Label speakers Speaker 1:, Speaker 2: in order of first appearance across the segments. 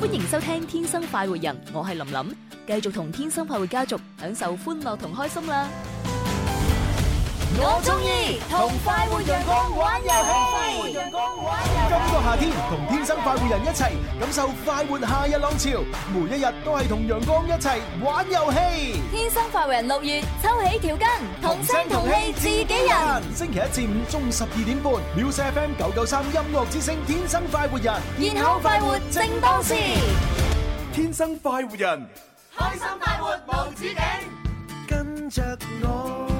Speaker 1: 歡迎收聽《天生快活人》，我係林琳，繼續同天生快活家族享受歡樂同開心啦！
Speaker 2: 我中意同快活陽光玩遊戲，陽光玩遊
Speaker 3: 今個夏天同天生快活人一齊感受快活夏日浪潮，每一日都係同陽光一齊玩遊戲。
Speaker 2: 天生快活人六月抽起條筋，同聲同氣自己人。
Speaker 3: 星期一至五中午十二點半，Music FM 九九三音樂之聲《天生快活人》，
Speaker 2: 健康快活正當時，
Speaker 4: 天生快活人，
Speaker 5: 開心快活無止境，
Speaker 6: 跟着我。oh,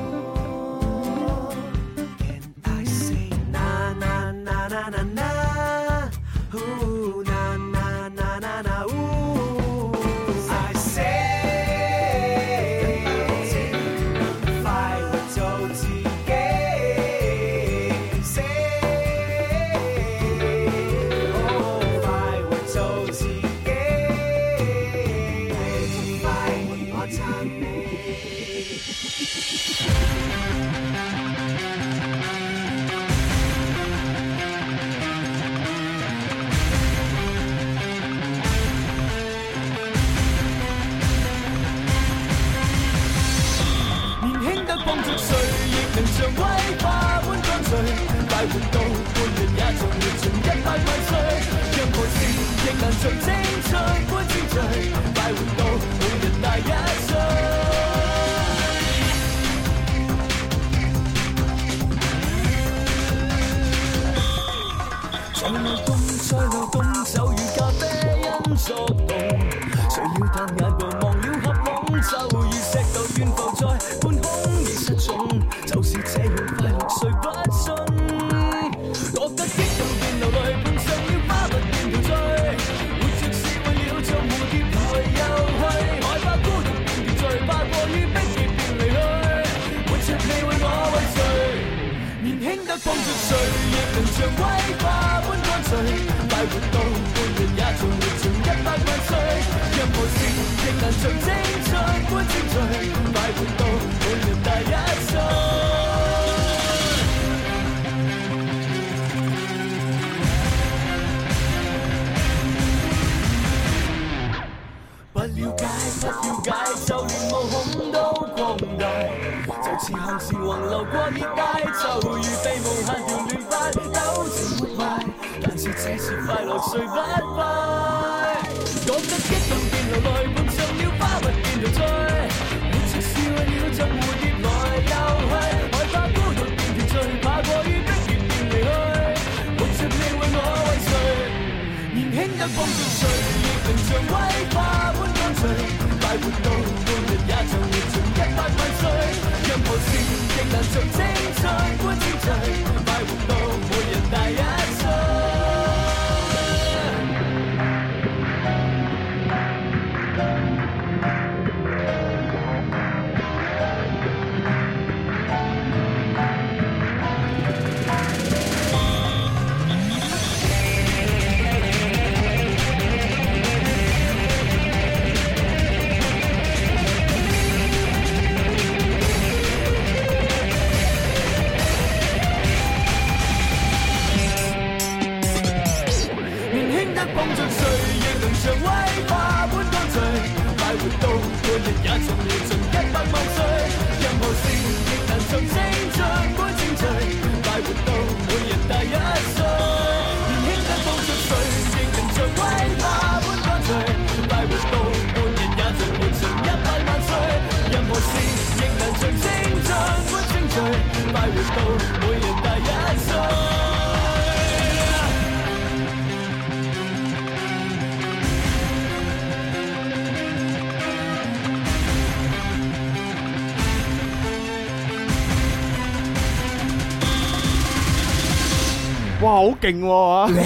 Speaker 7: 哇，好勁喎！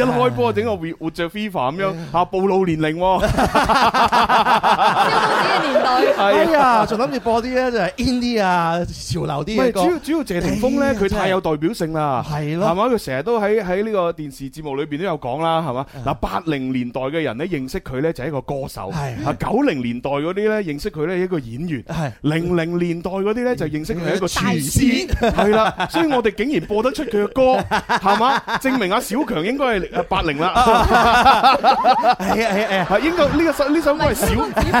Speaker 7: 一開波整個活活著 FIFA 咁樣嚇，暴露年 齡喎，
Speaker 2: 嘅年代，
Speaker 7: 係
Speaker 8: 哎
Speaker 7: 啊！
Speaker 8: 呀，仲諗住播啲咧就係 in à, 啲啊潮流
Speaker 7: 唔
Speaker 8: 啲嘅
Speaker 7: 係主要
Speaker 8: 歌，
Speaker 7: 主要謝霆鋒咧，
Speaker 8: 哎呀
Speaker 7: 佢太有代表性啦，
Speaker 8: 係
Speaker 7: 係
Speaker 8: 咯，
Speaker 7: 嘛？佢成日都喺喺呢個電視節目裏邊都有講啦，係嘛？嗱，八零年代嘅人咧認識佢咧就係一個歌手，
Speaker 8: 係
Speaker 7: 啊九零年代嗰啲咧認識佢咧係一個演員，
Speaker 8: 係
Speaker 7: 零零年 代嗰啲咧就認識佢係一個廚師，係啦。所以我哋竟然播得出佢嘅歌，係
Speaker 9: 嘛？證明阿小強應該係 八零啦。係啊係啊係，應該呢個首呢首歌係小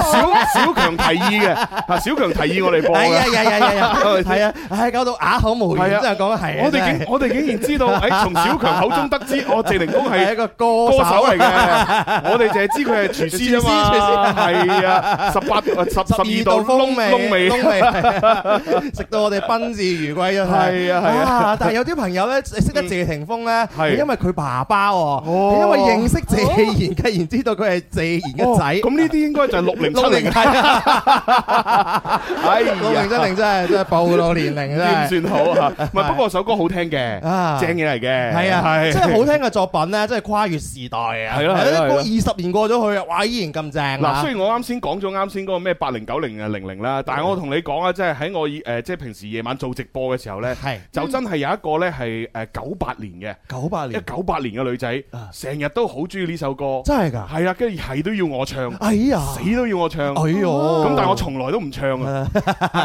Speaker 9: 小小強提議嘅，啊小強提議我哋播嘅。
Speaker 8: 係啊 係啊係啊係啊，係
Speaker 9: 啊！
Speaker 8: 啊，唉，搞到啞口無
Speaker 9: 係
Speaker 8: 言，
Speaker 9: 啊
Speaker 8: 真係講係啊。
Speaker 9: 我
Speaker 8: 真
Speaker 9: 哋
Speaker 8: 係
Speaker 9: 竟我哋竟然知道，誒從小強口中得 知，我謝霆鋒
Speaker 8: 係
Speaker 9: 係
Speaker 8: 一個歌
Speaker 9: 歌手 嚟嘅，我哋淨係知佢係廚師啫
Speaker 8: 廚師廚
Speaker 9: 嘛，係 啊，十八十十二道窿窿尾，
Speaker 8: 窿 味，食到我哋賓至如歸真
Speaker 9: 係啊係啊
Speaker 8: 但係有啲朋友咧識得謝霆鋒咧，
Speaker 9: 係
Speaker 8: 係因為佢爸爸喎，因為認識謝賢，繼然知道佢係謝賢嘅
Speaker 9: 哦
Speaker 8: 仔。
Speaker 9: 咁呢啲應該就係六零七
Speaker 8: 六
Speaker 9: 零
Speaker 8: 零，係啊
Speaker 9: 哎呀
Speaker 8: 六零七零真係真係暴露年齡真
Speaker 9: 點
Speaker 8: 係。
Speaker 9: 算好啊？唔係，不過首歌好聽嘅，
Speaker 8: 啊
Speaker 9: 正嘢嚟嘅，
Speaker 8: 係啊，
Speaker 9: 係
Speaker 8: 真係好聽嘅作品咧，真係跨越時代啊！
Speaker 9: 係咯係咯係咯
Speaker 8: 二十年過咗去啊，哇，依然咁正
Speaker 9: 嗱，
Speaker 8: 啊！
Speaker 9: 雖然我啱先講咗啱先嗰個咩八零九零啊零零啦，但係我同你講啊，即係喺我以誒即係平時夜晚做直播嘅時候咧，
Speaker 8: 係
Speaker 9: 就真係有一個咧係誒九八年
Speaker 8: 九八
Speaker 9: 嘅，一
Speaker 8: 年，
Speaker 9: 九八年嘅女仔
Speaker 8: 啊，
Speaker 9: 成日都好中意呢首歌，
Speaker 8: 真係㗎！
Speaker 9: 係啊，跟住係都要我唱，
Speaker 8: 哎呀，
Speaker 9: 死都要我唱，
Speaker 8: 哎呦！
Speaker 9: 咁
Speaker 8: 咁
Speaker 9: 但係我從來都唔唱啊，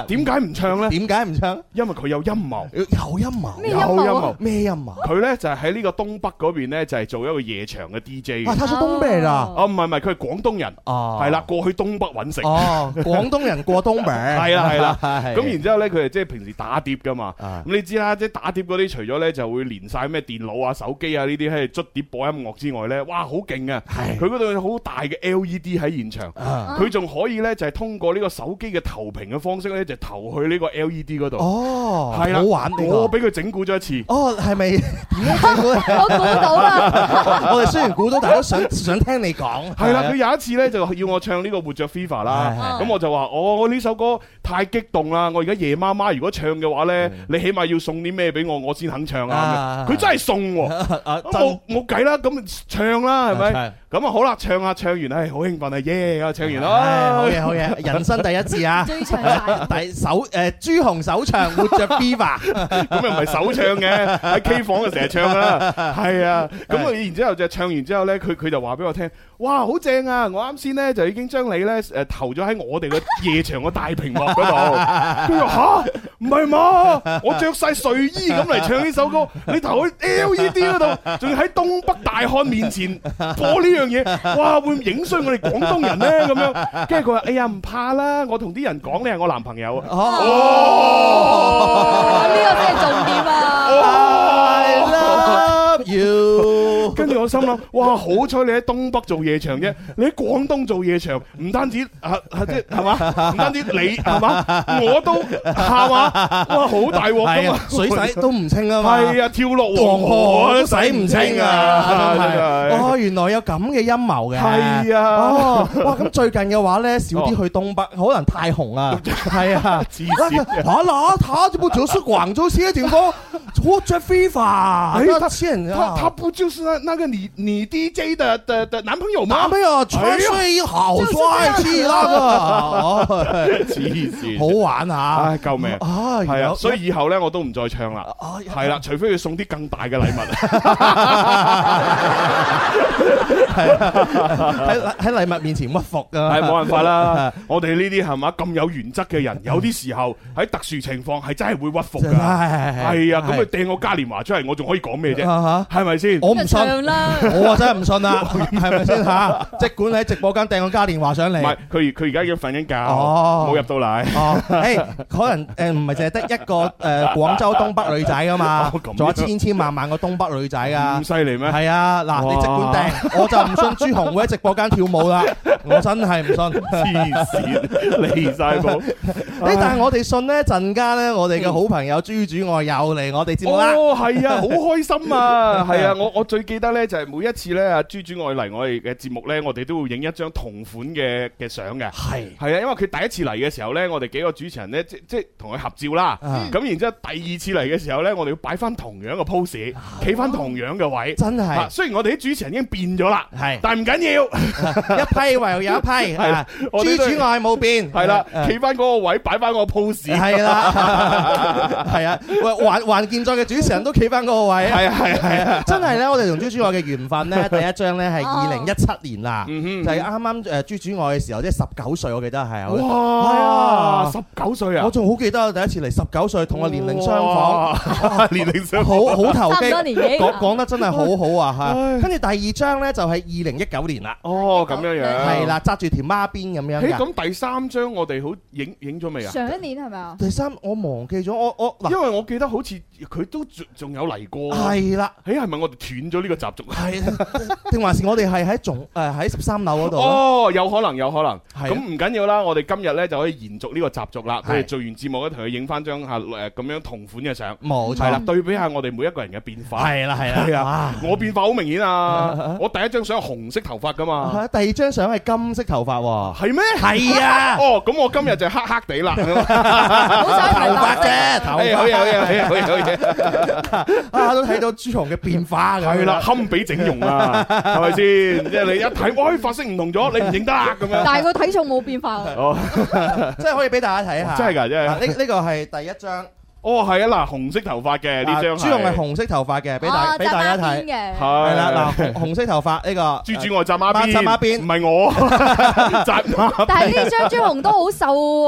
Speaker 9: 點解唔唱呢？
Speaker 8: 點解唔唱？
Speaker 9: 因為佢有陰謀，
Speaker 8: 有陰謀，
Speaker 9: 有陰謀。
Speaker 8: 咩陰謀？
Speaker 9: 佢呢就係喺呢個東北嗰邊呢，就係做一個夜場嘅 DJ
Speaker 8: 啊，
Speaker 9: 嘅。
Speaker 8: 他是東北啦，
Speaker 9: 哦，唔係唔係，佢係廣東人，
Speaker 8: 哦，
Speaker 9: 係啦，，過去東北揾食。
Speaker 8: 哦，廣東人過東北， 係
Speaker 9: 啦係啦
Speaker 8: 咁
Speaker 9: 咁然之後咧，佢係即係平時打碟噶嘛。
Speaker 8: 啊
Speaker 9: 咁你知啦，即係打碟嗰啲，除咗咧就會連晒咩電腦啊、手機啊呢啲喺度捽碟播音樂之外咧，哇，好勁啊！
Speaker 8: 係
Speaker 9: 佢嗰度有好大嘅 LED 喺現場，
Speaker 8: 啊
Speaker 9: 佢仲可以咧就係通過呢個手機嘅投屏嘅方式咧，就投去呢個 LED 嗰度。
Speaker 8: 哦，
Speaker 9: 係啦，
Speaker 8: 好玩呢
Speaker 9: 我
Speaker 8: 個。
Speaker 9: 俾佢整蠱咗一次。
Speaker 8: 哦，係咪點樣估咧？
Speaker 10: 我估到啦，
Speaker 8: 我哋雖然估到，但係都想想聽你啊講。
Speaker 9: 係啦，佢有一次咧就要我唱呢個《活着 Fever》啦，
Speaker 8: 係
Speaker 9: 咁我就話：我我呢首歌太激動啦，我而家夜媽媽如果唱嘅話咧，你起碼要送啲咩俾我，我先肯唱啊！
Speaker 8: 嗯啊
Speaker 9: 咁樣佢真係送喎。
Speaker 8: 啊
Speaker 9: 咁
Speaker 8: 真
Speaker 9: 冇冇計啦，咁唱啦，係咪？
Speaker 8: 係
Speaker 9: 咁啊好啦，唱下唱完，唉，好興奮啊，耶！啊唱完
Speaker 8: 唉好
Speaker 9: 啦，
Speaker 8: 嘢好嘢， 人生第一次啊！
Speaker 10: 最長大
Speaker 8: 第首誒朱紅首唱《活着 Viva》
Speaker 9: 咁又唔係首唱嘅，喺 K 房就成日唱啦，係啊。咁啊，然之後就唱完之後咧，佢佢就話俾我聽，哇，好正啊！我啱先咧就已經將你咧誒投咗喺我哋嘅夜場嘅大屏幕嗰度。佢話吓，唔係嘛？我着晒睡衣咁嚟唱呢首歌，你投去 LED 嗰度，仲要喺東北大漢面前播呢樣嘢，哇！會唔會影衰我哋廣東人咧咁樣。跟住佢話：哎呀，唔怕啦，我同啲人講你係我男朋友。啊哦
Speaker 10: 呢個先係重點
Speaker 9: à.
Speaker 10: 啊！
Speaker 8: I love you。
Speaker 9: 跟住我心諗，哇！好彩你喺東北做夜 場啫，你喺廣東做夜場，唔單止啊啊即係係嘛，唔單止你係嘛， 我都係嘛，哇！好大鑊
Speaker 8: 係
Speaker 9: 噶嘛
Speaker 8: 啊，，水洗都唔清啊嘛。
Speaker 9: 係啊，跳落
Speaker 8: 黃河
Speaker 9: 黃河
Speaker 8: 都
Speaker 9: 都
Speaker 8: 洗
Speaker 9: 洗
Speaker 8: 唔
Speaker 9: 唔
Speaker 8: 清
Speaker 9: 清
Speaker 8: 啊！
Speaker 9: 啊！
Speaker 8: 真係
Speaker 9: 真係
Speaker 8: 哦，原來有咁嘅陰謀嘅。
Speaker 9: 係啊
Speaker 8: 哦，哇！咁最近嘅話咧，少啲去東北，可能太紅啊。係啊，
Speaker 9: 黐線
Speaker 8: 好啦，他就不就是廣州市嘅情況，我着非法，
Speaker 9: 哎
Speaker 8: 那些人
Speaker 9: 他他
Speaker 8: 啊。
Speaker 9: 不就是那那個你你 DJ 的的的男朋友哎
Speaker 8: 男
Speaker 9: 嗎？
Speaker 8: 朋友穿睡衣好帥氣那個，哦
Speaker 9: 黐線，
Speaker 8: 好玩啊
Speaker 9: 唉！哎救命！
Speaker 8: 啊，
Speaker 9: 係啊，所
Speaker 8: 以
Speaker 9: 以以後咧我都唔再唱啦。
Speaker 8: 啊，
Speaker 9: 係啦，除非佢送啲更大嘅禮 物，
Speaker 8: 啊 喺喺禮物面前屈服啊，
Speaker 9: 係冇辦法 啦。我哋呢啲係嘛咁有原則嘅人，有啲時候喺特殊情況係真係會屈服
Speaker 8: 真
Speaker 9: 㗎。
Speaker 8: 係
Speaker 9: 係啊，咁佢掟我嘉年華出嚟，我仲可以講咩啫？
Speaker 8: 啊
Speaker 9: 係咪先
Speaker 8: 嚇，？我
Speaker 10: 咁就
Speaker 8: 唔信。
Speaker 10: 唱啦，
Speaker 8: 我啊真係唔信啦，係咪先吓？即管喺直播間掟個嘉年華上
Speaker 9: 唔係
Speaker 8: 嚟。
Speaker 9: 佢佢而家已經瞓緊覺，
Speaker 8: 哦
Speaker 9: 冇入到嚟。
Speaker 8: 哦，誒，可能誒唔係淨係得一個誒廣州東北女仔噶嘛
Speaker 9: 哦咁，樣
Speaker 8: 仲有千千萬萬個東北女仔噶
Speaker 9: 咁。犀利咩？
Speaker 8: 係啊，嗱，你即管掟，我就唔信朱紅會喺直播間跳舞啦，我真係唔信。
Speaker 9: 黐線，離晒譜。
Speaker 8: 誒，但係我哋信呢陣間呢，我哋嘅好朋友朱主愛又嚟我哋節目啦。
Speaker 9: 哦，係啊，好開 心啊！係啊，我我最記得咧就係每一次咧，阿朱主愛嚟我哋嘅節目咧，我哋都會影一張同款嘅嘅相嘅。
Speaker 8: 係
Speaker 9: 係啊，因為佢第一次嚟嘅時候咧，我哋幾個主持人咧，即即同佢合照啦。
Speaker 8: 啊
Speaker 9: 咁然之後第二次嚟嘅時候咧，我哋要擺翻同樣嘅 pose，企翻同樣嘅位。
Speaker 8: 啊真
Speaker 9: 啊，
Speaker 8: 係
Speaker 9: 雖然我哋啲主持人已經變咗啦，
Speaker 8: 係
Speaker 9: 但係唔緊要，
Speaker 8: 一批又有一 批。
Speaker 9: 係啦
Speaker 8: 啊朱
Speaker 9: 我哋都
Speaker 8: 主愛冇 變。
Speaker 9: 係啦
Speaker 8: 啊，
Speaker 9: 企翻嗰個位，擺翻個 pose。
Speaker 8: 啊係啦，係啊，還還健在嘅主持人都企翻嗰個位，
Speaker 9: 係啊係啊係啊
Speaker 8: 真係咧，我哋同豬豬愛嘅緣分 咧，第一張咧
Speaker 10: 哦
Speaker 8: 係二零一七年啦，
Speaker 9: 嗯哼
Speaker 8: 就係啱啱誒豬豬愛嘅時候，即係十九歲，我記得係，係
Speaker 9: 哇，
Speaker 8: 啊
Speaker 9: 十，九歲啊
Speaker 8: 我！仲好記得第一次嚟十九歲，同我年齡相仿。
Speaker 9: 哇， 年齡
Speaker 8: 好
Speaker 9: 相仿，
Speaker 8: 好投機，
Speaker 10: 差唔多年紀
Speaker 8: 講講得真係好好啊
Speaker 9: 唉
Speaker 8: 嚇！跟住第二張咧就係二零一九年啦，
Speaker 9: 哦咁樣樣，
Speaker 8: 係。啦，紮住條孖邊咁樣
Speaker 9: 誒，
Speaker 8: 㗎。
Speaker 9: 咁第三張我哋好影影咗未啊？
Speaker 10: 上一年係咪啊？
Speaker 8: 第三我忘記咗，我我嗱
Speaker 9: 因為我記得好似佢都仲仲有嚟過。
Speaker 8: 係啦，
Speaker 9: 誒係咪我哋斷咗呢個習俗啊？
Speaker 8: 係定還是我哋係喺總誒喺十三樓嗰度啊？
Speaker 9: 哦，有可能，有可能。
Speaker 8: 係啊
Speaker 9: 咁唔緊要啦，我哋今日咧就可以延續呢個習俗啦。
Speaker 8: 係
Speaker 9: 佢哋做完節目咧，同佢影翻張嚇誒呃咁樣同款嘅相，
Speaker 8: 冇
Speaker 9: 係
Speaker 8: 錯
Speaker 9: 啦，，對比下我哋每一個人嘅變化。
Speaker 8: 係啦係啦，啊！
Speaker 9: 我變化好明顯啊！我第一張相係紅色頭髮噶嘛，
Speaker 8: 啊第二張相係金色頭髮喎，
Speaker 9: 係咩？
Speaker 8: 係啊，
Speaker 9: 哦，咁我今日就黑黑地啦。
Speaker 10: 好
Speaker 8: 頭
Speaker 10: 彩唔係
Speaker 8: 髮
Speaker 10: 白色。
Speaker 8: 啫，頭
Speaker 9: 哎好嘢，好嘢，好嘢，好嘢，好嘢，
Speaker 8: 啊都睇到朱紅嘅變化咁樣。
Speaker 9: 係啦，堪比 整容啊，係咪先？即係你一睇，喂，髮色唔同咗，你唔認得啦咁樣。
Speaker 10: 但係個體重冇變化啊 㗎。
Speaker 9: 哦，
Speaker 8: 真係可以俾大家睇下。
Speaker 9: 真係㗎真係
Speaker 8: 啊呢呢個係第一張，
Speaker 9: 哦，係啊，嗱，紅色頭髮嘅呢張，
Speaker 8: 啊朱紅係，紅色頭髮嘅，俾大
Speaker 10: 哦
Speaker 8: 俾大家
Speaker 10: 紮孖
Speaker 8: 睇。
Speaker 10: 邊嘅。
Speaker 9: 係
Speaker 8: 係啦，嗱，紅紅色頭髮 呢個。
Speaker 9: 豬豬我扎孖邊，
Speaker 8: 扎孖邊
Speaker 9: 唔係我扎孖。
Speaker 10: 但係呢張朱紅都好瘦喎。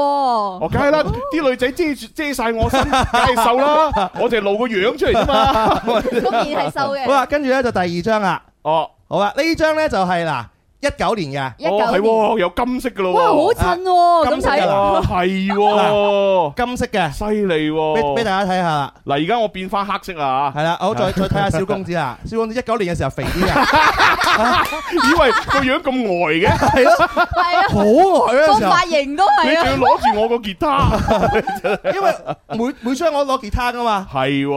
Speaker 9: 我梗係啦，啲女仔遮住遮晒我身，梗係 瘦啦。我就係露個樣出嚟啫嘛。
Speaker 10: 咁然係瘦嘅。
Speaker 8: 好啦，跟住咧就第二張啦。
Speaker 9: 哦，
Speaker 8: 好啦，呢張咧就係嗱一九年啊
Speaker 10: 一
Speaker 9: 哦係
Speaker 10: 九年。
Speaker 9: 喎，有金色噶咯喎。
Speaker 10: 哇，好襯喎！咁
Speaker 8: 金色㗎
Speaker 10: 睇
Speaker 8: 啦
Speaker 9: 哇係喎，
Speaker 8: 嘅金色嘅，
Speaker 9: 犀利
Speaker 8: 俾俾大
Speaker 9: 喎。
Speaker 8: 家睇下啦。
Speaker 9: 嗱，而家我變翻黑色啦
Speaker 8: 係啦，好再再睇下小公子 啊，小公子一九年嘅時候肥啲啊，
Speaker 9: 以為個樣咁呆嘅，
Speaker 8: 係咯，
Speaker 10: 係啊，
Speaker 8: 好呆嗰
Speaker 10: 個
Speaker 8: 陣時候，
Speaker 10: 髮型都
Speaker 9: 你
Speaker 10: 係啊。
Speaker 9: 仲要攞住我個吉他，
Speaker 8: 因為每每張我攞吉他噶嘛，
Speaker 9: 係喎。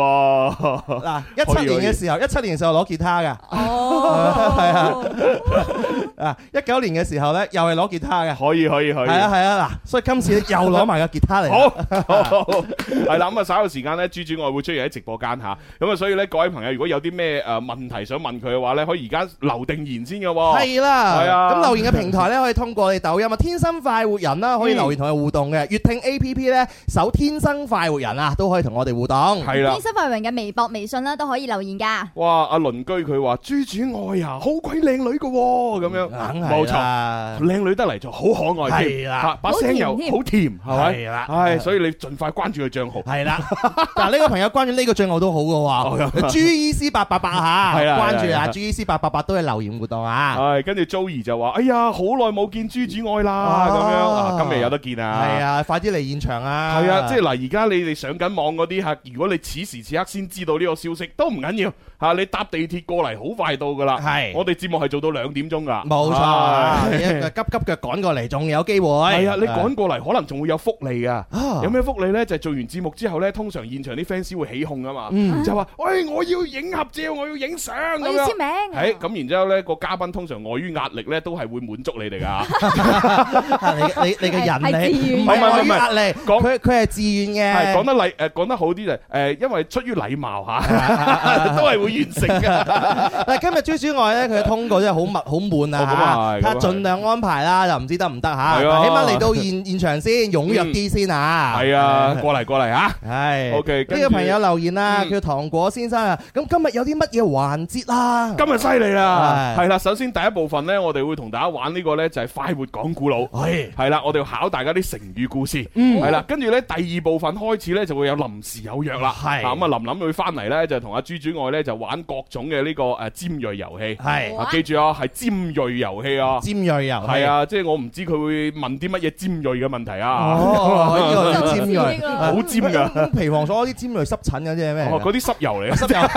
Speaker 8: 嗱一七年嘅時候，一七年嘅時候攞吉他噶，
Speaker 10: 哦，
Speaker 8: 係啊啊一九年嘅時候咧又係攞吉他嘅，
Speaker 9: 可以可以可以
Speaker 8: 係。啊係啊嗱，所以今次又攞埋個吉他嚟，
Speaker 9: 好，好好 係啦，咁啊稍後時間咧，豬豬我會出現喺直播間吓，咁啊所以咧，各位朋友如果有啲咩誒問題想問佢嘅話咧，可以而家留定言先嘅喎。
Speaker 8: 係啦，
Speaker 9: 係啊
Speaker 8: 咁留言嘅平台咧，可以通過你抖音啊，天生快活人
Speaker 9: 嗯
Speaker 8: 啦，可以留言同佢互動嘅。粵聽 A P P 咧，搜天生快活人啊，都可以同我哋互動。
Speaker 9: 係 啦
Speaker 10: 天。生快活人嘅微博、微信啦，都可以留言㗎。
Speaker 9: 哇！阿啊鄰居佢話豬豬愛呀，啊好鬼靚女噶喎，咁樣
Speaker 8: 梗
Speaker 9: 冇
Speaker 8: 係
Speaker 9: 錯，
Speaker 8: 啦，
Speaker 9: 靚女得嚟就好可愛添，
Speaker 8: 係啦
Speaker 9: 嚇把聲又
Speaker 10: 好甜添
Speaker 9: 好甜，係咪？
Speaker 8: 係啦
Speaker 9: 唉，所以你盡快關注佢帳號。
Speaker 8: 係啦。嗱，呢個朋友關注呢個賬號都好
Speaker 9: 哦
Speaker 8: 嘅喎，G E C 八八八嚇，
Speaker 9: 係啦
Speaker 8: 關注
Speaker 9: 係啦
Speaker 8: 啊
Speaker 9: 係啦
Speaker 8: ，G E C 八八八都係留言互動啊。
Speaker 9: 唉，跟住 Joey 就話：哎呀，好耐冇見豬豬愛啦，咁樣
Speaker 8: 啊
Speaker 9: 啊，今日有得見啊。
Speaker 8: 係啊，快啲嚟現場啊！
Speaker 9: 係啊，即係嗱，而家你哋上緊網嗰啲客，如果你此時此刻先知道呢個消息，都唔緊要吓，你搭地鐵過嚟好快到噶啦。
Speaker 8: 係
Speaker 9: 我哋節目係做到兩點鐘啊噶，
Speaker 8: 冇
Speaker 9: 係。
Speaker 8: 錯，你啊 一個急急腳趕過嚟，仲有機會。
Speaker 9: 啊係啊，你趕過嚟可能仲會有福利啊！
Speaker 8: 啊
Speaker 9: 有咩福利呢？就係做完節目之後呢，通常現場啲 fans 會起哄啊嘛，
Speaker 8: 嗯
Speaker 9: 就話：，喂，我要影合照，我要影相
Speaker 10: 我
Speaker 9: 咁
Speaker 10: 要簽
Speaker 9: 樣。
Speaker 10: 名啊。
Speaker 9: 誒，咁然之後呢個嘉賓通常礙於壓力呢，都係會滿足你哋㗎。
Speaker 8: 啊你你你嘅人
Speaker 10: 係自
Speaker 8: 你
Speaker 10: 願
Speaker 8: 唔
Speaker 9: 嘅
Speaker 8: 係
Speaker 9: 唔係
Speaker 8: 礙
Speaker 9: 唔係
Speaker 8: 於壓力，
Speaker 9: 講
Speaker 8: 佢佢係自願嘅。
Speaker 9: 係講得禮誒講得好啲就係誒，因為出於禮貌嚇， 都係會完成㗎。
Speaker 8: 但係今日朱主外咧，佢嘅通告真係好密 好滿
Speaker 9: 哦咁啊
Speaker 8: 啊嚇，睇
Speaker 9: 係咁啊
Speaker 8: 下盡量安排啦，就唔知得唔得嚇。
Speaker 9: 係啊
Speaker 8: 但起碼嚟到現現場先，踴躍啲先啊。
Speaker 9: 係啊，過嚟過嚟嚇。
Speaker 8: 係。
Speaker 9: OK，跟
Speaker 8: 呢
Speaker 9: 住
Speaker 8: 個朋友留言啦，
Speaker 9: 嗯
Speaker 8: 叫糖果先生啊，咁今日有啲乜嘢環節啦？
Speaker 9: 今日犀利啦，
Speaker 8: 啊係
Speaker 9: 係啦，首先第一部分呢，我哋會同大家玩呢個呢，就係快活講古佬。
Speaker 8: 係
Speaker 9: 係啦，我哋要考大家啲成語故事，
Speaker 8: 哎嗯
Speaker 9: 係啦，跟住咧第二部分開始咧就會有臨時有約啦，
Speaker 8: 係
Speaker 9: 啊咁啊，林林會翻嚟咧就同阿豬豬愛咧就玩各種嘅呢個誒尖鋭遊戲，
Speaker 8: 係
Speaker 9: 啊記住啊係尖鋭遊戲啊，
Speaker 8: 尖鋭遊戲
Speaker 9: 係。啊，即係我唔知佢會問啲乜嘢尖鋭嘅問題啊，
Speaker 8: 哦，呢個叫尖
Speaker 10: 好
Speaker 8: 鋭
Speaker 10: 刺激，咯
Speaker 9: 好尖㗎
Speaker 8: 咁咁皮黃所嗰啲尖鋭濕疹嗰啲係咩
Speaker 9: 哦
Speaker 8: 嚟㗎？
Speaker 9: 嗰啲濕油嚟，嘅，
Speaker 8: 濕疣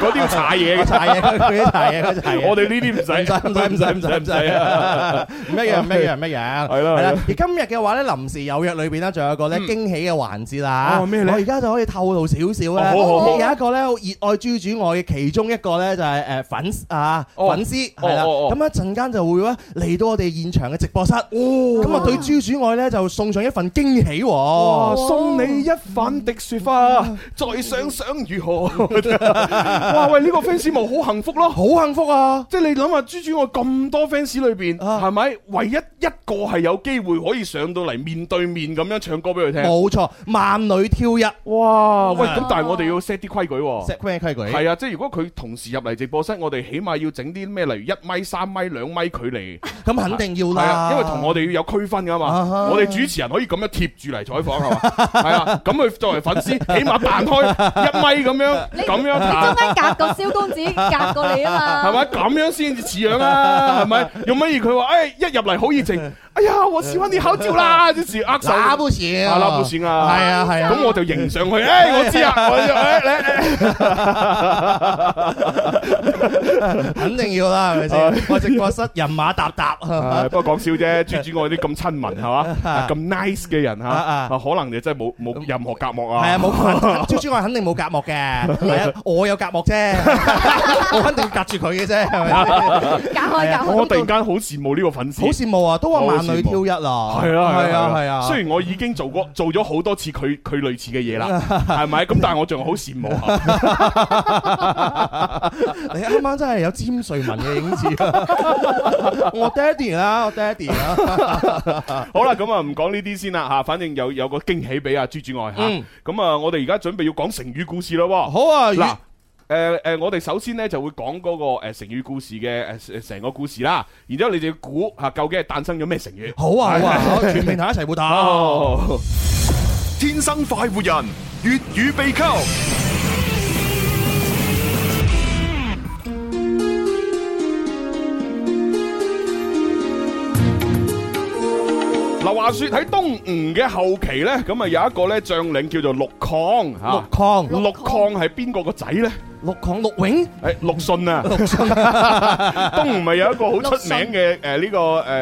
Speaker 9: 嗰啲要搽嘢嘅。
Speaker 8: 搽嘢，佢啲搽嘢，佢啲搽嘢。
Speaker 9: 我哋呢哎啲唔使，
Speaker 8: 唔使唔使唔使唔使唔使
Speaker 9: 啊！
Speaker 8: 唔一樣唔一樣唔一樣，
Speaker 9: 係啦
Speaker 8: 啊係
Speaker 9: 係
Speaker 8: 啦
Speaker 9: 啦。
Speaker 8: 而今日嘅話咧，臨時有約裏邊咧，仲有一個咧
Speaker 9: 嗯
Speaker 8: 驚喜嘅環節啦。
Speaker 9: 哦咩咧
Speaker 8: 我而家就可以透露少少咧。
Speaker 9: 哦好好好
Speaker 8: 有一個咧好熱愛豬主愛嘅其中一個咧就係誒粉啊
Speaker 9: 哦
Speaker 8: 粉絲係啦，
Speaker 9: 哦哦哦哦
Speaker 8: 咁一陣間就會咧嚟到我哋現場嘅直播室，咁啊對朱主愛咧就送上一份驚喜
Speaker 9: 哇！
Speaker 8: 喎。
Speaker 9: 送你一瓣滴雪花，再想想如何？哇！喂，呢個 fans 咪好幸福咯！
Speaker 8: 嗯好幸福啊！
Speaker 9: 即係你諗下，豬豬我咁多 fans 裏邊，
Speaker 8: 啊
Speaker 9: 係咪唯一一個係有機會可以上到嚟面對面咁樣唱歌俾佢聽？
Speaker 8: 冇錯，萬女挑一，
Speaker 9: 哇！啊喂，
Speaker 8: 係
Speaker 9: 咁但係我哋要 set 啲規矩
Speaker 8: 嗯
Speaker 9: 喎。
Speaker 8: 咩規矩？
Speaker 9: 係啊，即係如果佢同時入嚟直播室，我哋起碼要整啲咩，例如一米、三米、兩米距離，
Speaker 8: 咁肯定要
Speaker 9: 係啊，
Speaker 8: 啦。
Speaker 9: 因為同我哋要有區分噶
Speaker 8: 啊哈
Speaker 9: 嘛。我哋主持人可以咁樣貼住嚟採訪 係嘛？係啊，咁佢作為粉絲，起碼彈開一米咁樣，
Speaker 10: 你
Speaker 9: 咁樣
Speaker 10: 你
Speaker 9: 彈
Speaker 10: 中。間隔個蕭公子隔過你啊嘛，
Speaker 9: 係咪咁樣先至似樣啊？係咪？用乜嘢佢話？誒一入嚟好熱情，哎呀，我喜歡你好照啦，即時握手。
Speaker 8: 那不行，
Speaker 9: 啊那不行啊
Speaker 8: 係啊係啊。
Speaker 9: 咁我就迎上去，誒我知
Speaker 11: à,
Speaker 9: 啊，我就誒
Speaker 8: 肯定要啦，係咪先？我直播室人馬搭 搭，
Speaker 9: 誒啊不過講笑啫，豬豬我啲咁親民係 嘛，咁 nice 嘅人嚇，
Speaker 8: 啊
Speaker 9: 啊可能就真係冇冇任何隔膜啊。
Speaker 8: 係啊，冇 朱朱我肯定冇隔膜嘅，係啊，我有隔膜啫，我肯定隔住佢嘅啫，係咪先？
Speaker 10: 隔開隔開。
Speaker 9: 我突然間好羨慕呢個粉
Speaker 8: 好
Speaker 9: 絲。
Speaker 8: 羨慕啊，都話萬女挑一啦，
Speaker 9: 係啊，
Speaker 8: 係啊，係啊。
Speaker 9: 雖然我已經做過做咗好多次佢佢類似嘅 嘢啦，係咪？咁但係我仲好羨慕啊下。
Speaker 8: 你啱啱真係有詹瑞文嘅影 子，我爹哋啦，我爹哋啦，
Speaker 9: 好啦，咁啊唔講呢啲先啦吓，反正有有個驚喜俾阿朱主愛吓。
Speaker 8: 嗯
Speaker 9: 咁啊，我哋而家準備要講成語故事咯喎。
Speaker 8: 好啊，
Speaker 9: 嗱
Speaker 8: 嗱，。
Speaker 9: 誒誒，我哋首先咧就會講嗰個誒成語故事嘅誒成個故事啦，然之後你就要估吓究竟係誕生咗咩成語。
Speaker 8: 好啊，好啊，好 全面大家一齊互打。
Speaker 9: 哦，
Speaker 4: 天生快活人，粵語秘笈，
Speaker 9: 嗱，話說喺東吳嘅後期咧，咁啊有一個咧將領叫做陸抗
Speaker 8: 陸
Speaker 9: 吓，
Speaker 8: 抗，
Speaker 9: 陸抗係邊個個仔咧？
Speaker 8: 陸抗，陸永，
Speaker 9: 誒陸信啊， 東吳咪有一個好出名嘅誒呢個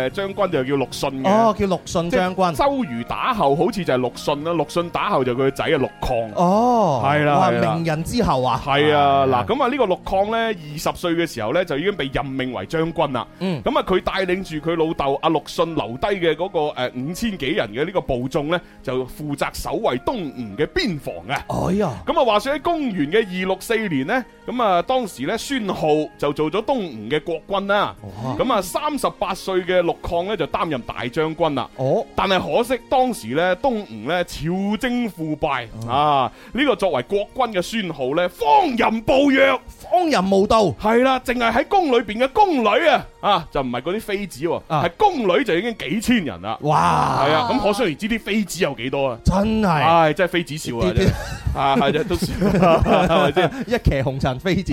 Speaker 9: 誒將軍就叫陸信嘅。
Speaker 8: 哦，叫陸信
Speaker 9: 即係
Speaker 8: 將軍。
Speaker 9: 周瑜打後好似就係陸信啦，陸信打後就佢個仔啊陸抗。
Speaker 8: 哦，
Speaker 9: 係啦
Speaker 8: 哇
Speaker 9: 係啦
Speaker 8: 名人之後啊，
Speaker 9: 係啊，嗱咁啊呢個陸抗呢，二十歲嘅時候呢，就已經被任命為將軍啦。
Speaker 8: 嗯，
Speaker 9: 咁啊佢帶領住佢老豆阿陸信留低嘅嗰個誒五千幾人嘅呢個部眾呢，就負責守衛東吳嘅邊防嘅。
Speaker 8: 哎呀，
Speaker 9: 咁啊話說喺公元嘅二六四年呢，咁啊當時呢，孫浩就做咗東吳嘅國君啦。
Speaker 8: 哇
Speaker 9: 咁啊三十八歲嘅陸抗呢，就擔任大將軍啦。
Speaker 8: 哦，
Speaker 9: 但係可惜當時咧，東吳咧朝政腐敗
Speaker 8: 哦
Speaker 9: 啊！呢個作為國君嘅孫皓咧，荒淫暴虐，
Speaker 8: 荒淫無道，
Speaker 9: 係啦，淨係喺宮裏邊嘅宮女啊，啊就唔係嗰啲妃子喎，
Speaker 8: 啊
Speaker 9: 係宮女就已經幾千人啦，
Speaker 8: 哇，
Speaker 9: 係啊，咁可想而知啲妃子有幾多啊！
Speaker 8: 真係
Speaker 9: 唉，真係妃子笑啊
Speaker 8: 啲！
Speaker 9: 真係啊，係啊，都 笑，係咪先？
Speaker 8: 一騎紅塵飛子，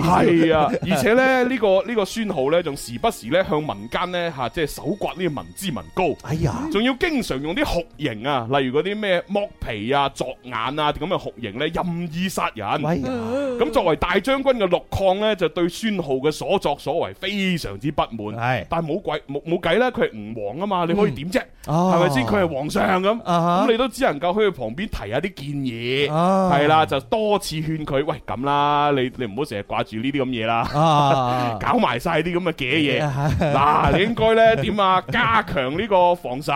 Speaker 9: 係啊，而且咧呢個呢個孫皓咧，仲時不時咧向民間咧嚇，即係搜刮呢個民脂民膏。
Speaker 8: 哎呀，
Speaker 9: 仲要經常用啲酷刑啊，例如嗰啲咩剝皮啊、作眼啊咁嘅酷刑咧，任意殺人。
Speaker 8: 喂呀，
Speaker 9: 咁作為大將軍嘅陸抗呢，就對孫皓嘅所作所為非常之不滿。
Speaker 8: 係
Speaker 9: 但係冇鬼冇冇計啦，佢係吳王啊嘛，你可以點啫？
Speaker 8: 哦
Speaker 9: 係咪先？佢係皇上咁，
Speaker 8: 啊哈
Speaker 9: 咁你都只能夠去旁邊提下啲建議，
Speaker 8: 啊
Speaker 9: 係啦，就多次勸佢，喂咁啦，你你唔好成日掛住呢啲咁嘢啦。
Speaker 8: 啊，
Speaker 9: 搞埋晒啲咁嘅 嘅嘢，嗱，你應該呢點啊？加強呢個防守，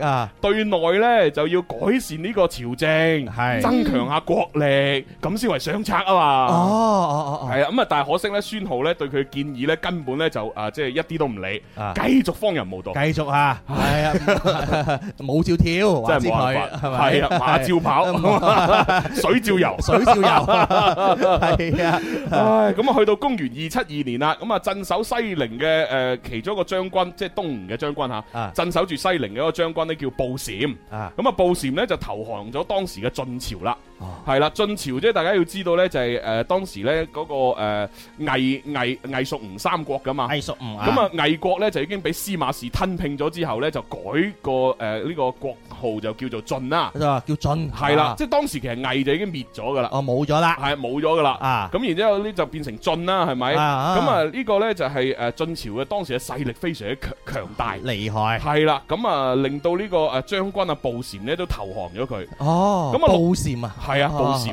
Speaker 8: 啊，
Speaker 9: 對內咧就要改善呢個朝政，
Speaker 8: 係
Speaker 9: 增強下國力，咁先為上策啊
Speaker 8: 哦
Speaker 9: 嘛。
Speaker 8: 哦哦
Speaker 9: 係啊，咁啊，但係可惜咧，孫浩咧對佢嘅建議咧根本咧就啊，即係一啲都唔理，
Speaker 8: 啊
Speaker 9: 繼續荒淫無道
Speaker 8: 哦，，繼續啊，係啊， 冇照跳，話
Speaker 9: 真
Speaker 8: 知
Speaker 9: 係冇
Speaker 8: 佢係
Speaker 9: 辦法，
Speaker 8: 咪？啊
Speaker 9: 係啊，馬照 跑，水照游。
Speaker 8: 水 照游， 係啊，
Speaker 9: 唉，咁啊，去到公元二七二年啦，咁啊，鎮守西陵嘅誒其中一個將軍，即係東吳嘅將軍
Speaker 8: 啊
Speaker 9: 嚇，鎮守住西陵嘅一個將軍呢，叫布閃。
Speaker 8: 啊
Speaker 9: 咁啊，布閃呢就投降咗當時嘅晉朝啦
Speaker 8: 哦。
Speaker 9: 係啦，晉朝即係大家要知道呢，就係誒當時呢嗰個誒魏魏魏蜀吳三國噶嘛。
Speaker 8: 藝術唔
Speaker 9: 咁啊，魏國呢就已經俾司馬氏吞併咗之後呢，就改個呃誒呢個國號就叫做晉啦。
Speaker 8: 佢就話叫進，
Speaker 9: 係啦
Speaker 8: 啊，
Speaker 9: 即係當時其實魏就已經滅咗噶啦，
Speaker 8: 哦冇咗啦，
Speaker 9: 係冇咗噶啦。
Speaker 8: 啊，
Speaker 9: 咁然之後呢就變成晉啦，係咪？咁
Speaker 8: 啊啊
Speaker 9: 啊呢個呢就係誒晉朝嘅當時嘅勢力非常之強強大，
Speaker 8: 厲害，
Speaker 9: 係呃啦，咁啊令到呢個誒將軍啊布禪呢都投降咗佢。
Speaker 8: 哦，
Speaker 9: 咁啊
Speaker 8: 布閃啊，
Speaker 9: 係啊，布
Speaker 8: 蟬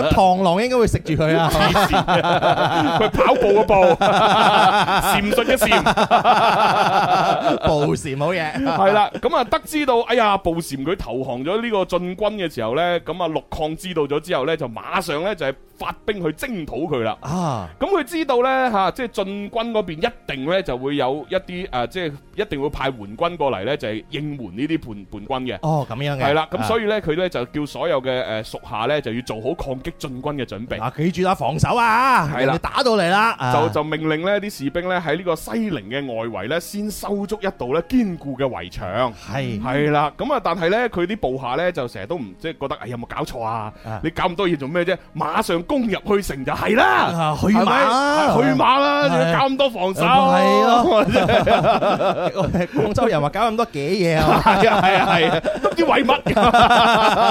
Speaker 8: 咁螳螂應該會食住佢啊。
Speaker 9: 黐線佢跑步嘅步， 閃術嘅閃，
Speaker 8: 布蟬好嘢，
Speaker 9: 係啦。咁啊，得知到，哎呀，步蟬佢投降咗呢個晉軍嘅時候呢，咁啊，陸抗知道咗之後呢，就馬上呢，就係發兵去征討佢啦。
Speaker 8: 啊，
Speaker 9: 咁佢知道呢，吓，即係晉軍嗰邊一定呢就會有一啲誒，即係一定會派援軍過嚟呢，就係應援呢啲叛叛軍嘅。
Speaker 8: 哦咁樣嘅，
Speaker 9: 係啦，咁所以呢，佢呢就叫所有嘅呃誒屬下呢，就要做好抗擊晉軍嘅準備。
Speaker 8: 啊，記住啦，防守啊，
Speaker 9: 係啦
Speaker 8: 人哋打到嚟啦，啊
Speaker 9: 就就命令呢啲士兵呢喺呢個西寧嘅外圍呢，先修築一道呢堅固嘅圍牆。
Speaker 8: 係
Speaker 9: 係啦，咁啊，但係呢，佢啲部下呢，就成日都唔即係覺得，哎有冇搞錯啊
Speaker 8: 啊？
Speaker 9: 你搞咁多嘢做咩啫？馬上攻入去城就係啦，
Speaker 8: 啊去
Speaker 9: 係咪
Speaker 8: 馬啦
Speaker 9: 去馬啦，
Speaker 8: 係
Speaker 9: 搞咁多 防守，
Speaker 8: 係 咯
Speaker 9: 真係
Speaker 8: 廣州人話搞咁多嘅嘢啊，
Speaker 9: 係啊係啊係啊，都唔知為乜㗎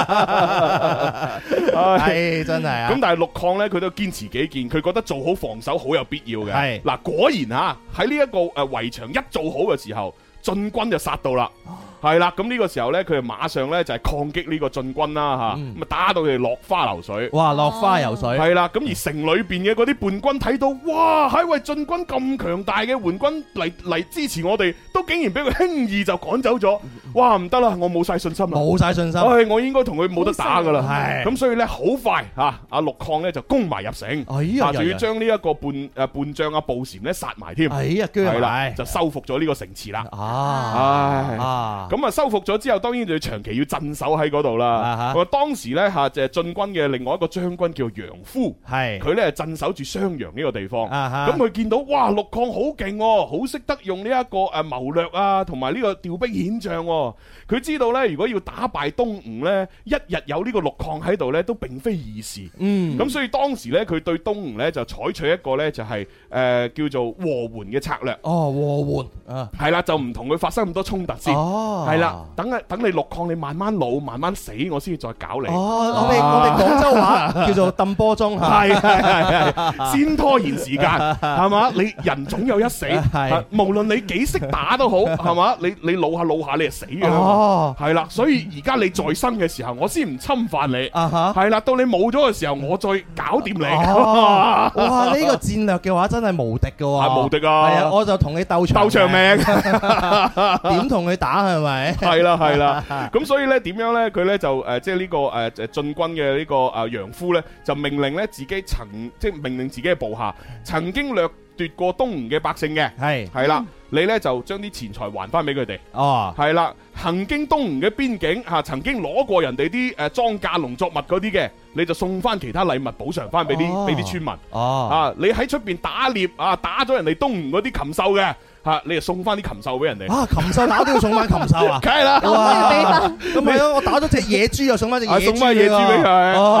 Speaker 9: 唉
Speaker 8: 係真係啊
Speaker 9: 咁，但係陸抗呢，佢都堅持己見，佢覺得做好防守好有必要嘅。
Speaker 8: 係
Speaker 9: 嗱，果然嚇喺呢一個誒圍牆一做好嘅時候，晉軍就殺到啦。
Speaker 8: 哦
Speaker 9: 係啦，咁呢個時候呢，佢就馬上呢，就係抗擊呢個晉軍啦嚇，
Speaker 8: 嗯
Speaker 9: 咁啊打到佢哋落花流水。
Speaker 8: 哇落花游水，
Speaker 9: 係啦，咁而城裏邊嘅嗰啲叛軍睇到，哇！喺喂晉軍咁強大嘅援軍嚟嚟支持我哋，都竟然俾佢輕易就趕走咗，哇！唔得啦，我冇晒信心啦。
Speaker 8: 嗯冇晒信心，
Speaker 9: 唉，我應該同佢冇得打噶啦，
Speaker 8: 係
Speaker 9: 咁所以咧好快嚇，阿陸抗咧就攻埋入城，
Speaker 8: 哎呀呀
Speaker 9: 啊仲要
Speaker 8: 呀
Speaker 9: 將呢一個叛誒叛將阿步蟬咧殺埋添，
Speaker 8: 哎呀居然
Speaker 9: 係啦，
Speaker 8: 係
Speaker 9: 就收復咗呢個城池啦，
Speaker 8: 啊
Speaker 9: 唉。
Speaker 8: 啊
Speaker 9: 咁啊，收復咗之後，當然就要長期要鎮守喺嗰度啦
Speaker 8: 啊。哈
Speaker 9: 咁啊，當時咧嚇就係晉軍嘅另外一個將軍叫楊夫，
Speaker 8: 係
Speaker 9: 佢咧鎮守住襄陽呢個地方。
Speaker 8: 啊哈
Speaker 9: 咁佢見到哇，陸抗好勁喎，好識得用呢一個誒謀略啊，同埋呢個調兵遣將喎。佢知道呢，如果要打敗東吳呢，一日有呢個陸抗喺度呢，都並非易事。
Speaker 8: 嗯
Speaker 9: 咁所以當時呢，佢對東吳呢，就採取一個呢，就係、誒叫做和緩嘅策略，
Speaker 8: 哦和緩啊
Speaker 9: 係啦，就唔同佢發生咁多衝突先。
Speaker 8: 哦
Speaker 9: 係啦，等啊，等你陸抗，你慢慢老，慢慢死，我先至再搞你。
Speaker 8: 哦我哋我哋廣州話叫做揼波鐘嚇。
Speaker 9: 系系系系，先拖延時間 係嘛？你人總有一死，
Speaker 8: 係
Speaker 9: 啊無論你幾識 打都好，係嘛？你你老下老下你就死嘅啦，
Speaker 8: 哦
Speaker 9: 係啦。所以而家你在生嘅時候，我先唔侵犯你，
Speaker 8: 啊哈
Speaker 9: 係啦。到你冇咗嘅時候，我再搞掂你。
Speaker 8: 哦，哇！呢個戰略嘅話真係無敵嘅喎，
Speaker 9: 係無敵啊
Speaker 8: 係啊，我就同你鬥長
Speaker 9: 鬥長
Speaker 8: 命，
Speaker 9: 命，
Speaker 8: 點同佢打係咪？啊
Speaker 9: 係啦 係啦。咁所以呢點樣呢？佢呢就誒即係呢個誒誒進軍嘅呢個誒楊夫呢，就命令呢自己曾即係命令自己嘅部下曾經掠奪過東吳嘅百姓嘅。
Speaker 8: 係
Speaker 9: 系啦，你呢就將啲錢財還翻俾佢哋。
Speaker 8: 哦，
Speaker 9: 係啦，行經東吳嘅邊境嚇、啊曾經攞過人哋啲誒莊稼、農作物嗰啲嘅，你就送翻其他禮物補償翻俾
Speaker 8: 哦
Speaker 9: 啲俾啲村民。
Speaker 8: 哦，
Speaker 9: 啊，你喺出邊打獵啊，打咗人哋東吳嗰啲禽獸嘅嚇、啊你就送翻啲禽獸俾人哋。
Speaker 8: 啊，禽獸打都要送翻禽獸 啊！
Speaker 9: 梗係啦，
Speaker 8: 哇！咁咪咯，我打咗隻野豬又送翻隻野
Speaker 9: 啊
Speaker 8: 豬，
Speaker 9: 送返隻野豬俾佢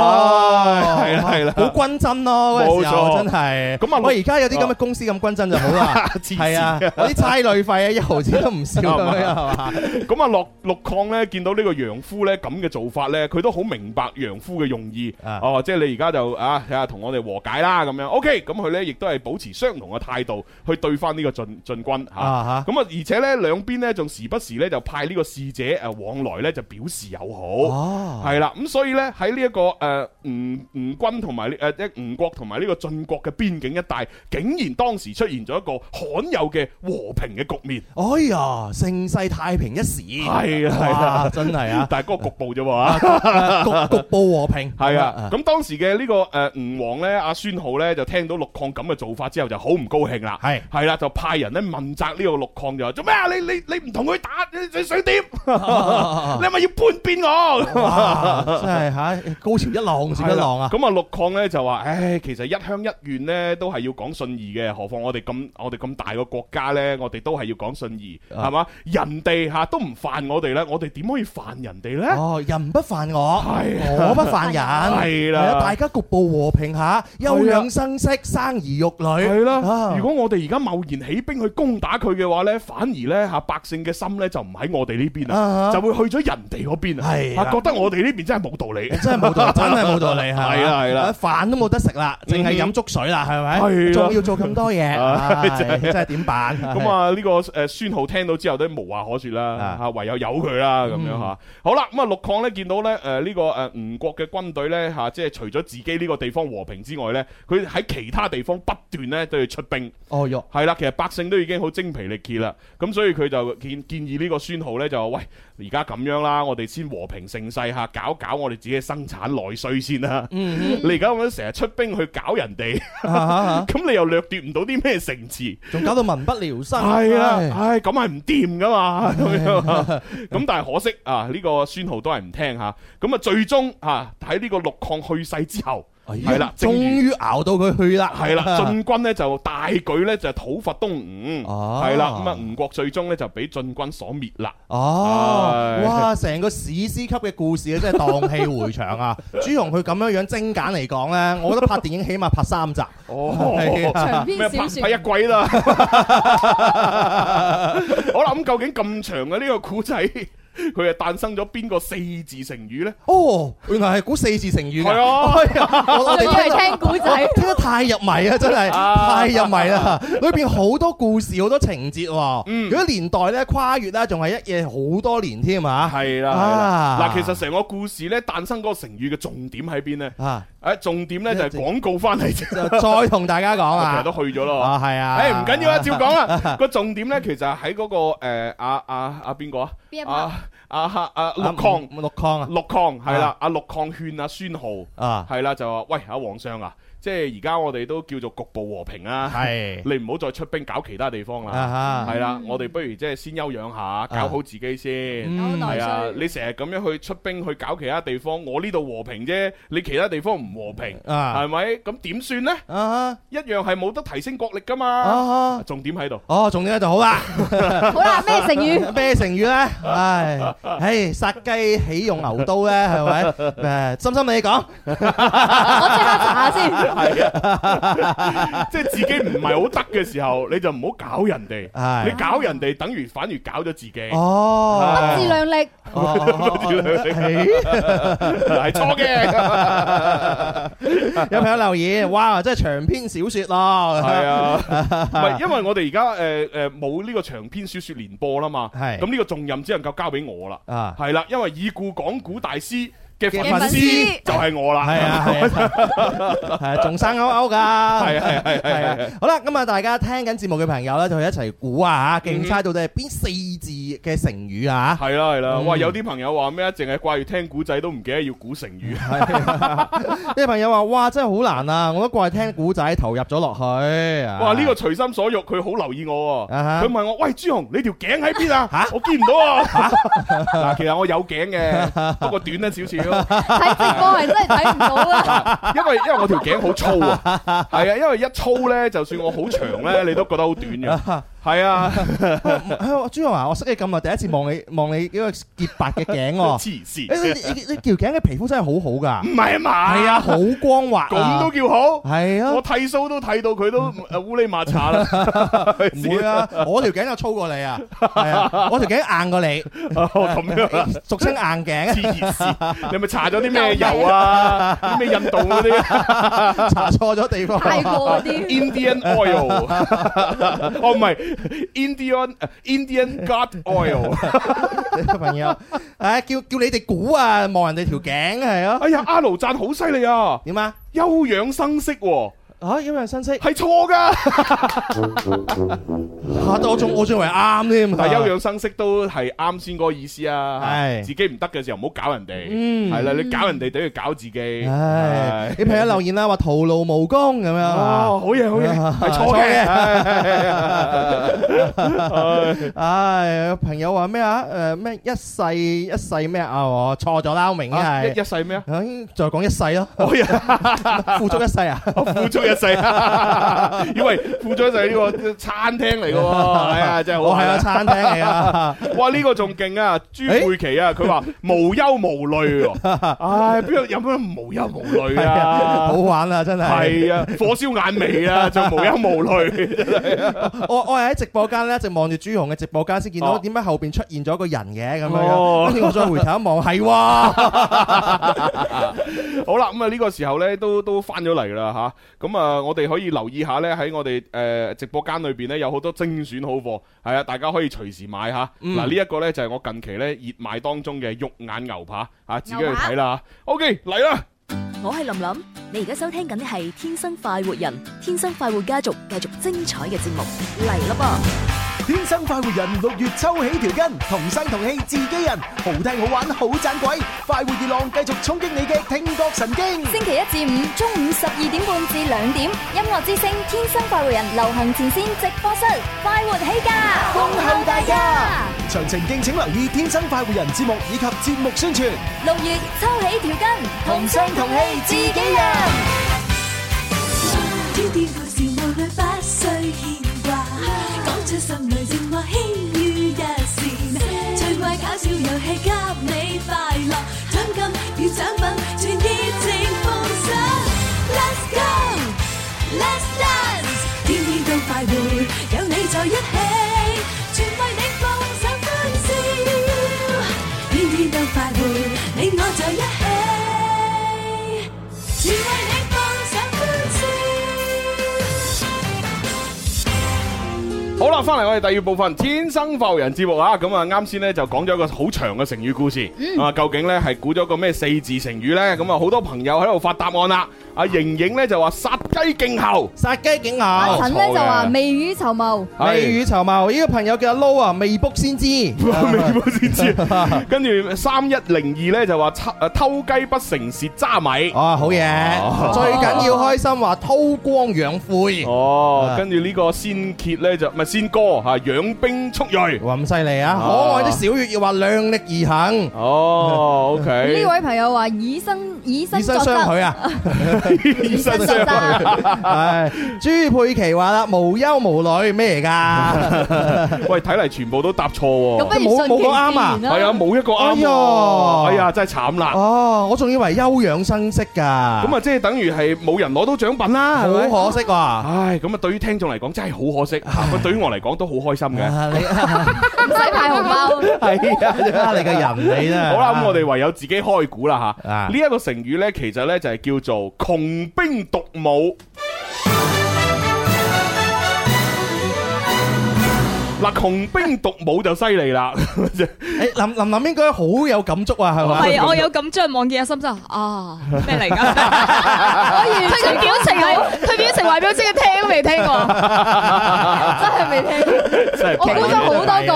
Speaker 8: 哦，
Speaker 9: 唉係啦係啦
Speaker 8: 好均真咯，嗰陣時候
Speaker 9: 冇錯
Speaker 8: 真係。
Speaker 9: 咁啊
Speaker 8: 我而家有啲咁嘅公司咁均真就好啦。
Speaker 9: 黐
Speaker 8: 係
Speaker 9: 線
Speaker 8: 啊，我啲差旅費啊，一毫子都唔 少咁樣係嘛？
Speaker 9: 咁啊，陸陸抗呢，見到呢個楊夫呢咁嘅做法呢，佢都好明白楊夫嘅用意。
Speaker 8: 啊
Speaker 9: 哦，即係你而家就啊，睇下同我哋和解啦咁樣。OK，咁佢呢亦都係保持相同嘅態度去對翻呢個晉晉軍嚇。
Speaker 8: 啊
Speaker 9: 咁啊，而且呢兩邊呢，仲時不時呢就派呢個使者誒往來呢，就表示友
Speaker 8: 嚇，
Speaker 9: 好。
Speaker 8: 哦，
Speaker 9: 係啦，咁所以呢，喺呢一個誒吳吳軍同埋呢誒即係吳國同埋呢個晉國嘅邊境一帶，竟然當時出現咗一個罕有嘅和平嘅局面。
Speaker 8: 哎呀，盛世太平一時，
Speaker 9: 係啊係啊
Speaker 8: 哇，真係 啊！
Speaker 9: 但係嗰個局部啫喎。啊
Speaker 8: 局局部和平
Speaker 9: 系啊，咁當時嘅呢個诶吳王咧，阿孫浩咧就聽到陸抗咁嘅做法之後，就好唔高興啦。
Speaker 8: 係
Speaker 9: 系啦，就派人咧問責呢個陸抗，就話做咩啊？你你你唔同佢打，你 你想 點？你係咪要叛變我？
Speaker 8: 啊哇真啊係吓高潮一浪接一浪啊！
Speaker 9: 咁啊，陸抗咧就話：，唉，其實一鄉一縣咧都係要講信義嘅，何況我哋咁我哋咁大個國家咧，我哋都係要講信義，
Speaker 8: 啊
Speaker 9: 係嘛？人哋吓都唔犯我哋咧，我哋點可以犯人哋咧？
Speaker 8: 哦，人不犯我，
Speaker 9: 啊係啊
Speaker 8: 我不犯人，
Speaker 9: 係啦
Speaker 8: 係啊大家局部和平下，休養生息，生兒育女，
Speaker 9: 系啦
Speaker 8: 啊，
Speaker 9: 如果我哋而家貿然起兵去攻打佢嘅話呢，反而呢，吓百姓嘅心呢就唔喺我哋呢邊
Speaker 8: 啊
Speaker 9: 啦，就會去咗人哋嗰邊
Speaker 8: 係
Speaker 9: 啊，
Speaker 8: 啦
Speaker 9: 啊覺得我哋呢邊真係冇道理。
Speaker 8: 真係冇 道理，真係冇道理，係嘛
Speaker 9: 係啦係啦
Speaker 8: 啊飯都冇得食啦，淨係飲粥水啦，係
Speaker 9: 係
Speaker 8: 咪？
Speaker 9: 啦
Speaker 8: 仲要做咁多嘢，
Speaker 9: 啊
Speaker 8: 唉
Speaker 9: 真係
Speaker 8: 真係點辦？
Speaker 9: 呃咁啊，呢個誒孫浩聽到之後都無話可說啦，
Speaker 8: 啊
Speaker 9: 嚇，唯唯有由佢啦咁樣
Speaker 8: 嗯
Speaker 9: 嚇。好啦，咁啊陸抗咧見到咧誒呢個誒吳國嘅軍隊咧嚇，即係除咗自己呢個地方和平之外咧，佢喺其他地方不斷咧對佢出兵。
Speaker 8: 哦哟，
Speaker 9: 係啦，其實百姓都已經好精疲力竭啦，咁所以佢就建建議呢個孫浩呢，就話：喂，而家咁樣啦，我哋先和平盛世嚇，搞搞我哋自己嘅生產內需先啦。
Speaker 8: 嗯，
Speaker 9: 你而家咁樣成日出兵去搞人哋，
Speaker 8: 啊哈哈
Speaker 9: 咁你又掠奪唔到啲咩城池？
Speaker 8: 仲搞到民不聊生，
Speaker 9: 係啊，
Speaker 8: 唉
Speaker 9: 唉，咁係唔掂噶嘛，咁 樣啊咁但係可惜啊，呢個孫浩都係唔聽嚇，咁啊最終啊喺呢個陸抗去世之後。係啦正
Speaker 8: 哎終
Speaker 9: 如
Speaker 8: 於熬到佢去啦，啊
Speaker 9: 係啦，晉軍呢就大舉呢就討伐東吳，
Speaker 8: 哦
Speaker 9: 係啦，咁啊吳國最終呢就俾晉軍所滅啦。
Speaker 8: 哦
Speaker 9: 唉，
Speaker 8: 哇！成個史詩級嘅故事咧，啊真係蕩氣迴腸 啊！ 朱紅佢咁樣樣精簡嚟講呢，我覺得拍電影起碼拍三集。係啊
Speaker 7: 長
Speaker 9: 哦咩
Speaker 7: 篇
Speaker 9: 拍
Speaker 7: 小
Speaker 9: 拍
Speaker 7: 説
Speaker 9: 一季啦。 好啦，咁究竟咁長嘅呢個古仔，佢係誕生咗邊個四字成語呢？
Speaker 8: 哦，原來係估四字成語㗎
Speaker 9: 係啊
Speaker 8: 哎呀我我
Speaker 7: 我
Speaker 8: 哋
Speaker 7: 以
Speaker 8: 聽
Speaker 7: 為聽古仔，
Speaker 8: 聽得太入迷 啊，真係
Speaker 9: 啊
Speaker 8: 太入迷啦！裏邊好多故事，好多情節喎。
Speaker 9: 嗯
Speaker 8: 如果年代咧跨越啦，仲係一夜好多年添啊！
Speaker 9: 係啦，係啦
Speaker 8: 啊
Speaker 9: 嗱，其實成個故事呢，誕生嗰個成語嘅重點喺邊呢？
Speaker 8: 啊，
Speaker 9: 誒，重點呢就係廣告翻嚟啫，其
Speaker 8: 就再同大家講
Speaker 9: 實
Speaker 8: 啊
Speaker 9: 都，去咗咯。
Speaker 8: 啊係 啊，
Speaker 9: 诶，唔緊要啊，照 講啦。個重點咧，其實係喺嗰個诶，阿阿阿边个啊？
Speaker 7: 邊一 part？
Speaker 9: 啊啊啊
Speaker 8: 啊
Speaker 9: 陸抗，
Speaker 8: 陸抗啊
Speaker 9: 陸抗係啦，阿陸抗勸阿孫浩
Speaker 8: 啊，
Speaker 9: 係啦，就話：喂，阿皇上啊，即係而家我哋都叫做局部和平啊，
Speaker 8: 係
Speaker 9: 你唔好再出兵搞其他地方
Speaker 8: 啊
Speaker 9: 啦。
Speaker 8: 哈，啊
Speaker 9: 係啦，我哋不如即係先休養下，搞好自己先。
Speaker 7: 有
Speaker 8: 嗯
Speaker 7: 內
Speaker 9: 係啊，
Speaker 7: 需，
Speaker 9: 你成日咁樣去出兵去搞其他地方，我呢度和平啫，你其他地方唔和平，
Speaker 8: 啊
Speaker 9: 係咪？咁點算呢？
Speaker 8: 啊哈
Speaker 9: 一樣係冇得提升國力噶
Speaker 8: 啊
Speaker 9: 嘛。
Speaker 8: 哈。
Speaker 9: 重點喺度。
Speaker 8: 哦，重點喺度好啦，
Speaker 7: 好啦，咩成 語？
Speaker 8: 咩成語咧？唉，唉，殺雞起用牛刀咧，係咪？誒，心心你講，
Speaker 7: 我即刻查下先。
Speaker 9: 系啊，即系自己唔系好得嘅时候，你就唔好搞人哋。你
Speaker 8: 係，
Speaker 9: 搞人哋，等于反而搞咗自己。係
Speaker 8: 哦，
Speaker 7: 不自量力，
Speaker 9: 錯嘅，
Speaker 8: 有朋友留言，哇，真係長篇小説咯，
Speaker 9: 係啊， 唔係因為我哋而家诶诶冇呢個長篇小说連播啦嘛，
Speaker 8: 係
Speaker 9: 咁呢個重任只能夠交俾我啦，
Speaker 8: 啊，
Speaker 9: 係啦，因為已故講古大師嘅粉
Speaker 8: 嘅粉
Speaker 9: 絲
Speaker 7: 絲
Speaker 9: 就係我啦，
Speaker 8: 係啊，係啊，係啊仲生勾勾㗎，係
Speaker 9: 係係係
Speaker 8: 係
Speaker 9: 係係
Speaker 8: 啊，好啦，咁啊，大家聽緊節目嘅朋友咧，就一齊估啊
Speaker 9: 嗯
Speaker 8: 嚇，競猜到底係邊四字嘅成語啊
Speaker 9: 係啦係啦，
Speaker 8: 嗯
Speaker 9: 哇有啲朋友話咩，淨係掛住聽古仔都唔記得要估成語。
Speaker 8: 嗯 啊啲朋友話：哇，真係好難啊！我都過嚟聽古仔，投入咗落去。
Speaker 9: 哇！
Speaker 8: 哇
Speaker 9: 呢個隨心所欲，佢好留意我喎。
Speaker 8: 啊哈
Speaker 9: 佢問我：喂，朱紅，你條頸 喺邊啊？我見唔到啊！嗱，其實我有頸 嘅，不過短咗少少。
Speaker 7: 睇直播係真係睇唔到啊！
Speaker 9: 因為因為我條頸好粗啊，係啊，因為一粗咧，就算我好長 咧，你都覺得好短嘅。係啊，
Speaker 8: 個 朱紅啊，我識你咁耐，第一次望你望你呢個潔白嘅頸喎。
Speaker 9: 黐線，
Speaker 8: 誒你你你條頸嘅皮膚真係好好㗎，
Speaker 9: 唔係啊嘛？
Speaker 8: 係啊，，好光滑
Speaker 9: 咁都
Speaker 8: 啊。
Speaker 9: 叫好？
Speaker 8: 係
Speaker 9: 我
Speaker 8: 啊，
Speaker 9: 剃須都剃到佢都呃烏哩麻茶啦，
Speaker 8: 唔會啊，我條頸就粗過你啊，係 啊，我條頸硬過你，哎
Speaker 9: 咁 樣啊。
Speaker 8: 俗稱硬頸，
Speaker 9: 黐線，你係咪搽咗 啲咩油啊？啲咩印度嗰啲啊？
Speaker 8: 查錯咗地方。
Speaker 7: 太過嗰啲，
Speaker 9: Indian oil，哦唔係 Indian 呃 Indian god oil。
Speaker 8: 朋友，唉，叫叫你哋估啊，望人哋條頸係啊，
Speaker 9: 哎呀，阿盧讚好犀利啊，
Speaker 8: 點啊？
Speaker 9: 休養生息喎，
Speaker 8: 啊，因為新息，
Speaker 9: 係 錯噶。
Speaker 8: 嚇到我仲我仲以為啱添。
Speaker 9: 但係休養生息都係啱先嗰個意思啊，
Speaker 8: 係
Speaker 9: 自己唔得嘅時候唔好搞人哋，
Speaker 8: 嗯
Speaker 9: 係啦，你搞人哋等於搞自己。
Speaker 8: 唉
Speaker 9: 係，
Speaker 8: 你朋友留言啦，話徒勞無功咁樣
Speaker 9: 哦，
Speaker 8: 啊。
Speaker 9: 好嘢好嘢，
Speaker 8: Ờ,
Speaker 9: 係錯
Speaker 8: 錯
Speaker 9: 嘅
Speaker 8: 嘅
Speaker 9: 唉。
Speaker 8: 唉，有朋友話咩啊？誒咩一世一世咩啊？我錯咗啦，我明
Speaker 9: 啊一
Speaker 8: 係。
Speaker 9: 一世咩啊？
Speaker 8: 唉再講一世咯，
Speaker 9: 哎呀，
Speaker 8: 付足一世 啊！
Speaker 9: 付哦足一世，以為付足一世呢個餐廳嚟嘅 喎，係啊，真係
Speaker 8: 我
Speaker 9: 好
Speaker 8: 係個餐廳嚟啊！
Speaker 9: 哇！呢、個仲勁啊，朱佩琪 啊，佢話無憂無慮喎，唉，邊度有乜無憂無慮
Speaker 8: 係啊， 好
Speaker 9: 啊？
Speaker 8: 玩啊，真係。
Speaker 9: 係啊，火燒眼眉啊，就無憂 無慮， 真係啊
Speaker 8: 我我係喺直播間咧，一直望住朱紅嘅直播間先見
Speaker 9: 哦
Speaker 8: 到點解後邊出現咗個人嘅咁
Speaker 9: 哦
Speaker 8: 樣，跟住我再回頭一望，哦 係喎。
Speaker 9: 好啦，咁啊呢個時候咧都都翻咗嚟啦吓，咁啊啊，我哋可以留意下呢，喺我哋誒直播間裏邊呢，有好多精選好貨，係啊，大家可以隨時買嚇。
Speaker 8: 嗯
Speaker 9: 嗱，呢一個呢，就係我近期呢熱賣當中嘅肉眼牛扒啊，自己去睇啦嚇。OK，嚟啦！
Speaker 12: 我係林林，你而家收聽緊嘅係《天生快活人》，天生快活家族繼續精彩嘅節目嚟啦噃！
Speaker 3: 天生快活人六月抽起條筋，同聲同氣自己人，好聽好玩好盞鬼，快活熱浪繼續衝擊你嘅聽覺神經。
Speaker 2: 星期一至五中午十二點半至兩點，音樂之聲天生快活人流行前線直播室，快活起價，
Speaker 3: 恭候大家。詳情敬請留意《天生快活人》節目以及節目宣傳。
Speaker 2: 六月抽起條筋，同聲同氣自己人。
Speaker 11: 天天故事無慮不需牽掛，講出心裏情話輕於一線，趣怪搞笑遊戲給你快樂，獎金與獎品全熱情奉上。Let's go，Let's dance，天天都快活，有你在一起，全為你放上歡 笑，天天都快活，你我在一起，全為你放上歡笑。
Speaker 9: 好啦，翻嚟我哋第二部分《天生浮人》節目啊，咁啊啱先呢就講咗一個好長嘅成語故事，
Speaker 8: 嗯
Speaker 9: 啊究竟呢係估咗個咩四字成語呢？咁啊好多朋友喺度發答案啦。阿盈盈呢就話殺雞儆猴，
Speaker 8: 殺雞儆
Speaker 7: 阿陳
Speaker 9: 啊
Speaker 7: 咧就話
Speaker 9: 未
Speaker 7: 未雨綢繆，
Speaker 8: 未雨綢繆，呢個朋友叫阿 Low 啊，未卜先 知，未
Speaker 9: 卜先知，跟住三一零二呢就話偷誒偷雞不成蝕渣米。
Speaker 8: 哦，好嘢， 最緊要開心話韜光養晦。
Speaker 9: 哦，跟住呢個先揭呢就唔係先哥嚇養兵蓄鋭，
Speaker 8: 咁犀利啊！可愛的小月要話量力而行。
Speaker 9: 哦，OK。
Speaker 7: 呢位朋友話以身以身
Speaker 8: 以身
Speaker 7: 作則
Speaker 8: 相許 啊！
Speaker 9: 以身
Speaker 7: 相許
Speaker 8: 唉，朱佩琪話啦，無憂無慮咩嚟 㗎？
Speaker 9: 喂，睇嚟全部都答錯喎。
Speaker 8: 咁不如順其冇冇個啱啊自然啦
Speaker 9: 係啊，冇一個
Speaker 8: 哎
Speaker 9: 啱喎。
Speaker 8: 呀
Speaker 9: 哎呀，真係慘啦。
Speaker 8: 哦，我仲以為休養生息㗎。
Speaker 9: 咁
Speaker 8: 咁
Speaker 9: 啊，即係等於係冇人攞到獎品啦，係咪？
Speaker 8: 好可惜喎。
Speaker 9: 唉，咁啊，對於聽眾嚟講真係好可惜。不過對於我嚟講都好開心 嘅。
Speaker 7: 唔使派紅包。
Speaker 8: 係啊，你個人你真係
Speaker 9: 好啦，咁我哋唯有自己開估啦吓。
Speaker 8: 啊
Speaker 9: 呢一個成語呢，其實呢就係叫做窮兵黷武。嗱，窮兵黷武就犀利啦。
Speaker 8: 誒林林林應該好有感觸啊，係嘛？
Speaker 1: 係啊， 我有咁將望見阿心心啊， 咩嚟㗎？我完全佢表情係，佢表情話俾我知佢聽都未聽過，真係未聽過。
Speaker 9: 真係
Speaker 1: 我估咗好多
Speaker 9: 個。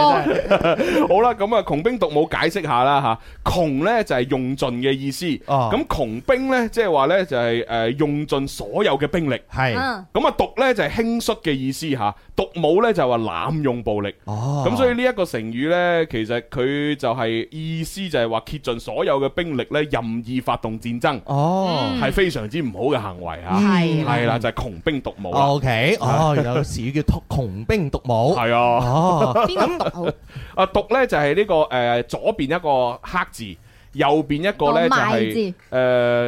Speaker 9: 好啦，咁啊，窮兵黷武解釋下啦吓，窮咧就係用盡嘅意思，
Speaker 8: 哦
Speaker 9: 咁窮兵咧即係話咧就係誒用盡所有嘅兵力，
Speaker 8: 係
Speaker 1: 嗯
Speaker 9: 咁啊，黷咧就係輕率嘅意思吓，黷武咧就係話濫用暴力。
Speaker 8: 哦
Speaker 9: 咁所以呢一個成語呢，其實佢就係意思就係話竭盡所有嘅兵力呢，任意發動戰爭，
Speaker 8: 哦
Speaker 9: 係非常之唔好嘅行為
Speaker 1: 嗯
Speaker 9: 啊，
Speaker 8: 係
Speaker 9: 係啦，就係窮兵黷武啦。
Speaker 8: O K，哦，有時叫黷窮兵黷武，
Speaker 9: 係啊，
Speaker 8: 哦，
Speaker 9: 咁啊，讀咧就係呢個誒左邊一個黑字，右邊一個咧就
Speaker 8: 哦賣
Speaker 9: 係
Speaker 8: 字
Speaker 9: 誒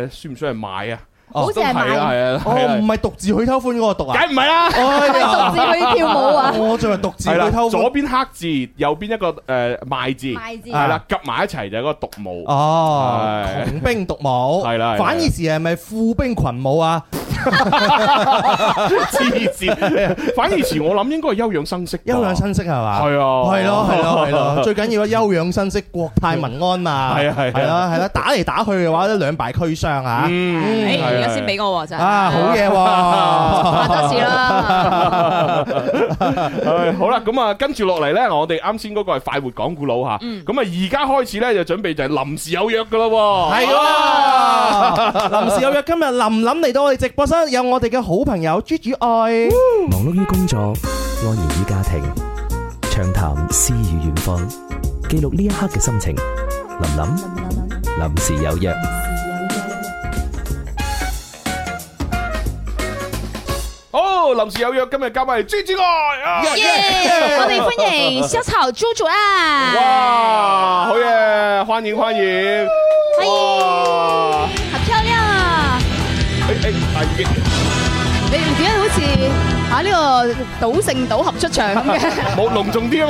Speaker 9: 算唔算係買啊？
Speaker 8: 好似係
Speaker 9: 都啊，係啊，係
Speaker 8: 哦，
Speaker 9: 啊
Speaker 8: 唔係獨自去偷歡嗰個獨啊，
Speaker 9: 梗唔係啦
Speaker 8: 哎呀
Speaker 9: 獨自去跳舞啊
Speaker 8: 我仲係獨自
Speaker 9: 係啦，
Speaker 8: 去偷歡，
Speaker 9: 左邊黑字，右邊一個誒賣字，
Speaker 8: 賣字
Speaker 9: 係啦，夾埋一齊就係嗰個獨舞。
Speaker 8: 哦，
Speaker 9: 係
Speaker 8: 窮兵黷武，
Speaker 9: 係啦係啦
Speaker 8: 反義詞係咪富兵群武啊？
Speaker 9: 黐 線，反而前我諗應該係休養生息，
Speaker 8: 休養生息係嘛？
Speaker 9: 係啊
Speaker 8: 係咯係咯係 咯，最緊要休養生息，國泰民安嘛。
Speaker 9: 係啊係啊
Speaker 8: 係啦係啦，打嚟打去嘅話都兩敗俱傷啊。
Speaker 9: 嗯
Speaker 1: 誒，而家先俾我喎，真係
Speaker 8: 啊，好嘢 喎！
Speaker 1: 多次啦。
Speaker 9: 唉好啦，咁啊，跟住落嚟呢，我哋啱先嗰個係快活講古佬吓，
Speaker 8: 嗯
Speaker 9: 咁啊而家開始呢，就準備就係臨時有約噶咯喎，
Speaker 8: 係喎，啊臨時有約，今日林林嚟到我哋直播室，有我哋嘅好朋友朱主愛。
Speaker 13: 忙碌於工作，安然於家庭，暢談詩與遠方，記錄呢一刻嘅心情。林林，臨時有約。
Speaker 9: 好，臨時有約，今日交俾朱之愛啊，
Speaker 1: 耶！我哋歡迎小草豬主啊！
Speaker 9: 哇，好嘢，歡迎歡迎，
Speaker 1: 歡
Speaker 9: 迎，
Speaker 1: 好漂亮啊！
Speaker 9: 誒誒，大已經
Speaker 1: 你哋點解好似啊呢個賭聖賭俠出場咁嘅？
Speaker 9: 冇隆重啲啊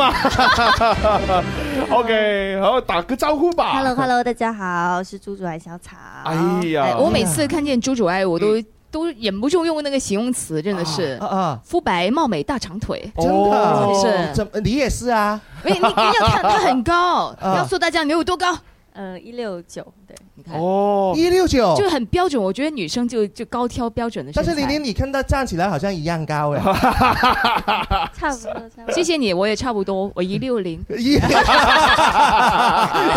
Speaker 9: 嘛，OK，好，打個招呼吧
Speaker 8: 啊
Speaker 14: Hello Hello，大家好，我是猪猪爱小草。
Speaker 9: 哎呀
Speaker 1: 哎我每次看见朱主爱，我都都忍不住用那个形容词，真的是
Speaker 8: 啊啊
Speaker 1: 肤白貌美大长腿，
Speaker 8: 真的
Speaker 1: 是
Speaker 8: 怎么你也是啊？
Speaker 1: 喂，你你要 看他很高，
Speaker 8: 啊
Speaker 1: 告诉大家你有多高？
Speaker 14: 呃，一六九，对，你看，
Speaker 9: 哦
Speaker 8: 169
Speaker 1: 就很标准。我觉得女生就就高挑标准的身
Speaker 8: 但
Speaker 1: 材。
Speaker 8: 是玲玲，你看她站起来好像一样高哎，
Speaker 1: 差不多，差不多。谢谢你，我也差不多，我一六 零。
Speaker 8: 那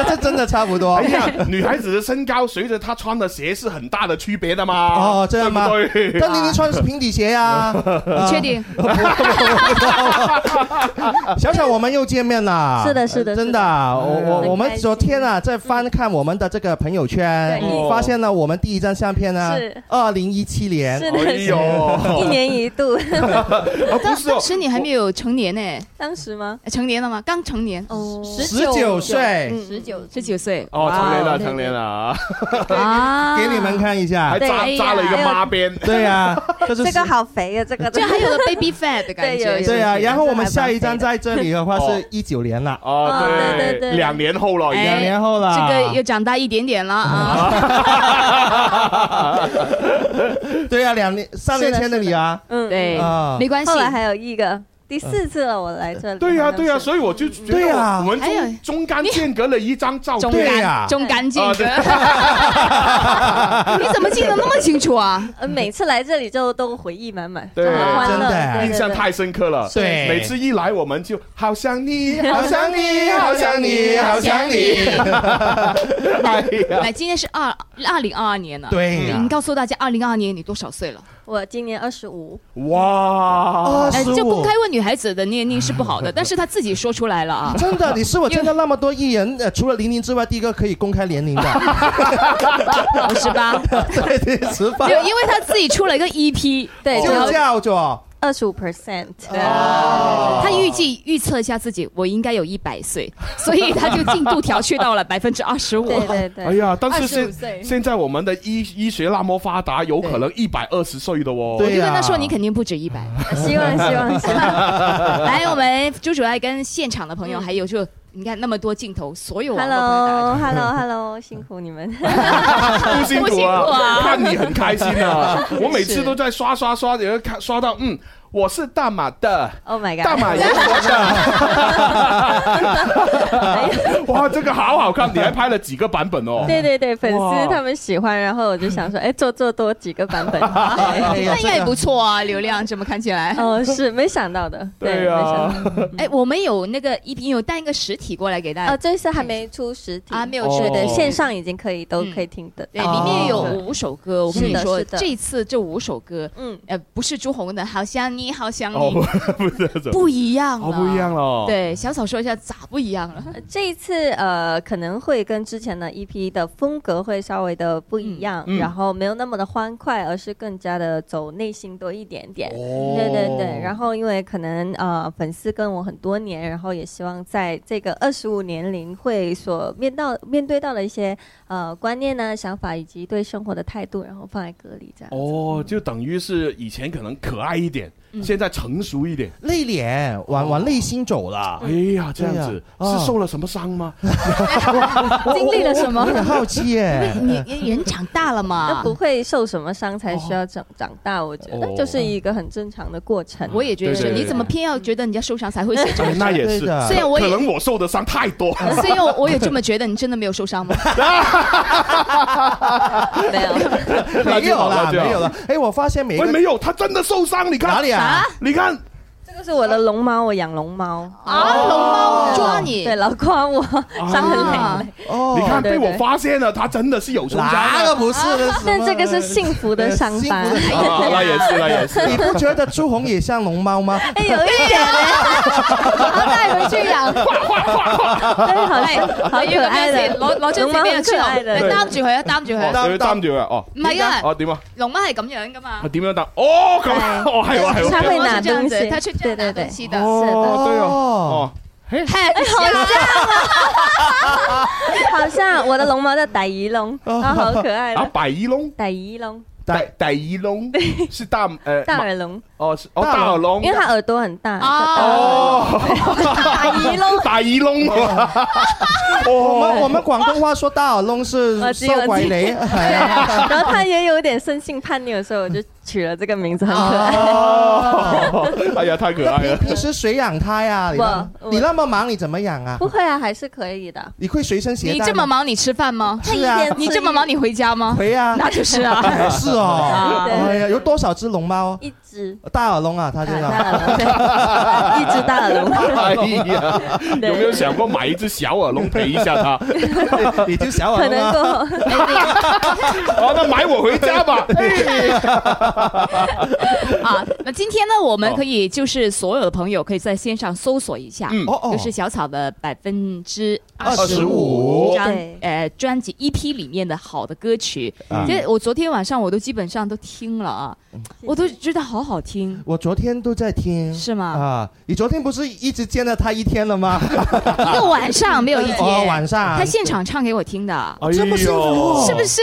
Speaker 8: 这 真的差不多。
Speaker 9: 哎呀，女孩子的身高随着她穿的鞋是很大的区别的嘛。哦，
Speaker 8: 这样吗
Speaker 9: 对不对？
Speaker 8: 但玲玲穿的是平底鞋啊呀，
Speaker 1: 你确定？
Speaker 8: 小小，我们又见面了。
Speaker 14: 是的是的
Speaker 8: 真
Speaker 14: 是
Speaker 8: 的
Speaker 14: 的
Speaker 8: 啊，我
Speaker 14: 嗯
Speaker 8: 我我
Speaker 14: 很
Speaker 8: 们
Speaker 14: 开心
Speaker 8: 昨天啊，在翻看我们的这个朋友圈，
Speaker 14: 对
Speaker 8: 发现了我们第一张相片呢
Speaker 14: 是，
Speaker 8: 二零一七年，
Speaker 14: 是
Speaker 9: 哎
Speaker 14: 的是 的，一年一度，
Speaker 8: 哦
Speaker 1: 当当时你还没有成年呢，
Speaker 14: 当时吗？
Speaker 1: 哎成年了吗？刚成年，嗯
Speaker 14: 哦，
Speaker 8: 19岁
Speaker 14: 十九，
Speaker 1: 十九岁。
Speaker 9: 哦，成年
Speaker 1: 哇
Speaker 9: 了，
Speaker 1: 哦
Speaker 9: 成年了啊！
Speaker 1: 啊哎
Speaker 8: 给你们看一下，
Speaker 9: 还扎扎了一个孖辫。
Speaker 8: 对 呀，这是
Speaker 14: 这个好肥啊，这个
Speaker 1: 啊这还有个 baby fat 的感觉。
Speaker 8: 对啊，然后我们下一
Speaker 1: 张
Speaker 8: 张在这里的话是一九年了，
Speaker 9: 哦，
Speaker 1: 对
Speaker 9: 对，两年后了，已
Speaker 8: 两
Speaker 9: 经。
Speaker 8: 年后了，
Speaker 1: 哎这个又长大一点点了 啊。
Speaker 8: 对啊，两年三年前的你啊，
Speaker 14: 嗯，
Speaker 1: 对
Speaker 8: 啊嗯
Speaker 1: 没关系
Speaker 14: 后来还有一个第四次了，我来这里。
Speaker 9: 对呀，对呀，
Speaker 14: 呀，
Speaker 9: 所以我就觉
Speaker 8: 对
Speaker 9: 得
Speaker 8: 呀
Speaker 9: 我们
Speaker 14: 还有
Speaker 9: 中中间间隔了一张照片，
Speaker 1: 中间
Speaker 9: 对呀
Speaker 1: 中间间隔
Speaker 9: 啊对
Speaker 1: 你怎么记得那么清楚啊？
Speaker 14: 呃，每次来这里就都回忆满满，
Speaker 9: 对，
Speaker 14: 很欢乐，对
Speaker 9: 印象太深刻了。
Speaker 8: 对
Speaker 9: 每次一来我们就好想你，
Speaker 8: 好
Speaker 9: 好
Speaker 8: 想
Speaker 9: 想
Speaker 8: 你，
Speaker 9: 你，
Speaker 8: 好
Speaker 9: 好
Speaker 8: 想
Speaker 9: 想
Speaker 8: 你，
Speaker 9: 你，
Speaker 8: 好
Speaker 9: 好
Speaker 8: 想
Speaker 9: 想
Speaker 8: 你
Speaker 9: 你。。哎
Speaker 1: 来，
Speaker 9: 呀，
Speaker 1: 今天是二二零二二年了。
Speaker 8: 对呀
Speaker 1: 你告诉大家，二零二二年你多少岁了？
Speaker 14: 我今年二十五，
Speaker 9: 哇
Speaker 1: 呃就公开问女孩子的年龄是 不好的，但是她自己说出来了啊。
Speaker 8: 真的，你 是我见到那么多艺人，呃，除了玲玲之外，第一个可以公开年龄 的，
Speaker 1: 我十八，
Speaker 8: 对对，十八
Speaker 1: 因，为因为她自己出了一个 E EP，
Speaker 14: 对，
Speaker 8: 就叫做
Speaker 14: 二十五 percent，
Speaker 9: 哦
Speaker 1: 她预计预测一下自己，我应该有一百岁，所以她就进度调去到 了百分之二十五。
Speaker 14: 对对对，
Speaker 9: 哎呀，但是
Speaker 1: 25岁
Speaker 9: 现现在我们的医医学那么发达，有可能一百二十岁的哦。
Speaker 1: 我就跟她说，你肯定不止一百。
Speaker 14: 希望希望希 望。哎
Speaker 1: 来，我们朱主爱跟现场的朋友，还有就你看那么多镜头，所有网络朋友大家
Speaker 14: 嗯 Hello Hello Hello，辛苦你们。
Speaker 9: 不辛苦
Speaker 1: 不辛苦
Speaker 9: 啊
Speaker 1: 啊，
Speaker 9: 看你很开心 啊！
Speaker 14: 是
Speaker 9: 我每次都在刷刷刷，然后看刷到嗯，我是大马的。
Speaker 14: Oh my god，
Speaker 9: 大马
Speaker 14: 哎
Speaker 9: 也是我的，哇，这个好好看！你还拍了几个版本哦？
Speaker 14: 对对对，粉
Speaker 9: 哇
Speaker 14: 丝他们喜欢，然后我就想说，哎，做做多几个版本，哎
Speaker 1: 那应该也不错啊，流量这么看起来。
Speaker 14: 哦，是没想 到的，
Speaker 9: 对
Speaker 14: 没想到
Speaker 9: 啊，
Speaker 1: 哎，我们有那个一瓶有带一个实体过来给大家
Speaker 14: 哦，，这次还没出实体
Speaker 1: 啊没有嗯
Speaker 9: 出
Speaker 14: 对对，
Speaker 9: 哦
Speaker 14: 线上已经可以都可以听的，
Speaker 1: 对，里面有五首歌。我跟你
Speaker 14: 是的
Speaker 1: 说，
Speaker 14: 是的
Speaker 1: 这次这五首歌，
Speaker 14: 嗯，
Speaker 1: 呃，不是朱红的《好想你》，好想
Speaker 9: 哦，
Speaker 1: 你，
Speaker 9: 不是这种，
Speaker 1: 不一样
Speaker 9: 哦，
Speaker 1: 了，
Speaker 9: 不一样了。，
Speaker 1: 对，小草说一下咋不一样了？
Speaker 14: 这一次呃，可能会跟之前的 EP 的风格会稍微的不一样，
Speaker 9: 嗯嗯
Speaker 14: 然后没有那么的欢快，而是更加的走内心多一点点。
Speaker 9: 哦
Speaker 14: 对对对，然后因为可能呃粉丝跟我很多年，然后也希望在这个二十五年龄会所面到面对到的一些呃观念呢、想法以及对生活的态度，然后放在歌里这样。
Speaker 9: 哦，就等于是以前可能可爱一点，
Speaker 14: 嗯
Speaker 9: 现在成熟一点。
Speaker 8: 内敛，哎往往内心走了
Speaker 9: 哎。呀，这样子
Speaker 8: 对呀啊
Speaker 9: 是受了什么伤吗？
Speaker 1: 经历了什
Speaker 8: 哦我
Speaker 1: 么？
Speaker 8: 很好奇耶，
Speaker 1: 你你人长大了
Speaker 14: 那
Speaker 1: 嘛？
Speaker 14: 不会受什么伤才需要长长大，我觉得
Speaker 9: 哦
Speaker 14: 就是一个很正常的过程。
Speaker 1: 我也觉得
Speaker 9: 对
Speaker 1: 是，
Speaker 9: 对对
Speaker 1: 你怎么偏要觉得人家受伤才会写这
Speaker 9: 哎
Speaker 1: 个？
Speaker 9: 那也是
Speaker 8: 对，的
Speaker 1: 虽然我
Speaker 9: 可
Speaker 1: 也，
Speaker 9: 能我受的伤太多。
Speaker 1: 虽然我也这么觉得，你真的没有 受伤吗？
Speaker 14: 没有，
Speaker 9: 那
Speaker 8: 没
Speaker 9: 就
Speaker 8: 有
Speaker 9: 好
Speaker 8: 啦，
Speaker 9: 那就 好
Speaker 8: 没有啦。哎，我发现每
Speaker 9: 喂，
Speaker 8: 个
Speaker 9: 没有，他真的受伤，你看
Speaker 8: 哪里啊？
Speaker 9: 你看，
Speaker 14: 这个是我的龙猫，我养龙猫。哦
Speaker 1: 啊，龙猫抓你，
Speaker 14: 对，老夸我伤痕累累。
Speaker 8: 哦，
Speaker 9: 啊你看
Speaker 14: 对
Speaker 9: 被
Speaker 14: 对
Speaker 9: 我发现了，他真的是有受伤啊
Speaker 8: 哪
Speaker 9: 的。
Speaker 8: 个不是的？什
Speaker 14: 但
Speaker 8: 么
Speaker 14: 这个是幸福的伤疤，
Speaker 8: 呃幸福
Speaker 9: 啊，那也是，那也是。
Speaker 8: 你不觉得朱红也像龙猫吗？
Speaker 14: 哎，有一点，
Speaker 1: 然后带回去养。
Speaker 9: 哦
Speaker 8: 哎
Speaker 14: 但是好像好
Speaker 1: 係
Speaker 14: 可愛的
Speaker 1: 攞攞張紙俾
Speaker 14: 龍貓很
Speaker 1: 人
Speaker 14: 可愛的
Speaker 1: 你擔住佢啊，擔住佢
Speaker 9: 哦
Speaker 1: 啊。
Speaker 9: 你要擔住佢哦。
Speaker 1: 唔係啊，
Speaker 9: 哦，點啊？
Speaker 1: 龍貓係咁樣噶嘛
Speaker 9: 啊，。點樣擔？哦，咁，哦，係喎，係
Speaker 14: 它
Speaker 9: 喎。
Speaker 14: 會拿
Speaker 1: 是這樣
Speaker 14: 東
Speaker 1: 子，
Speaker 14: 西
Speaker 1: 它去這樣
Speaker 14: 對
Speaker 1: 拿
Speaker 14: 對對
Speaker 1: 東西的。
Speaker 9: 哦，對哦，哦，嘿，
Speaker 1: 嘿，好
Speaker 14: 哎 好像我的龙猫叫傣鱼龙，啊，好可爱
Speaker 9: 啊，
Speaker 14: 的
Speaker 9: 白衣窿，
Speaker 14: 傣鱼龙，
Speaker 9: 白白衣窿是大呃
Speaker 14: 大耳龙，
Speaker 9: 哦，是哦，大耳窿，
Speaker 14: 因为他耳朵很大。
Speaker 9: 哦，
Speaker 14: 大
Speaker 9: 耳
Speaker 8: 哎
Speaker 9: 窿，大耳窿。
Speaker 8: 我们我们广东话说大耳窿是
Speaker 14: 我 知
Speaker 8: 收
Speaker 14: 我
Speaker 8: 鬼
Speaker 14: 知，
Speaker 8: 你，
Speaker 14: 对啊然后他也有点生性叛逆的时候，我就取了这个名字，很可
Speaker 8: 哦
Speaker 14: 爱。
Speaker 8: 啊
Speaker 9: 哎呀，太可爱了。
Speaker 8: 平时谁养他呀？你那
Speaker 14: 我
Speaker 8: 你那么忙，你怎么养啊
Speaker 14: 不？会啊，还是可以的。
Speaker 8: 你会随身携带
Speaker 1: 你
Speaker 8: 吗？
Speaker 1: 这么忙，你吃饭吗？
Speaker 8: 是啊
Speaker 1: 你这么忙，你回家吗？
Speaker 8: 回啊，
Speaker 1: 那就是啊
Speaker 8: 哎是哦
Speaker 1: 啊，
Speaker 8: 哎呀，有多少只龙猫？
Speaker 14: 一只，
Speaker 8: 大耳窿啊，他这个，
Speaker 14: 一只大耳窿。
Speaker 9: 哎呀，有没有想过买一只小耳窿陪一下他？
Speaker 8: 你就小啊
Speaker 14: 可能够，
Speaker 1: 哎
Speaker 9: 哦， 那买我回家吧。
Speaker 14: 哎
Speaker 1: 啊，那今天呢，我们可以就是所有的朋友可以在线上搜索一下，
Speaker 9: 嗯哦哦
Speaker 1: 就是小草的百分之
Speaker 9: 25
Speaker 1: 专
Speaker 9: 对
Speaker 1: 呃专辑 EP 里面的好的歌曲
Speaker 8: 嗯。
Speaker 1: 其实我昨天晚上我都基本上都听 了啊， 我都觉得好好听。
Speaker 8: 我昨天都在听，
Speaker 1: 是吗？
Speaker 8: 啊，你昨天不是一直见了他一天了吗？
Speaker 1: 一个晚上没有一天，
Speaker 8: 哦晚上
Speaker 1: 他现场唱给我听的，
Speaker 8: 哎呦哦这么幸福
Speaker 1: 是不是？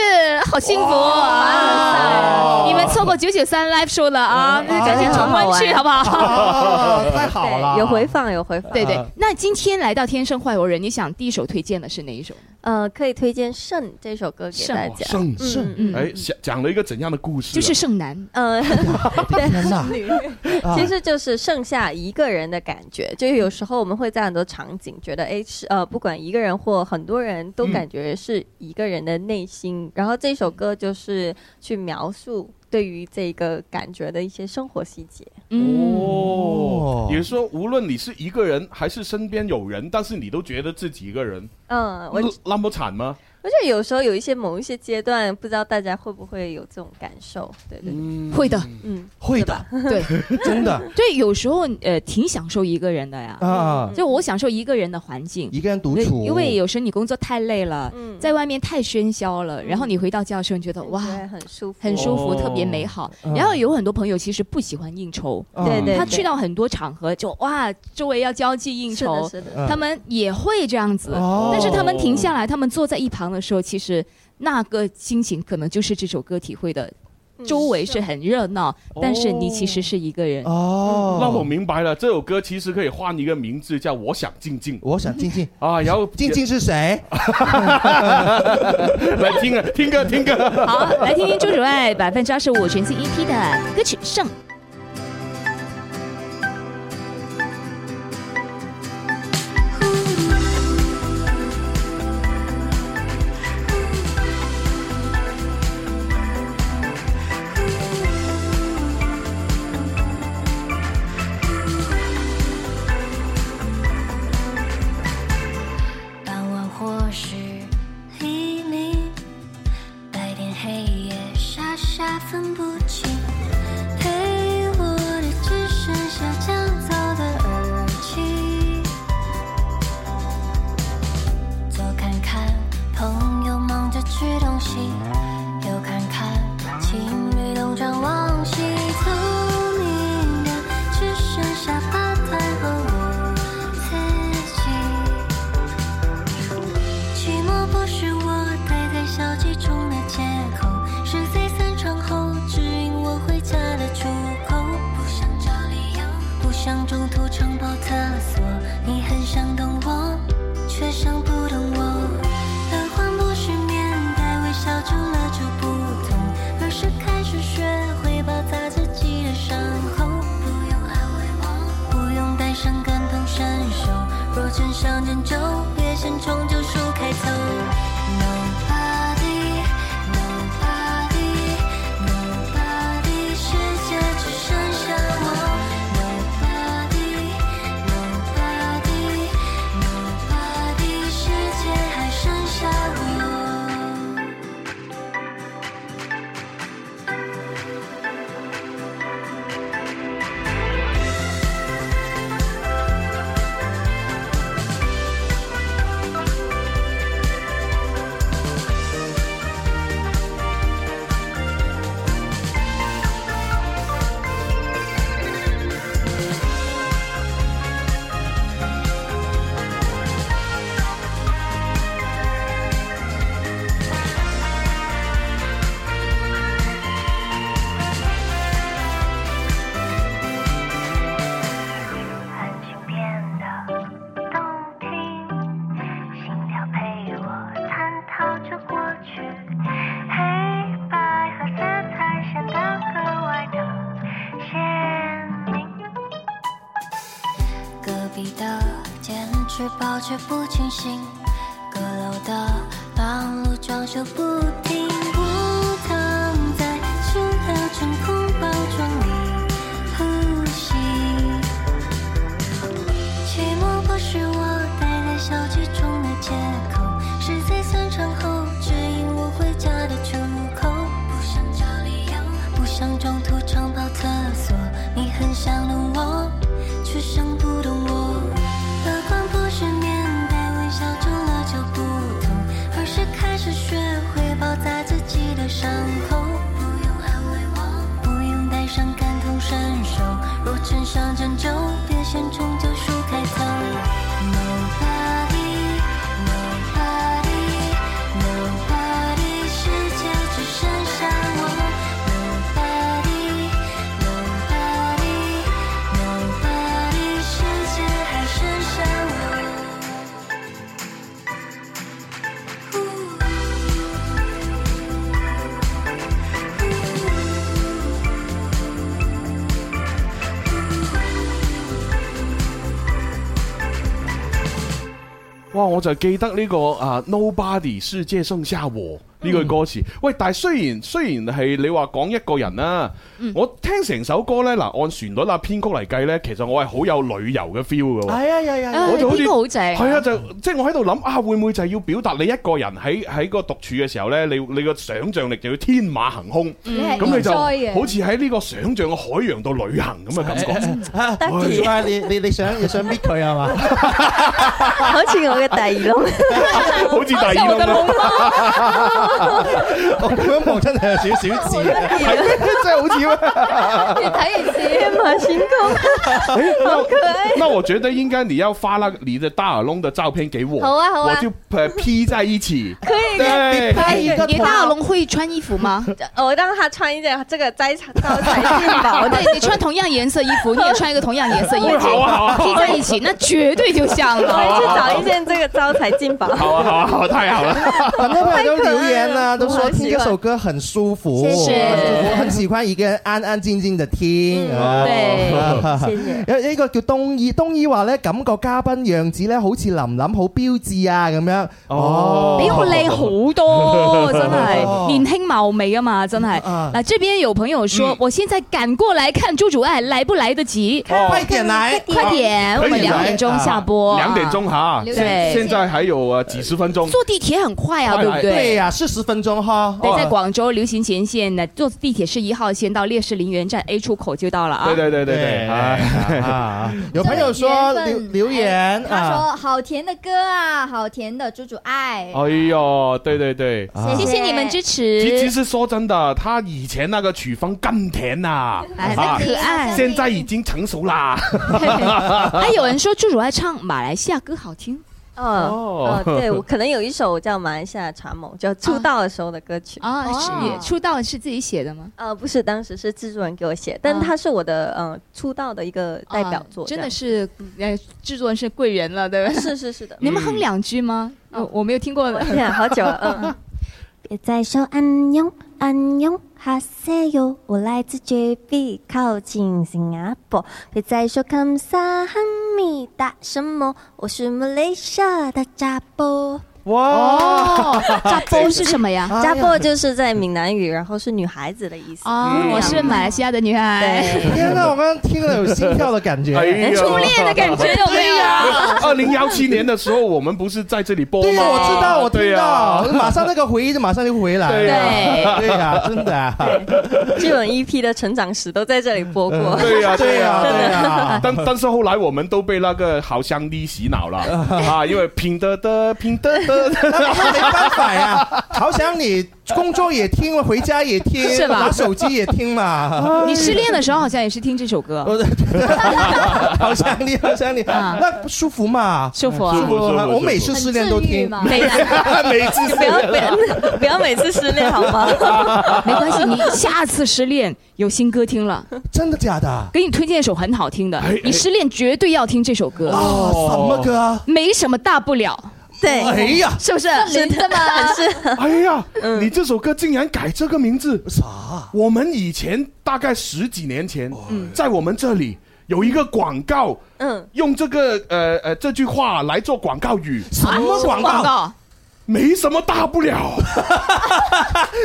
Speaker 1: 好幸福啊！
Speaker 8: 哦
Speaker 1: 你们错过九九三 live show 了啊，那赶紧重温去好不好？
Speaker 8: 哦太好了，
Speaker 14: 有回放，有回放。
Speaker 1: 对对，
Speaker 8: 啊
Speaker 1: 那今天来到《天生快活人》，你想第一首推荐的是哪一首？
Speaker 14: 呃，可以推荐《圣》这首歌给大家。
Speaker 9: 圣
Speaker 14: 嗯
Speaker 9: 圣，哎，讲讲了一个怎样的故事啊？
Speaker 1: 剩男，
Speaker 14: 嗯，
Speaker 8: 天 哪
Speaker 9: 啊
Speaker 14: 对，其实就是剩下一个人的感觉。就是有时候我们会在很多场景觉得，哎，是呃，不管一个人或很多人都
Speaker 1: 嗯
Speaker 14: 感觉是一个人的内心。然后这首歌就是去描述对于这个感觉的一些生活细节。
Speaker 1: 嗯
Speaker 9: 哦，也就是说，无论你是一个人还是身边有人，但是你都觉得自己一个人，
Speaker 14: 嗯，我
Speaker 9: 那那么惨吗？
Speaker 14: 我觉得有时候有一些某一些阶段，不知道大家会不会有这种感受？对
Speaker 9: 嗯
Speaker 14: 对，
Speaker 1: 会的，
Speaker 14: 嗯，
Speaker 8: 会的，
Speaker 1: 对，
Speaker 8: 真的
Speaker 1: 对，有时候呃挺享受一个人的呀，
Speaker 8: 啊
Speaker 1: 就我享受一个人的环境，
Speaker 8: 一个人独
Speaker 1: 对
Speaker 8: 处，
Speaker 1: 因为有时候你工作太累了，
Speaker 14: 嗯
Speaker 1: 在外面太喧嚣了，然后你回到家的时候，你觉得哇，
Speaker 14: 很舒服，
Speaker 1: 很舒服，
Speaker 14: 哦
Speaker 1: 特别美好。
Speaker 14: 嗯
Speaker 1: 然后有很多朋友其实不喜欢应酬，
Speaker 14: 对对
Speaker 1: 他
Speaker 14: 对
Speaker 1: 去到很多场合就哇，周围要交际应酬
Speaker 14: 是的是的，
Speaker 1: 嗯哦他们也会这样子，但是他们停下来，他们坐在一旁的时候，其实那个心情可能就是这首歌体会的。
Speaker 14: 嗯
Speaker 1: 周围是很热闹，但是你其实是一个人。
Speaker 8: 哦
Speaker 9: 那我明白了，这首歌其实可以换一个名字，叫《我想静静》。
Speaker 8: 我想静 静
Speaker 9: 啊，然后
Speaker 8: 静静是谁？
Speaker 9: 来听啊，听歌，听歌。
Speaker 1: 好，来听听朱主爱百分之二十五全新 EP 的歌曲《剩》。
Speaker 15: 傍晚或是黎明，白天黑夜傻傻分不清。陪我的只剩下降噪的耳机，左看看朋友忙着吃东西，右看看情侣东张望西，透明的只剩下吧台和我自己。寂寞不是我待在小气中的借口，是在散场后指引我回家的出口。不想找理由，不想中途长跑厕所。你很想懂我，却想不懂我。耳环不是面带微笑成了就不同，而是开始学会包扎自己的伤口。不用安慰我，不用带上感同身受。若真想拯救，别先从救赎开头。Nobody, nobody, nobody，世界只剩下我。Nobody, nobody, nobody，世界还剩下我。壁的，坚持保持不清醒。阁楼的忙碌装修不停，不曾在出的真空包装里呼吸。期末不是我待在小区中的借口，是在散场后指引我回家的出口。不想找理由，不想中途长跑厕所，你很想懂我，却想不懂我。乐观不是面带微笑久了就不同，而是开始学会包扎自己的伤口。不用安慰我，不用带上感同身受。若真想拯救，别先终究输开头。Nobody，Nobody。Nobody，世界只剩下我。Nobody，Nobody，Nobody，世界还剩下我。
Speaker 9: 哇！我就記得呢、個啊，Nobody 世界剩下我
Speaker 8: 嗯
Speaker 9: 呢句歌詞。喂，但係雖然雖然係你話講一個人啦，
Speaker 8: 嗯
Speaker 9: 我聽成首歌呢，嗱，按旋律啊、編曲嚟計呢，其實我係好有旅遊嘅 feel 嘅喎。
Speaker 8: 係啊係啊係啊
Speaker 9: 我就好
Speaker 1: 哎呢
Speaker 9: 似
Speaker 1: 個好正啊
Speaker 9: 係啊，就即係我喺度諗啊，會唔會就係要表達你一個人喺喺個獨處嘅時候呢，你你個想像力就要天馬行空，
Speaker 8: 嗯你係
Speaker 9: 咁你就
Speaker 8: enjoy 嘅
Speaker 9: 好似喺呢個想像嘅海洋度旅行咁嘅 感覺。
Speaker 8: 啊啊你你你想你想搣佢係嘛？
Speaker 14: 好似我嘅第二 窿，
Speaker 9: 好似第二窿啊
Speaker 8: 我咁望真係有少少啊字，
Speaker 9: 係咩真係好似咩？
Speaker 14: 你睇完天馬行 空，
Speaker 9: 哎
Speaker 14: 好可愛。
Speaker 9: 那我觉得应该你要发那你的大耳窿的照片给我，
Speaker 1: 好啊好啊
Speaker 9: 我就呃 P 在一起。
Speaker 14: 可以
Speaker 9: 对
Speaker 1: 哎你大耳窿会穿衣 服吗？
Speaker 14: 呃我让他穿一件这个摘草招财进 宝的，
Speaker 1: 哦对你穿同样颜色衣服，你也穿一个同样颜色衣
Speaker 9: 哦
Speaker 1: 服，
Speaker 14: 喂 好啊好啊好啊
Speaker 1: 披在一起，那绝对就 像了。
Speaker 14: 我也去找一件这个招财进宝。
Speaker 9: 好啊好啊好啊，太好 了！
Speaker 1: 哦
Speaker 8: 很多朋友都留言
Speaker 1: 啊
Speaker 8: 啦，都说
Speaker 14: 我很喜
Speaker 8: 听
Speaker 14: 欢
Speaker 8: 这首歌很舒服，
Speaker 14: 谢谢嗯
Speaker 8: 我很喜欢一个人安安静静的听。啊
Speaker 14: 对
Speaker 8: 啊
Speaker 14: 谢谢
Speaker 8: 有有一個叫東醫，東醫話咧感覺嘉賓樣子咧好似林林好標緻啊咁樣。哦
Speaker 1: 比我靚好 多，真
Speaker 8: 哦
Speaker 1: 係年輕貌美啊嘛，真係。嗱，這邊有朋友說，我現在趕過來看朱主愛，來不來得及？
Speaker 8: 快點來
Speaker 1: 快点，我
Speaker 9: 可以啊
Speaker 1: 们两点钟下播，
Speaker 9: 两点钟哈，
Speaker 1: 对
Speaker 9: 现现在还有呃几十分钟。
Speaker 1: 坐地铁很快啊，对不对？
Speaker 8: 对呀，四十分钟哈。
Speaker 1: 对，在广州流行前线呢，坐地铁是一号线到烈士陵园站 A 出口就到了啊。
Speaker 9: 对对对对对，
Speaker 8: 对
Speaker 9: 哎，
Speaker 8: 啊有朋友说留留言
Speaker 14: 哎
Speaker 16: 他
Speaker 8: 啊，
Speaker 16: 说：“好甜的歌啊，好甜的猪猪爱。
Speaker 9: 哎呦，对对对，
Speaker 1: 啊
Speaker 16: 谢谢你们支持
Speaker 9: 其其实说真的，他以前那个曲风更甜呐，
Speaker 1: 哎
Speaker 9: 啊
Speaker 1: 很可爱
Speaker 9: 现在已经成熟 啦。
Speaker 1: 还哎有人说朱主爱唱马来西亚歌好听，
Speaker 14: 嗯，
Speaker 9: 哦
Speaker 14: 哦，对，我可能有一首叫《马来西亚茶某》，就出道的时候的歌曲
Speaker 1: 啊
Speaker 9: 哦
Speaker 1: 是也出道是自己写的吗？啊
Speaker 14: 呃，不是，当时是制作人给我写，但它是我的呃出道的一个代表作，
Speaker 1: 啊真的
Speaker 14: 是。
Speaker 1: 是呃制作人是贵人 了，对吧？
Speaker 14: 是是是的
Speaker 1: 你们哼两句吗？
Speaker 8: 哦
Speaker 1: 我我没有听过。
Speaker 14: 哎呀 好久了嗯
Speaker 17: 别再说安永安永哈塞哟，我来自绝壁，靠近新加坡。别再说康萨哈密达什么，我是马来西亚的扎波。
Speaker 8: 哦
Speaker 14: 哇
Speaker 1: 哦扎波是什 么呀？
Speaker 8: 哎
Speaker 14: 扎波就是在闽南语，然后是女孩子的意思。
Speaker 1: 哦，我是马来西亚的女孩。
Speaker 8: 嗯天哪，我刚刚听了有心跳的感觉，
Speaker 9: 哎呀初恋的感觉有
Speaker 1: 没有
Speaker 9: 二零幺七年的时候，我们不是在这里播吗？
Speaker 8: 对呀，我知道，我
Speaker 9: 对
Speaker 8: 听
Speaker 9: 呀
Speaker 8: 到，马上那个回忆就马上就回来
Speaker 9: 对呀
Speaker 8: 了。对 呀，真的啊。
Speaker 14: 这本 EP 的成长史都在这里播
Speaker 8: 嗯
Speaker 14: 过。
Speaker 9: 对 呀、对呀、
Speaker 14: 真的。
Speaker 8: 啊
Speaker 9: 但但是后来我们都被那个好乡里洗脑 了啊，因为拼得得拼得得，
Speaker 8: 没办法呀，好想你工作也听，回家也听，
Speaker 1: 是吧
Speaker 8: 玩手机也听 嘛。
Speaker 1: 你失恋的时候好像也是听这 首歌。
Speaker 8: 好想你，好想你，
Speaker 1: 啊
Speaker 8: 那舒服嘛？
Speaker 1: 舒服啊
Speaker 8: 舒服
Speaker 1: 舒服舒
Speaker 8: 啊！
Speaker 1: 服
Speaker 8: 我每次失恋都听，
Speaker 1: 很治愈嘛
Speaker 8: 每次失恋
Speaker 14: 不要不要不要每次失恋好 吗？
Speaker 1: 没关系，你下次失恋有新歌听了，
Speaker 8: 真的假的？哎
Speaker 1: 给你推荐一首很好听的，你失恋绝对要听这首歌。
Speaker 8: 哦什么歌啊？
Speaker 1: 没什么大不了。
Speaker 14: 对
Speaker 9: 哎呀
Speaker 1: 是不是？
Speaker 9: 是的
Speaker 1: 嘛，
Speaker 14: 是。
Speaker 9: 哎呀，
Speaker 8: 嗯
Speaker 9: 你这首歌竟然改这
Speaker 8: 嗯
Speaker 9: 个名字，啥？我们以前大概十几年前，在我们这里。有一个广告，
Speaker 14: 嗯，
Speaker 9: 用这个呃呃这句话来做广告语，什
Speaker 8: 么广告？
Speaker 9: 没什么大不了，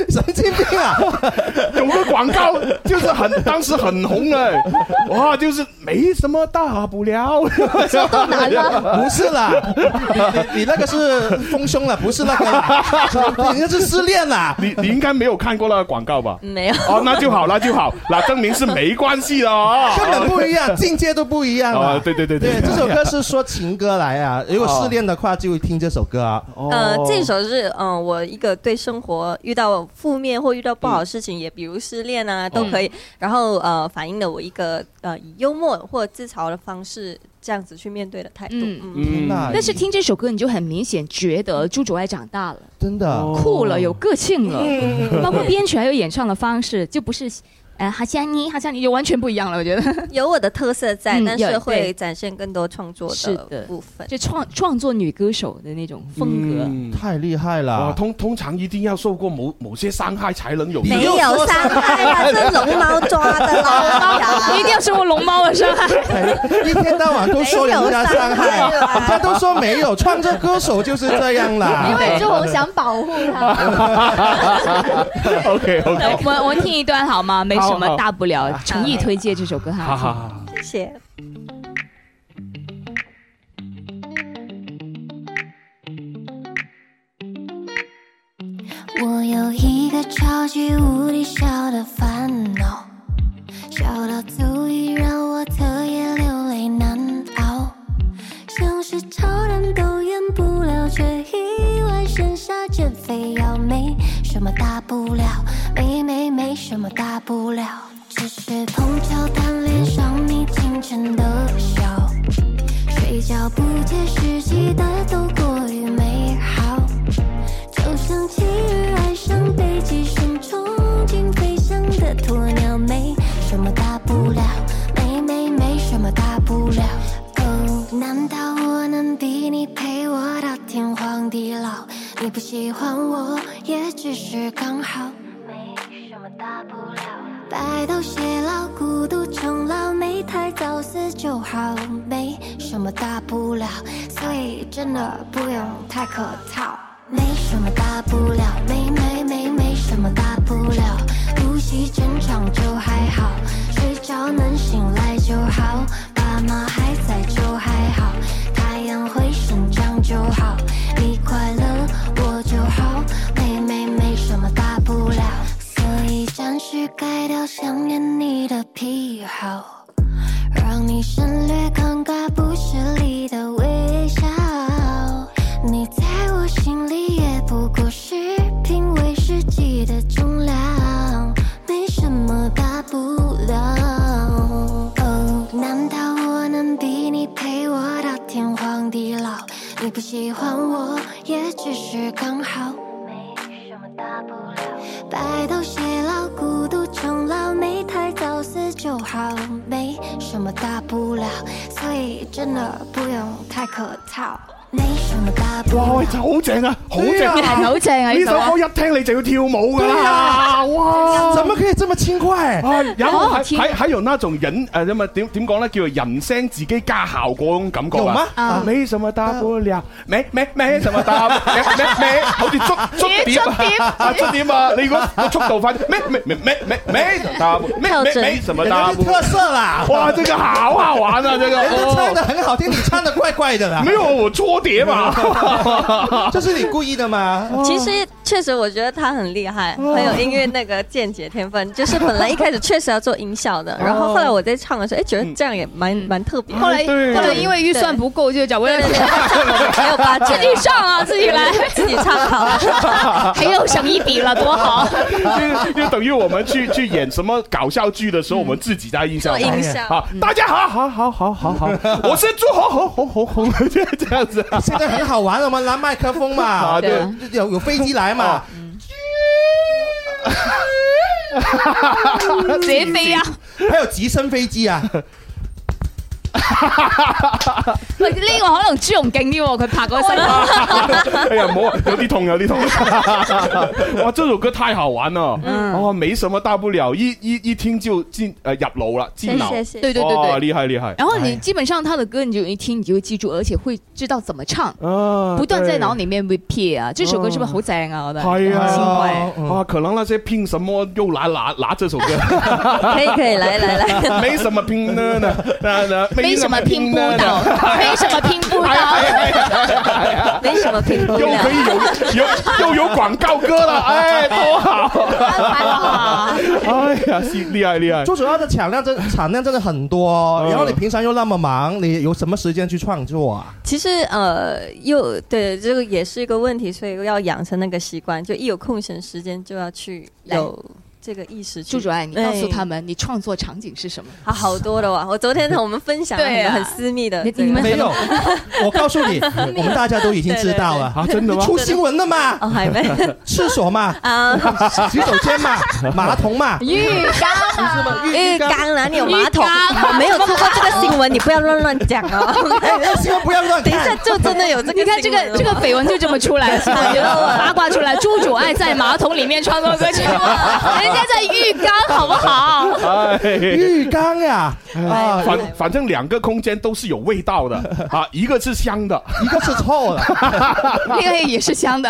Speaker 8: 神经病啊！
Speaker 9: 有个广告就是很当时很红哎，哇，就是没什么大 不了，
Speaker 8: 这都难了不是啦你你那个是丰胸了，不是那个，你那是失恋啦。
Speaker 9: 你你应该没有看过那个广告吧？
Speaker 14: 没有
Speaker 9: 哦，那就好，那就好，那证明是没关系的哦，
Speaker 8: 根本不一样，境界都不一样啊！
Speaker 9: 哦对对对对
Speaker 8: 对，这首歌是说情歌来啊，如果失恋的话就听这首歌啊。
Speaker 14: 呃，这首是嗯、呃我一个对生活遇到负面或遇到不好的事情，也比如失恋啊，
Speaker 8: 嗯
Speaker 14: 都可以。然后呃，反映了我一个呃以幽默或自嘲的方式这样子去面对的态度。嗯，
Speaker 1: 但是听这首歌，你就很明显觉得朱主爱长大了，
Speaker 8: 真的
Speaker 1: 酷
Speaker 9: 哦
Speaker 1: 了，有个性了
Speaker 8: 嗯嗯，嗯
Speaker 1: 包括编曲还有演唱的方式，就不是，呃，好像你，好像你，就完全不一样了。我觉得
Speaker 14: 有我的特色在，
Speaker 1: 嗯
Speaker 14: 但
Speaker 1: 有
Speaker 14: 是
Speaker 1: 对
Speaker 14: 会展现更多创作
Speaker 1: 是的
Speaker 14: 部分。
Speaker 1: 就创创作女歌手的那种风
Speaker 9: 嗯
Speaker 1: 格。
Speaker 8: 太厉害了！
Speaker 9: 哇，哦通通常一定要受过某某些伤害才能有。
Speaker 14: 没有伤 害啊，是龙猫抓的啦！
Speaker 1: 你一定要受过龙猫的伤害。
Speaker 8: 一天到晚都说人家伤害，人家都说没有，创作歌手就是哎这样啦。
Speaker 7: 因为朱红想保护
Speaker 9: 他。OK
Speaker 1: 来
Speaker 9: OK，
Speaker 1: 我我听一段好吗？没什
Speaker 9: 好好
Speaker 1: 么大不了，诚意推荐这首歌
Speaker 9: 好
Speaker 1: 哈。
Speaker 9: 好好，
Speaker 14: 谢谢。
Speaker 17: 我有一个超级无敌小的烦恼，小到足以让我彻夜流泪难熬，像是超人都演不了，却意外生下减肥药，没什么大不了，没没没什么大不了，只是碰巧谈恋上你清晨的笑，睡觉不切实际的都过于美好。就像企鹅爱上北极熊，憧憬飞翔的鸵鸟，没什么大不了，没没没什么大不了。哦，难道我能比你陪我到天荒地老？你不喜欢我，也只是刚好。白头偕老，孤独终老，没太早死就好，没什么大不了，所以真的不用太客套。没什么大不了，没没没没什么大不了，呼吸正常就还好，睡着能醒来就好，爸妈还在就还好，太阳会生长就好，你快乐我就好，没没没什么大不了，所以暂时改掉想念你的癖好。让你省略尴尬不失礼的微笑。你在我心里也不过是品味世纪的重量，没什么大不了。哦，难道我能比你陪我到天荒地老？你不喜欢我，也只是刚好。白头偕老，孤独终老，没太早死就好，没什么大不了，所以真的不用太客套，没什么大不了。
Speaker 9: 哇喂，好正啊，好正啊，
Speaker 17: 對啊係好正啊
Speaker 9: 呢
Speaker 17: 呢
Speaker 9: 首
Speaker 17: 首
Speaker 9: 歌一聽你就要跳舞噶
Speaker 17: 對
Speaker 9: 啦，
Speaker 17: 啊
Speaker 9: 哇！
Speaker 8: 怎么可以这么轻快？
Speaker 9: 啊，有
Speaker 8: 好好
Speaker 9: 還
Speaker 8: 聽
Speaker 9: 還還有那種人誒，咁啊點點講咧，叫做人聲自己加效嗰種感覺
Speaker 8: 有嗎
Speaker 9: 啊！啊，沒什麼大不了，沒沒沒什麼大，沒沒沒，好似捉 捉
Speaker 17: 咦
Speaker 9: 碟
Speaker 17: 捉碟
Speaker 9: 啊，捉碟啊！你如果個速度快啲，沒沒沒沒沒沒什麼大不，沒
Speaker 8: 特
Speaker 9: 沒
Speaker 8: 徵
Speaker 9: 沒什麼大
Speaker 8: 人家
Speaker 9: 不，
Speaker 8: 是特色啦
Speaker 9: 哇，這個好好玩啊！這個
Speaker 8: 人家唱的
Speaker 9: 哦，
Speaker 8: 很好听，你唱的怪怪的啦。
Speaker 9: 沒有我捉碟嘛，
Speaker 8: 这是你故意的吗？
Speaker 14: 其实确实，我觉得他很厉害，很有音乐那个见解天分。 就是本来一开始确实要做音效的，然后后来我在唱的时候，哎，觉得这样也蛮蛮特别的。
Speaker 7: 后来后来因为预算不够，就找不到人，
Speaker 14: 没有八折
Speaker 7: 自己上啊，自己来，
Speaker 14: 自己唱
Speaker 8: 啊
Speaker 14: 好
Speaker 7: 还有省一笔了，多好。
Speaker 9: 就就等于我们去去演什么搞笑剧的时候，我们自己在音效
Speaker 17: 做音效
Speaker 9: 啊，大家好好好好哦好 好，我是朱红红红红红，就这样子。
Speaker 8: 现在很好玩，我们拿麦克风嘛，
Speaker 9: 啊对
Speaker 8: 有有有飞机来嘛，
Speaker 7: 直接飞呀！
Speaker 8: 啊 还有直升飞机啊。
Speaker 1: 喂，呢個可能朱容勁啲喎，佢拍 嗰身。
Speaker 9: 哎呀，冇啊，有啲痛，有啲痛。 哇，这首歌太好玩了，
Speaker 1: 嗯
Speaker 9: 哦，没什么大不了，一一一听就进呃入楼了，进脑，
Speaker 1: 谢谢对对对对
Speaker 9: 哦厉害厉害。
Speaker 1: 然后你基本上他的歌，你就一听你就会记住，而且会知道怎么唱，不断在脑里面 repeat 啊。这首歌是不是好正啊？我覺得
Speaker 9: 系
Speaker 1: 很欣慰
Speaker 9: 啊，啊，可能那些拼什么又拿拿拿这首歌，
Speaker 1: 可以可以来来 来
Speaker 9: 没什么拼呢呢，那那
Speaker 1: 没什么拼不倒，没什么拼不
Speaker 9: 倒，
Speaker 14: 没什么拼不
Speaker 9: 倒， 又可以有有又有广告歌了，哎，多好！哎呀，是厉害厉害！
Speaker 8: 最主要的产量真 产量真的很
Speaker 9: 嗯
Speaker 8: 多，哦然后你平常又那么忙，你有什么时间去创作 啊？
Speaker 14: 其实呃，又对这个也是一个问题，所以要养成那个习惯，就一有空闲时间就要去有这个意识去。
Speaker 1: 朱主啊爱，你告诉他
Speaker 14: 们
Speaker 1: 们你创作场景是什么？
Speaker 14: 啊，好多的哇！我昨天呢，我们分享了
Speaker 1: 对啊
Speaker 14: 很私密的
Speaker 1: 你
Speaker 14: 这个，
Speaker 1: 你们
Speaker 8: 没有，我告 诉你，我们大家都已经知道了
Speaker 9: 啊真的吗
Speaker 8: 出新闻了嘛？
Speaker 14: 哦，还 没
Speaker 8: 厕所 嘛，
Speaker 14: 啊，
Speaker 8: 洗手间 嘛，马桶嘛，
Speaker 14: 浴缸啊，浴缸哪里有马桶？
Speaker 8: 浴缸
Speaker 14: 我没有做过这个新闻，你不要乱乱讲哦。
Speaker 8: 哎新闻不要乱看
Speaker 14: 等一下就真的有这个
Speaker 1: 你
Speaker 14: 新闻哦。？
Speaker 1: 看这个这个绯闻就这么出来， 是吧八卦出来，朱主爱在马桶里面创作 歌曲，人家在浴缸，好不好？
Speaker 9: 哎
Speaker 8: 浴缸呀，啊，
Speaker 9: 反反正两个空间都是有味道的啊，一个是香的，
Speaker 8: 一个是臭的，
Speaker 1: 那个也是香的。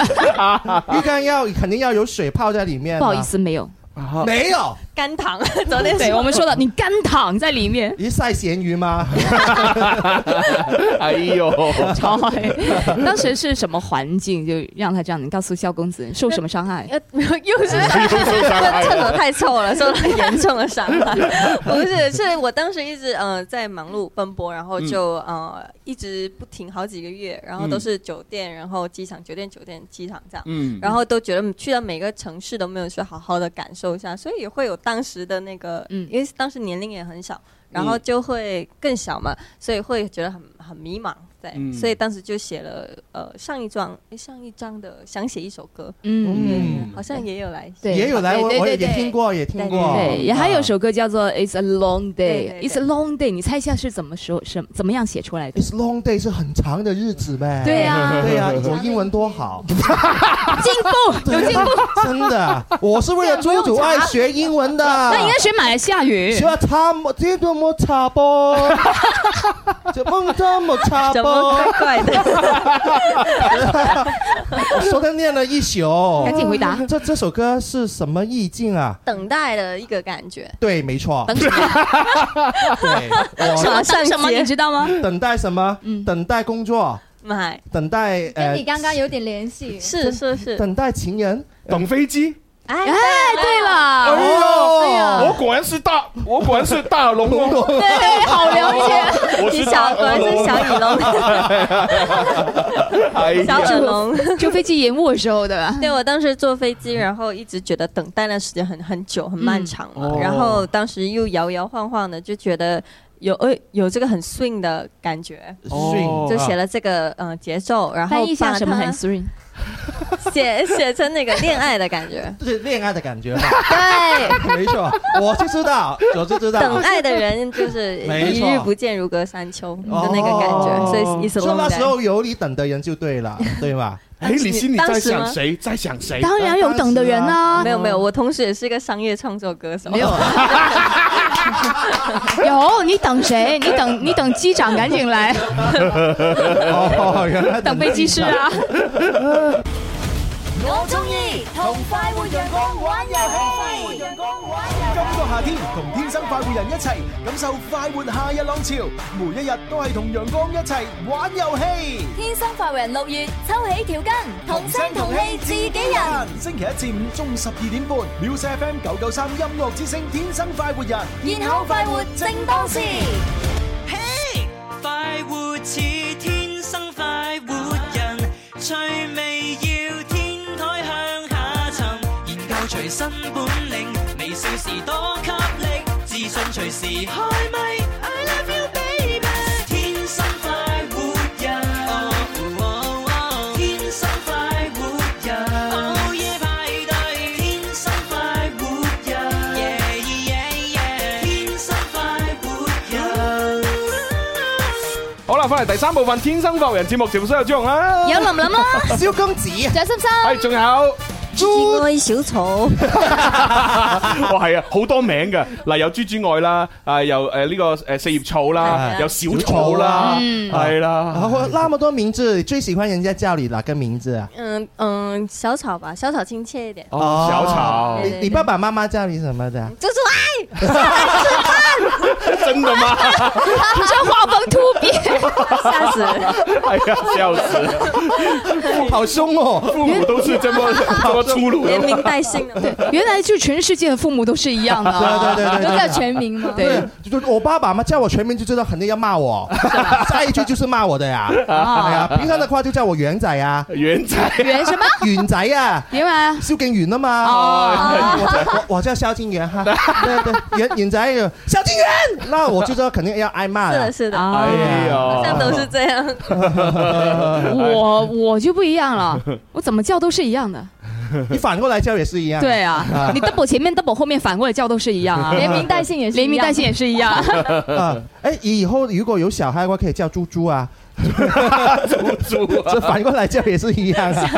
Speaker 8: 浴缸要肯定要有水泡在里面。
Speaker 1: 不好意思，，没有，
Speaker 9: 啊
Speaker 8: 没有，
Speaker 14: 干躺，
Speaker 1: 昨天对我们说了，你干躺在里面。
Speaker 8: 你晒咸鱼吗？
Speaker 9: 哎呦，
Speaker 1: 超嗨！当时是什么环境就让他这样？你告诉萧公子受什么伤害？
Speaker 14: 没有， 又是厕所太臭了，受了很严重的伤害。 不是，是我当时一直呃在忙碌奔波，然后就、呃一直不停好几个月，然后都是酒店，然后机场，酒店，酒店，机场这样。
Speaker 9: 嗯
Speaker 14: 然后都觉得去到每个城市都没有去好好的感受一下，所以也会有当时的那个，因为当时年龄也很小，然后就会更小嘛，所以会觉得很很迷茫。对，
Speaker 18: 嗯
Speaker 14: 所以当时就写了呃上一章诶上一章的想写一首歌，
Speaker 1: 嗯
Speaker 14: 好像也有来，
Speaker 1: 对
Speaker 8: 也有来，我
Speaker 1: 对对
Speaker 8: 我也
Speaker 1: 对对
Speaker 8: 听过，也听过。
Speaker 1: 对，也还有首歌叫做《It's a Long
Speaker 8: 对
Speaker 1: Day》，It's a Long Day，你猜一下是怎么说、什怎么样写出来的
Speaker 8: It's long day 是很长的日子呗。
Speaker 1: 对啊呀
Speaker 8: 哎对啊呀，我英文多好，
Speaker 1: 进步， 有进步。
Speaker 8: 真的，我是为了朱主爱学英文的。
Speaker 1: 那应该学马来西亚语。
Speaker 8: 学差么？这多么差 不？怎么这么差不？
Speaker 1: 怎么怪怪的？
Speaker 8: 说他念了一宿。
Speaker 14: 赶紧回答
Speaker 8: 这这首歌是什么意境啊？
Speaker 14: 等待的一个感觉。
Speaker 8: 对，没错。
Speaker 14: 等什
Speaker 8: 我
Speaker 14: 什么等什么你知
Speaker 1: 道吗？嗯
Speaker 8: 等待什么？等待工作，
Speaker 14: 买？
Speaker 8: 等待
Speaker 16: 跟
Speaker 8: 呃
Speaker 16: 你，刚刚有点联系，
Speaker 14: 是是是
Speaker 8: 等待情人，
Speaker 9: 等飞机。
Speaker 14: 哎，
Speaker 16: 对了，
Speaker 9: 哎
Speaker 8: 呀
Speaker 9: 呦，我果然是大，我果然 是大龙哦。
Speaker 16: 对好了
Speaker 9: 我
Speaker 16: 解你
Speaker 9: 是大
Speaker 16: 小果然是小
Speaker 1: 蚁
Speaker 9: 龙。 哎呀，
Speaker 14: 小恐龙，
Speaker 1: 就 飞机延误的时候，对吧？
Speaker 14: 对，我当时坐飞机，然后一直觉得等待的时间很很久，很漫长嘛。
Speaker 8: 嗯
Speaker 1: 哦
Speaker 14: 然后当时又摇摇晃晃的，就觉得有呃有这个很 swing 的感觉
Speaker 8: 哦啊
Speaker 1: swing，
Speaker 14: 就写了这个呃节奏，然后
Speaker 1: 翻译一下什么很
Speaker 14: swing，
Speaker 1: swing？
Speaker 14: 写 写成那个恋爱的感觉。
Speaker 8: 就是恋爱的感觉嘛。
Speaker 14: 对，
Speaker 8: 没错，我就知道，我就知道。
Speaker 14: 等爱的人就是
Speaker 8: 没
Speaker 14: 一
Speaker 8: 错
Speaker 14: 日不见如隔三秋的那个感觉，所以一直
Speaker 8: 哦说那时候有你等的人就对 了，对吧？
Speaker 9: 哎，你心里
Speaker 14: 当
Speaker 9: 在
Speaker 14: 时
Speaker 9: 想
Speaker 14: 吗
Speaker 9: 谁？在想谁？
Speaker 14: 当然有等的人
Speaker 1: 啊
Speaker 14: 没有没有，我同时也是一个商业创作歌手。
Speaker 1: 没有 有你等 谁？你等你等机长，赶紧来。
Speaker 8: 哦，原来
Speaker 1: 等飞机师啊！
Speaker 10: 我中意同快活陽光玩遊戲，陽光玩遊
Speaker 3: 今個夏天同天生快活人一齊感受快活夏日浪潮，每一日都係同陽光一齊玩遊戲。
Speaker 2: 天生快活人六月抽起條筋，同聲同氣自己人。
Speaker 3: 星期一至五中午十二點半，Music FM 九九三音樂之聲，天生快活人，
Speaker 2: 然後快活正當時。
Speaker 19: 快活似天生快活人，趣味要天台向下沉，研究隨身本領，微笑時多給力，自信隨時開咪。I love you baby，天生快活人，哦哦哦天生快活人，午夜派對，天生快活人，yeah yeah yeah，天生快活人。
Speaker 9: 啦，翻嚟第三部分《天生浮人》節目，直播室有朱紅啦，
Speaker 1: 有林林啦，
Speaker 8: 蕭公子，
Speaker 1: 仲有心心，
Speaker 9: 係仲有。
Speaker 2: 朱愛小 草，
Speaker 9: 哇，係啊，好多名嘅，嗱，有豬豬愛啦，啊，有誒呢個誒四葉草啦，有小草啦，
Speaker 8: 嗯
Speaker 14: 嗯
Speaker 9: 哎係啦，
Speaker 8: 然后那么多名字，你最喜欢人家叫你哪个名字啊？
Speaker 14: 嗯嗯，小草吧，小草亲切一点。
Speaker 8: 哦
Speaker 9: 小草
Speaker 8: 你你爸爸妈妈叫你什么的？
Speaker 14: 猪猪爱，下来吃饭。
Speaker 9: 真的吗？
Speaker 1: 这画风突变，
Speaker 14: 吓死人了！
Speaker 9: 哎呀，笑死！
Speaker 8: 好凶哦，
Speaker 9: 父母都是這麼這麼粗魯的連名帶姓
Speaker 1: 的。对，原来就全世界的父母都是一样的啊，
Speaker 8: 对对对对，
Speaker 1: 都叫全名嘛。
Speaker 8: 对，就是我爸爸嘛，叫我全名就知道肯定要骂我，下一句就是骂我的呀。
Speaker 1: 啊
Speaker 8: 哎呀，平常的话就叫我元仔啊，
Speaker 9: 元仔，
Speaker 1: 元什么？
Speaker 8: 元仔啊，
Speaker 1: 因为啊，
Speaker 8: 萧敬元啊嘛。
Speaker 1: 哦
Speaker 8: 我我我叫萧敬元 哈，对对，元元仔，啊萧敬元，那我就知道肯定要挨骂
Speaker 14: 是
Speaker 8: 了
Speaker 14: 的，。是的，
Speaker 9: 哎呦
Speaker 14: 好 像都是这样。
Speaker 8: 哎
Speaker 1: 我我就不一样 了，我怎么叫都是一样的。
Speaker 8: 你反过来叫也是一样。
Speaker 1: 对 啊，你 double 前面 double 后面反过来叫都是一样啊，
Speaker 8: 连名带
Speaker 1: 姓也连名带姓也是一 样。
Speaker 8: 啊，哎，以后如果有小孩的话，可以叫猪猪啊。
Speaker 9: 猪猪啊
Speaker 8: 这反过来叫也是一
Speaker 9: 哎
Speaker 8: 样啊。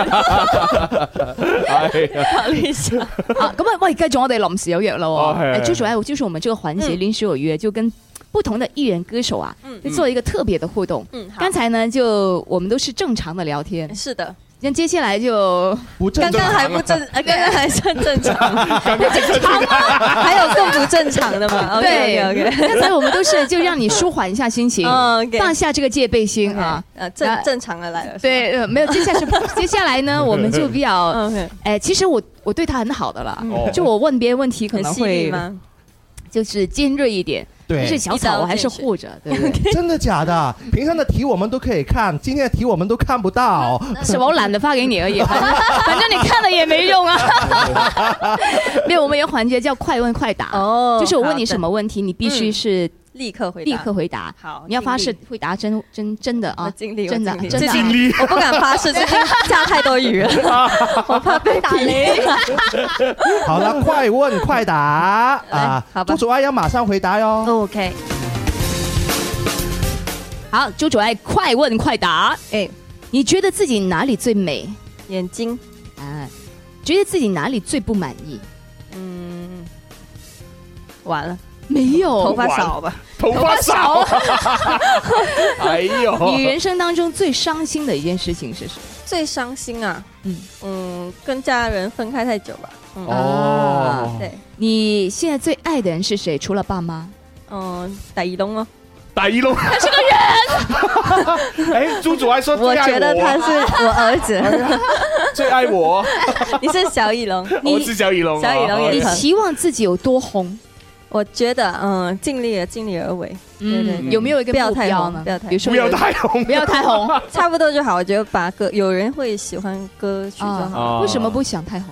Speaker 1: 啊，咁啊，喂，繼續我哋臨時有約啦
Speaker 7: 哦
Speaker 1: 喎。
Speaker 7: 係
Speaker 1: 哎
Speaker 7: 係
Speaker 1: 就是哎，我就是我們這個環
Speaker 14: 嗯
Speaker 1: 節臨時有約，就跟不同的藝人歌手啊，就做一個特別的互動。
Speaker 14: 嗯，
Speaker 1: 剛才呢，就我們都是正常的聊天。
Speaker 14: 是的。
Speaker 1: 那接下來就
Speaker 8: 不
Speaker 14: 刚
Speaker 1: 啊
Speaker 14: 刚
Speaker 7: 啊
Speaker 14: 还不 正，呃刚刚还算正常，不正常吗？还有更不正常的 吗？
Speaker 1: 对
Speaker 14: OK，OK，OK
Speaker 1: 刚才我们都是就让你舒緩一下 心情，
Speaker 14: 嗯，OK
Speaker 1: 放下这個戒備心啊。
Speaker 14: 呃，
Speaker 1: 那
Speaker 14: 正正常的来了。
Speaker 1: 对，呃没有，接下来是接下 来呢，我们就比较，哎，其實我我對他很好的啦
Speaker 14: 嗯，
Speaker 1: 就我問別人問題可能
Speaker 14: 很犀利
Speaker 1: 會
Speaker 14: 吗
Speaker 1: 就是尖锐一点，
Speaker 8: 对
Speaker 1: 但是小草我还是护着，对不对？
Speaker 8: 真的假的？平常的题我们都可以看，今天的题我们都看不到。
Speaker 1: 是吧？我懒得发给 你而已，反正反正你看了也没 用啊。没有，我们有环节叫快问快答，
Speaker 14: 哦
Speaker 1: 就是我问
Speaker 14: 好的嗯
Speaker 1: 你什么问题，你必须是
Speaker 14: 立刻回答，
Speaker 1: 立刻回答。
Speaker 14: 好
Speaker 1: 你要发誓
Speaker 14: 尽力
Speaker 1: 会答真真真的啊，
Speaker 14: 尽力，我
Speaker 1: 真的
Speaker 14: 尽力
Speaker 1: 真的啊，
Speaker 14: 最近我不敢发誓， 最近下太多雨了， 我怕被打雷。
Speaker 8: 好了，快问快答啊！
Speaker 1: 好吧
Speaker 8: 朱主爱要马上回答哟。
Speaker 14: OK，
Speaker 1: 好，朱主爱，快问快答。
Speaker 14: 哎，
Speaker 1: 你觉得自己哪里最美？
Speaker 14: 眼睛。
Speaker 1: 啊，觉得自己哪里最不满意？
Speaker 14: 嗯，完了，
Speaker 1: 没有，
Speaker 14: 头发少吧？
Speaker 9: 头发 少。哎呦，
Speaker 1: 你人生当中最伤心的一件事情是什么？
Speaker 14: 最伤心啊，
Speaker 1: 嗯
Speaker 14: 嗯，跟家人分开太久吧。嗯
Speaker 1: 哦
Speaker 14: 对，
Speaker 1: 你现在最爱的人是谁？除了爸妈？
Speaker 14: 嗯，大耳窿哦，
Speaker 9: 大耳窿，
Speaker 1: 他是个人。
Speaker 9: 哎，朱主爱说
Speaker 14: 我
Speaker 9: 最爱
Speaker 14: 觉得他是我儿子，
Speaker 9: 最爱我，
Speaker 14: 你是小耳聋，
Speaker 9: 我是小耳啊窿，
Speaker 14: 小耳聋也
Speaker 1: 你
Speaker 14: 疼。
Speaker 1: 期望自己有多红？
Speaker 14: 我觉得嗯，尽力而尽力而为，对对
Speaker 1: 嗯，
Speaker 14: 对
Speaker 1: 有没有一个
Speaker 14: 不要
Speaker 1: 目
Speaker 14: 太
Speaker 1: 标
Speaker 14: 红
Speaker 1: 呢？
Speaker 14: 不要太
Speaker 1: 比如说
Speaker 9: 不要太红，
Speaker 1: 不要太红，
Speaker 14: 差不多就好。我觉得把啊歌有人会喜欢歌曲就好
Speaker 9: 啊
Speaker 14: 了。
Speaker 1: 为什么不想太红？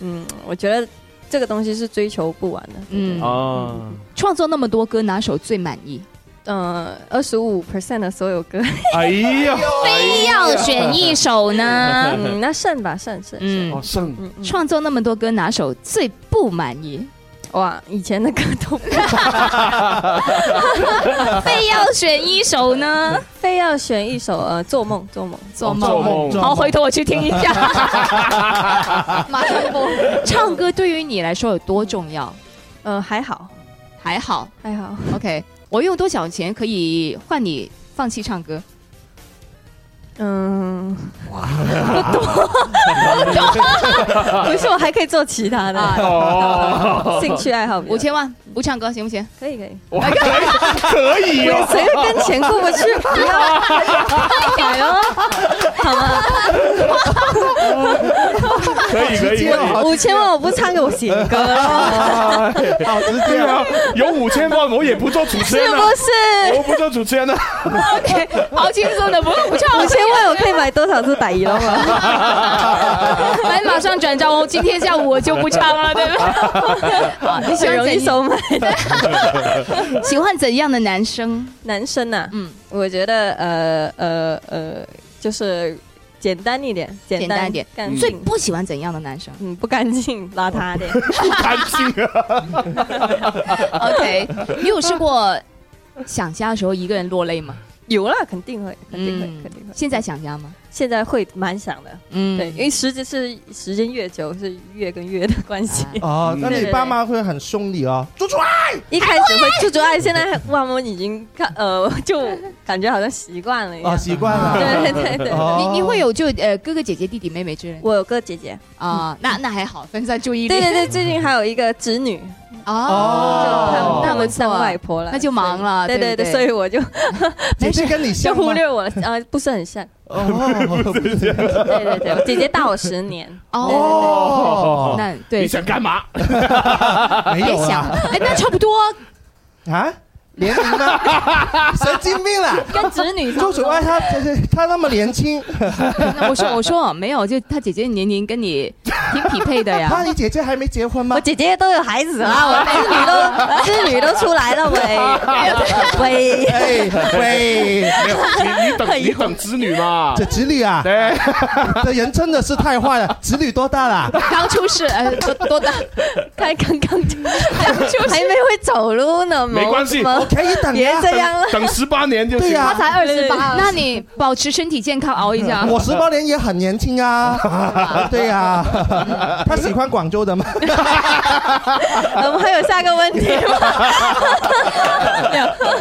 Speaker 14: 嗯，我觉得这个东西是追求不完的。
Speaker 1: 嗯，
Speaker 9: 哦，
Speaker 1: 创作那么多歌，哪首最满意？
Speaker 14: 嗯，二十五 percent 的所有歌，
Speaker 9: 哎呀，
Speaker 1: 非要选一首呢？
Speaker 14: 嗯，那剩吧，剩剩嗯剩。
Speaker 9: 哦，剩
Speaker 1: 哎嗯创作那么多歌，哪首最不满意？
Speaker 14: 哇，以前的歌都
Speaker 1: 非要选一首呢？
Speaker 14: 非要选一首呃，做梦，做梦，
Speaker 1: 做梦
Speaker 9: 做梦做梦
Speaker 1: 好，回头我去听一 下。 马上播。 唱歌对于你来说有多重要？
Speaker 14: 呃，还好，
Speaker 1: 还好
Speaker 14: 还好，
Speaker 1: ，OK。我用多少钱可以换你放弃唱歌？
Speaker 14: 嗯， 不是，我还可以做其他
Speaker 9: 哦
Speaker 14: 的，兴趣爱好比较，哦
Speaker 1: 五啊千万不唱歌行不行？
Speaker 14: 可以可以，
Speaker 9: 哇，可以可以哦
Speaker 14: 我谁会跟钱过不去？不要， 哎呦，好吗？
Speaker 9: 可以可以，
Speaker 14: 五千万我不唱给我写 歌了，
Speaker 9: 好直接啊！有五千万，我也不做主持人
Speaker 14: 是
Speaker 9: 了，
Speaker 14: 不是
Speaker 9: 我不做主持人啊了。
Speaker 1: OK，好轻松的，不用不唱。
Speaker 14: 五千万我可以买多少次打鱼了吗？
Speaker 1: 来，马上转账哦！今天下午我就不唱了，对 吧？好你喜
Speaker 14: 很
Speaker 1: 欢
Speaker 14: 容易
Speaker 1: 怎
Speaker 14: 收 买。
Speaker 1: 喜欢怎样的男生？
Speaker 14: 男生呐、
Speaker 1: 嗯，
Speaker 14: 我觉得呃呃呃，就是简单一点，简
Speaker 1: 简单一点
Speaker 14: 干。
Speaker 1: 最
Speaker 14: 净，
Speaker 1: 不喜欢怎样的男生
Speaker 14: 嗯，不干净，邋遢点。
Speaker 9: 贪心啊！
Speaker 1: ？OK，你有试过想家的时候一个人落泪吗？嗯
Speaker 14: 有啦，肯定会，肯定会，肯定会。
Speaker 1: 现在想家吗？
Speaker 14: 现在会蛮想的，
Speaker 1: 嗯
Speaker 14: 对，因为时间是时间越久是越跟越的关系。
Speaker 1: 啊
Speaker 8: 哦，
Speaker 1: 嗯
Speaker 8: 那
Speaker 14: 对
Speaker 8: 你
Speaker 14: 对
Speaker 8: 爸妈会很凶你啊？猪猪爱，
Speaker 14: 一开始会处处爱，现在我们已经看呃，就感觉好像习惯了一样。
Speaker 8: 啊，习惯了。
Speaker 14: 对对对
Speaker 8: 哦
Speaker 14: 对
Speaker 7: 你你会有就呃哥哥姐姐弟弟妹妹之类？
Speaker 14: 我有个姐姐
Speaker 7: 啊，那那还好，分散注意力。
Speaker 14: 对对对，最近还有一个侄女
Speaker 7: 哦，
Speaker 14: 他们
Speaker 7: 那
Speaker 14: 他
Speaker 7: 不
Speaker 14: 们
Speaker 7: 错
Speaker 14: 当
Speaker 7: 啊
Speaker 14: 外婆了，
Speaker 7: 那就忙了。
Speaker 14: 对
Speaker 7: 对
Speaker 14: 对对，所以 我就
Speaker 8: 姐姐跟你
Speaker 14: 就
Speaker 8: 像
Speaker 14: 忽
Speaker 8: 吗？
Speaker 14: 略我了，啊，不是很像。
Speaker 8: 哦，
Speaker 14: 对对对，我姐姐大我十年。
Speaker 9: 哦
Speaker 14: 那对
Speaker 9: 你想干嘛？
Speaker 8: 没有
Speaker 7: 想，
Speaker 8: 啊
Speaker 7: 哎，那差不多。
Speaker 8: 啊？年龄呢？ 神经病了！
Speaker 14: 跟侄女
Speaker 8: 周楚爱他他他那么年 轻，
Speaker 1: 我说我说没有，就他姐姐年龄跟你挺匹配的呀。
Speaker 8: 他你姐姐还没结婚吗？啊
Speaker 14: 我姐姐都有孩子啦，我侄女都侄女都出来 了喂喂，哎
Speaker 8: 哎喂，
Speaker 9: 没有你你等你等子女嘛
Speaker 8: 这，侄女啊，这人真的是太坏了。侄女多大了？
Speaker 7: 刚出世，呃，多多大？
Speaker 14: 才刚刚
Speaker 7: 就是
Speaker 14: 还没会走路呢，
Speaker 9: 没关系，
Speaker 14: 我
Speaker 8: 可以等
Speaker 14: 哦
Speaker 8: 啊
Speaker 14: 别这样了。啊
Speaker 9: 等十八年就行。
Speaker 8: 呀
Speaker 7: 他才二十八，
Speaker 14: 对
Speaker 7: 那你保持身体健康，熬一 下。
Speaker 8: 我十八 年也很年轻啊，对呀。他喜欢广州的吗？
Speaker 14: 我们还有下个问 题吗？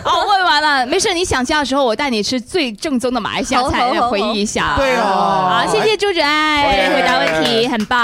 Speaker 7: 哦，问完了，没事。你想家的时候，我带你吃最正宗的马来西亚
Speaker 14: 好
Speaker 7: 菜，
Speaker 14: 好好
Speaker 7: 回忆一下。
Speaker 8: 对哦哎
Speaker 7: 好，谢谢朱主爱回答问题，很棒。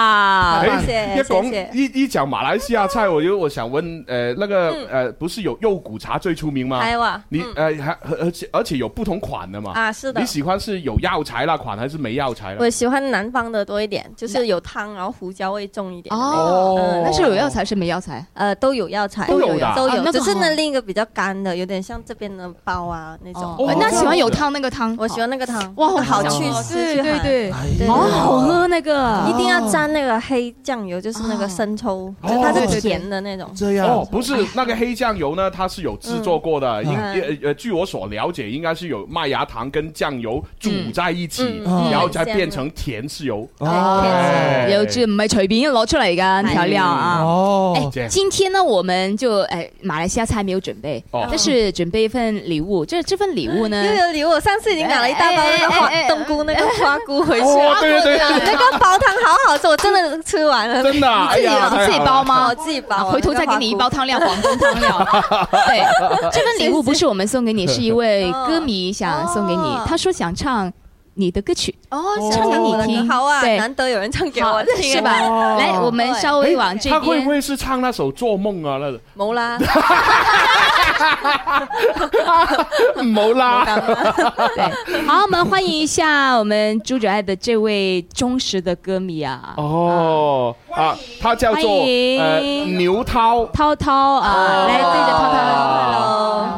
Speaker 9: 哎
Speaker 14: 啊谢
Speaker 9: 一讲
Speaker 14: 谢谢
Speaker 9: 一一讲马来西亚菜，我就我想问，呃，那个
Speaker 14: 嗯
Speaker 9: 呃，不是有肉骨茶最出名吗？
Speaker 14: 还有啊
Speaker 9: 你呃还而而且而且有不同款的嘛？
Speaker 14: 啊是的
Speaker 9: 你喜欢是有药材那款还是没药材
Speaker 14: 我
Speaker 9: 的？
Speaker 14: 喜欢南方的多一点，就是有汤，然后胡椒味重一点。
Speaker 7: 哦
Speaker 14: 嗯，
Speaker 7: 那是有药材是没药材？
Speaker 14: 呃，都有药材，
Speaker 7: 都有的啊
Speaker 14: 都
Speaker 7: 啊那
Speaker 14: 有，
Speaker 7: 个
Speaker 14: 只是
Speaker 7: 好
Speaker 14: 呢另一个比较干的，有点像这边的包啊那种。
Speaker 7: 哦，那喜欢有汤那个汤，
Speaker 14: 我喜欢那个汤，
Speaker 7: 哇，
Speaker 14: 好
Speaker 7: 香
Speaker 14: 去
Speaker 7: 哦
Speaker 14: 吃
Speaker 7: 对
Speaker 14: 去
Speaker 7: 对
Speaker 14: 喊
Speaker 7: 对，
Speaker 14: 对
Speaker 7: 好
Speaker 14: 对对
Speaker 7: 哦好喝那
Speaker 8: 哦
Speaker 7: 个，
Speaker 14: 一定要沾那个黑酱油，就是那个生抽，就它是甜的那种。
Speaker 8: 哦这样
Speaker 9: 哦，不是那个黑酱油呢，它是有制作过
Speaker 14: 嗯
Speaker 9: 的，应呃呃，据我所了解，应该是有麦芽糖跟酱油煮在一起，
Speaker 8: 嗯嗯
Speaker 9: 然后再变成甜豉油。
Speaker 14: 哦哎
Speaker 9: 哎
Speaker 8: 哦
Speaker 1: 哎有这唔系随便攞出嚟噶调料啊。
Speaker 8: 哦，
Speaker 9: 这样
Speaker 1: 今天呢，我们就哎马来西亚菜没有准备，
Speaker 9: 哦
Speaker 1: 但是准备一份礼物。这这份礼物呢，
Speaker 14: 嗯
Speaker 1: 哎
Speaker 14: 又有礼物，我上次已经拿了一大包那个花冬菇、那个花菇回去
Speaker 9: 哦
Speaker 14: 了。
Speaker 9: 对对对
Speaker 14: 那个 煲汤好好吃，我真的吃完了。
Speaker 9: 真的啊
Speaker 1: 自己
Speaker 9: 哎呀
Speaker 1: 自己包吗？
Speaker 14: 我自己啊煲，
Speaker 1: 啊回头再给你一包汤料，广东汤料。对， 这份礼物不是我们送给你，是一位歌迷想送给你
Speaker 14: 哦，
Speaker 1: 他说想唱你的歌曲，
Speaker 14: 哦，
Speaker 1: 唱给你听。
Speaker 14: 好啊，
Speaker 1: 对，
Speaker 14: 难得有人唱给
Speaker 1: 好
Speaker 14: 我听，
Speaker 1: 是吧？
Speaker 8: 哦
Speaker 1: 来，我们稍微往这
Speaker 9: 哦他会不
Speaker 1: 边。
Speaker 9: 会是唱那首《做梦》啊？那个
Speaker 14: 冇啦，
Speaker 9: 冇啦，
Speaker 1: 对，好，我们欢迎一下我们朱主爱的这位忠实的歌迷啊，
Speaker 9: 哦啊，他叫做
Speaker 1: 欢迎
Speaker 9: 呃牛涛哦
Speaker 1: 涛涛啊，来对着涛涛。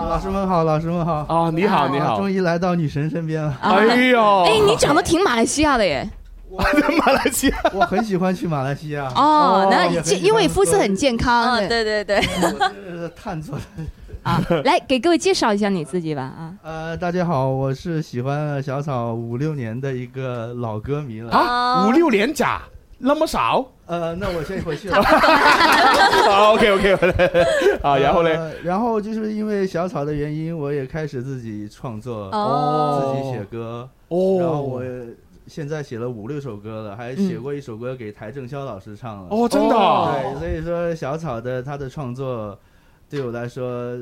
Speaker 18: 老师们好，老师们好
Speaker 9: 啊！你好，你好
Speaker 18: 终，于来到女神身边了。
Speaker 9: 哎呦，
Speaker 1: 哎，你 长得挺马来西亚的耶。
Speaker 9: 马来西亚，
Speaker 18: 我很喜欢去马来西亚。
Speaker 1: 哦，那
Speaker 18: 也很喜欢
Speaker 1: 因为肤色很健康。
Speaker 14: 嗯，对对对，
Speaker 18: 呃探索的。
Speaker 1: 啊， 来给各位介绍一下你自己吧啊。
Speaker 18: 呃，大家好，我是喜欢小草五六年的一个老歌迷了。
Speaker 9: 啊，五六连甲那么少
Speaker 18: 呃，那我先回 去了。
Speaker 9: 啊？OK OK，啊，然后呢？
Speaker 18: 呃？然后就是因为小草的原因，我也开始自己创作，
Speaker 14: 哦
Speaker 18: 自己写歌。
Speaker 9: 哦
Speaker 18: 然后我现在写了五六首歌了，还写过一首歌给邰正宵老师唱了。
Speaker 9: 哦真的啊
Speaker 18: 对，所以说小草的他的创作。对我来说，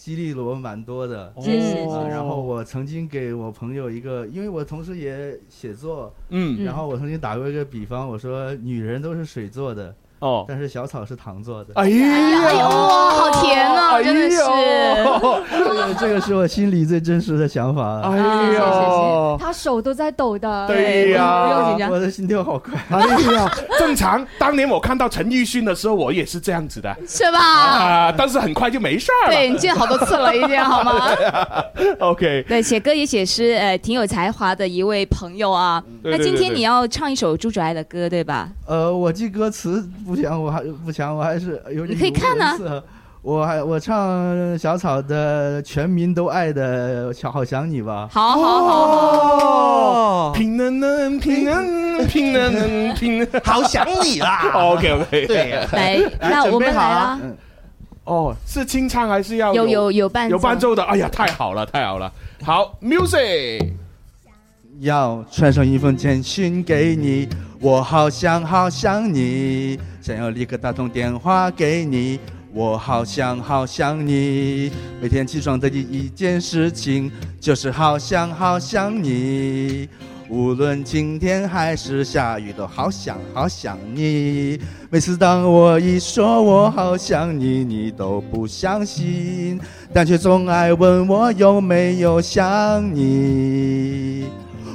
Speaker 18: 激励了我蛮多的。
Speaker 9: 哦
Speaker 14: 谢谢
Speaker 18: 呃
Speaker 14: 谢谢
Speaker 18: 然后我曾经给我朋友一个，因为我同时也写作，
Speaker 9: 嗯
Speaker 18: 然后我曾经打过一个比方，我说女人都是水做的，
Speaker 9: 哦，
Speaker 18: 但是小草是糖做的。
Speaker 9: 哎呀，
Speaker 1: 哎呦，好甜哦，
Speaker 9: 哎
Speaker 1: 真的是。
Speaker 9: 呦，
Speaker 18: 这个这个是我心里最真实的想法了。
Speaker 9: 哎呦，
Speaker 16: 他手都在抖的。
Speaker 9: 对
Speaker 8: 哎
Speaker 1: 不用
Speaker 9: 呀
Speaker 1: 紧。张
Speaker 18: 我。的心跳好快。
Speaker 9: 哎呀，正常。当年我看到陈奕迅的时候，我也是这样子的
Speaker 1: 是吧？
Speaker 9: 啊，但是很快就没事儿
Speaker 1: 对
Speaker 9: 了。
Speaker 1: 你见好多次了，已经好吗？
Speaker 9: OK，
Speaker 1: 对，写歌也写诗，呃，挺有才华的一位朋友啊。
Speaker 18: 嗯
Speaker 9: 对
Speaker 1: 那
Speaker 9: 对
Speaker 1: 今
Speaker 9: 对
Speaker 1: 天
Speaker 9: 对
Speaker 1: 你要唱一首朱主爱的歌，对吧？
Speaker 18: 呃，我记歌词不强，我还不强，我还是有点
Speaker 1: 你可以看啊
Speaker 18: 啊。我还我唱小草的《全民都爱的想好想你》吧。
Speaker 1: 好好好好，
Speaker 8: 哦，
Speaker 9: 平能能平能平能能平能。
Speaker 8: 好想你啦！
Speaker 9: OK OK，
Speaker 8: 对，
Speaker 1: 来，
Speaker 14: 哎
Speaker 18: 来
Speaker 1: 那
Speaker 18: 准
Speaker 8: 哎
Speaker 1: 我
Speaker 18: 备
Speaker 1: 们
Speaker 18: 好
Speaker 1: 来
Speaker 18: 啊
Speaker 1: 啦。
Speaker 18: 嗯
Speaker 9: 哦，是清唱还是要
Speaker 7: 有有有伴奏
Speaker 9: 有伴奏的？哎呀，太好了，太好了！好，music，
Speaker 18: 要穿上一封简讯给你，我好想好想你，想要立刻打通电话给你，我好想好想你。每天起床的第一件事情就是好想好想你，无论晴天还是下雨，都好想好想你。每次当我一说我好想你，你都不相信，但却总爱问我有没有想你。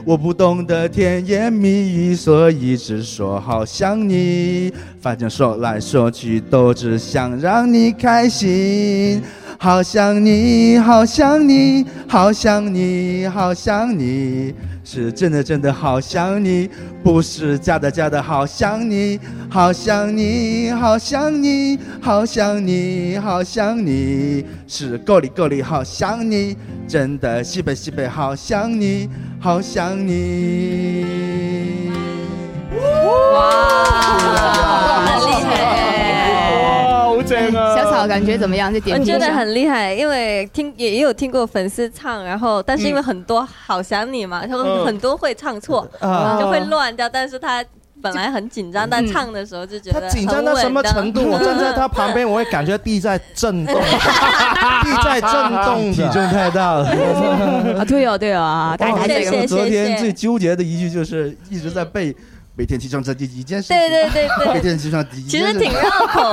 Speaker 18: 我不懂得甜言蜜语，所以只说好想你。反正说来说去都只想让你开心。好想你，好想你，好想你，好想你，是真的真的好想你，不是假的假的好想你，好想你，好想你，好想你，好想你，是够力够力好想你，真的西北西北好想你，好想你。
Speaker 9: 哇，好正啊！
Speaker 7: 小草感觉怎么样？这点
Speaker 14: 我
Speaker 7: 评
Speaker 14: 真
Speaker 7: 一
Speaker 14: 的
Speaker 7: 下
Speaker 14: 很厉害，因为听也也有听过粉丝唱，然后但是因为很多好想你嘛，他
Speaker 7: 嗯
Speaker 14: 们很多会唱错，
Speaker 8: 啊
Speaker 14: 就会乱掉。但是他本来很紧张，但唱的时候就觉得
Speaker 8: 他紧张到什么程度？啊我站在他旁边，我会感觉地在震 动，地在震动的，
Speaker 18: 体重太大了。
Speaker 7: 啊，对哦对哦啊，大家这个
Speaker 18: 昨天最纠结的一句就是一直在背。每天起床这第一件事情，
Speaker 7: 对对对对
Speaker 18: 每天起床第一件事情，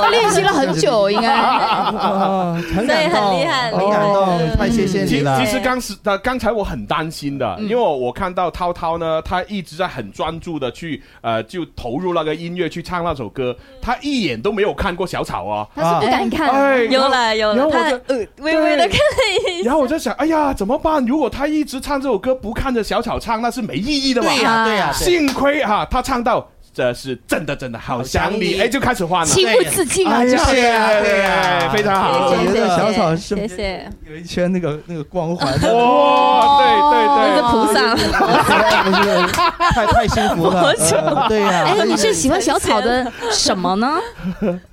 Speaker 7: 练习了很久，应该。
Speaker 8: 啊，很
Speaker 7: 感动对很厉害很厉害很感动
Speaker 8: 哦太谢谢你了
Speaker 9: 其其实刚时呃刚才我很担心的，因为我我看到涛涛呢，他一直在很专注的去呃就投入那个音乐去唱那首歌，他一眼都没有看过小草啊，
Speaker 14: 他是不敢看
Speaker 9: 哎
Speaker 14: 有了有了
Speaker 9: 然后我
Speaker 14: 他
Speaker 9: 就
Speaker 14: 呃微微地
Speaker 9: 对
Speaker 14: 看了一下
Speaker 9: 然 后我就想，哎呀怎么办？如果他一直唱这首歌不看着小草唱，那是没意义的嘛。啊
Speaker 8: 对呀对呀对
Speaker 9: 幸亏哈他唱到。这是真的，真的好想
Speaker 8: 好想
Speaker 9: 你，
Speaker 8: 你
Speaker 9: 哎，就开始换了，
Speaker 8: 情不自禁啊
Speaker 9: 哎
Speaker 8: 这
Speaker 9: 呀
Speaker 8: 是
Speaker 9: 对呀，对
Speaker 18: 哎
Speaker 9: 呀，非常好。
Speaker 18: 我觉得小草是
Speaker 14: 谢谢。
Speaker 18: 有一圈那个那个光 环。
Speaker 9: 哇，对
Speaker 14: 对对，
Speaker 18: 菩 萨，太太哎幸福了。呃对呀，
Speaker 7: 哎，你是喜欢小草的什么呢？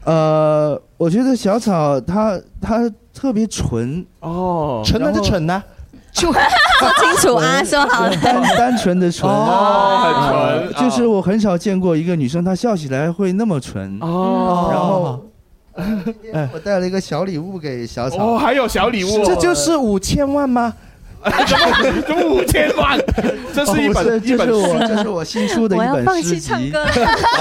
Speaker 18: 呃，我觉得小草它它特别纯
Speaker 9: 哦
Speaker 18: 纯
Speaker 8: 的
Speaker 18: 的
Speaker 8: 是
Speaker 18: 是
Speaker 8: 蠢呢，
Speaker 14: 说清楚啊，说好了。
Speaker 18: 单单纯的纯呃
Speaker 9: 哦很纯
Speaker 18: 就是我很少见过一个女生她笑起来会那么纯
Speaker 9: 哦
Speaker 18: 然后，哎我带了一个小礼物给小草，
Speaker 9: 哦还有小礼物
Speaker 8: 这就是五千万吗？
Speaker 9: 怎么五千 万？这是一
Speaker 18: 哦
Speaker 9: 本
Speaker 18: 这
Speaker 9: 一
Speaker 18: 这是
Speaker 9: 本书
Speaker 18: 我，这是我新出的一
Speaker 9: 我要
Speaker 18: 本
Speaker 9: 放弃
Speaker 18: 诗
Speaker 9: 唱
Speaker 18: 集
Speaker 9: 歌了。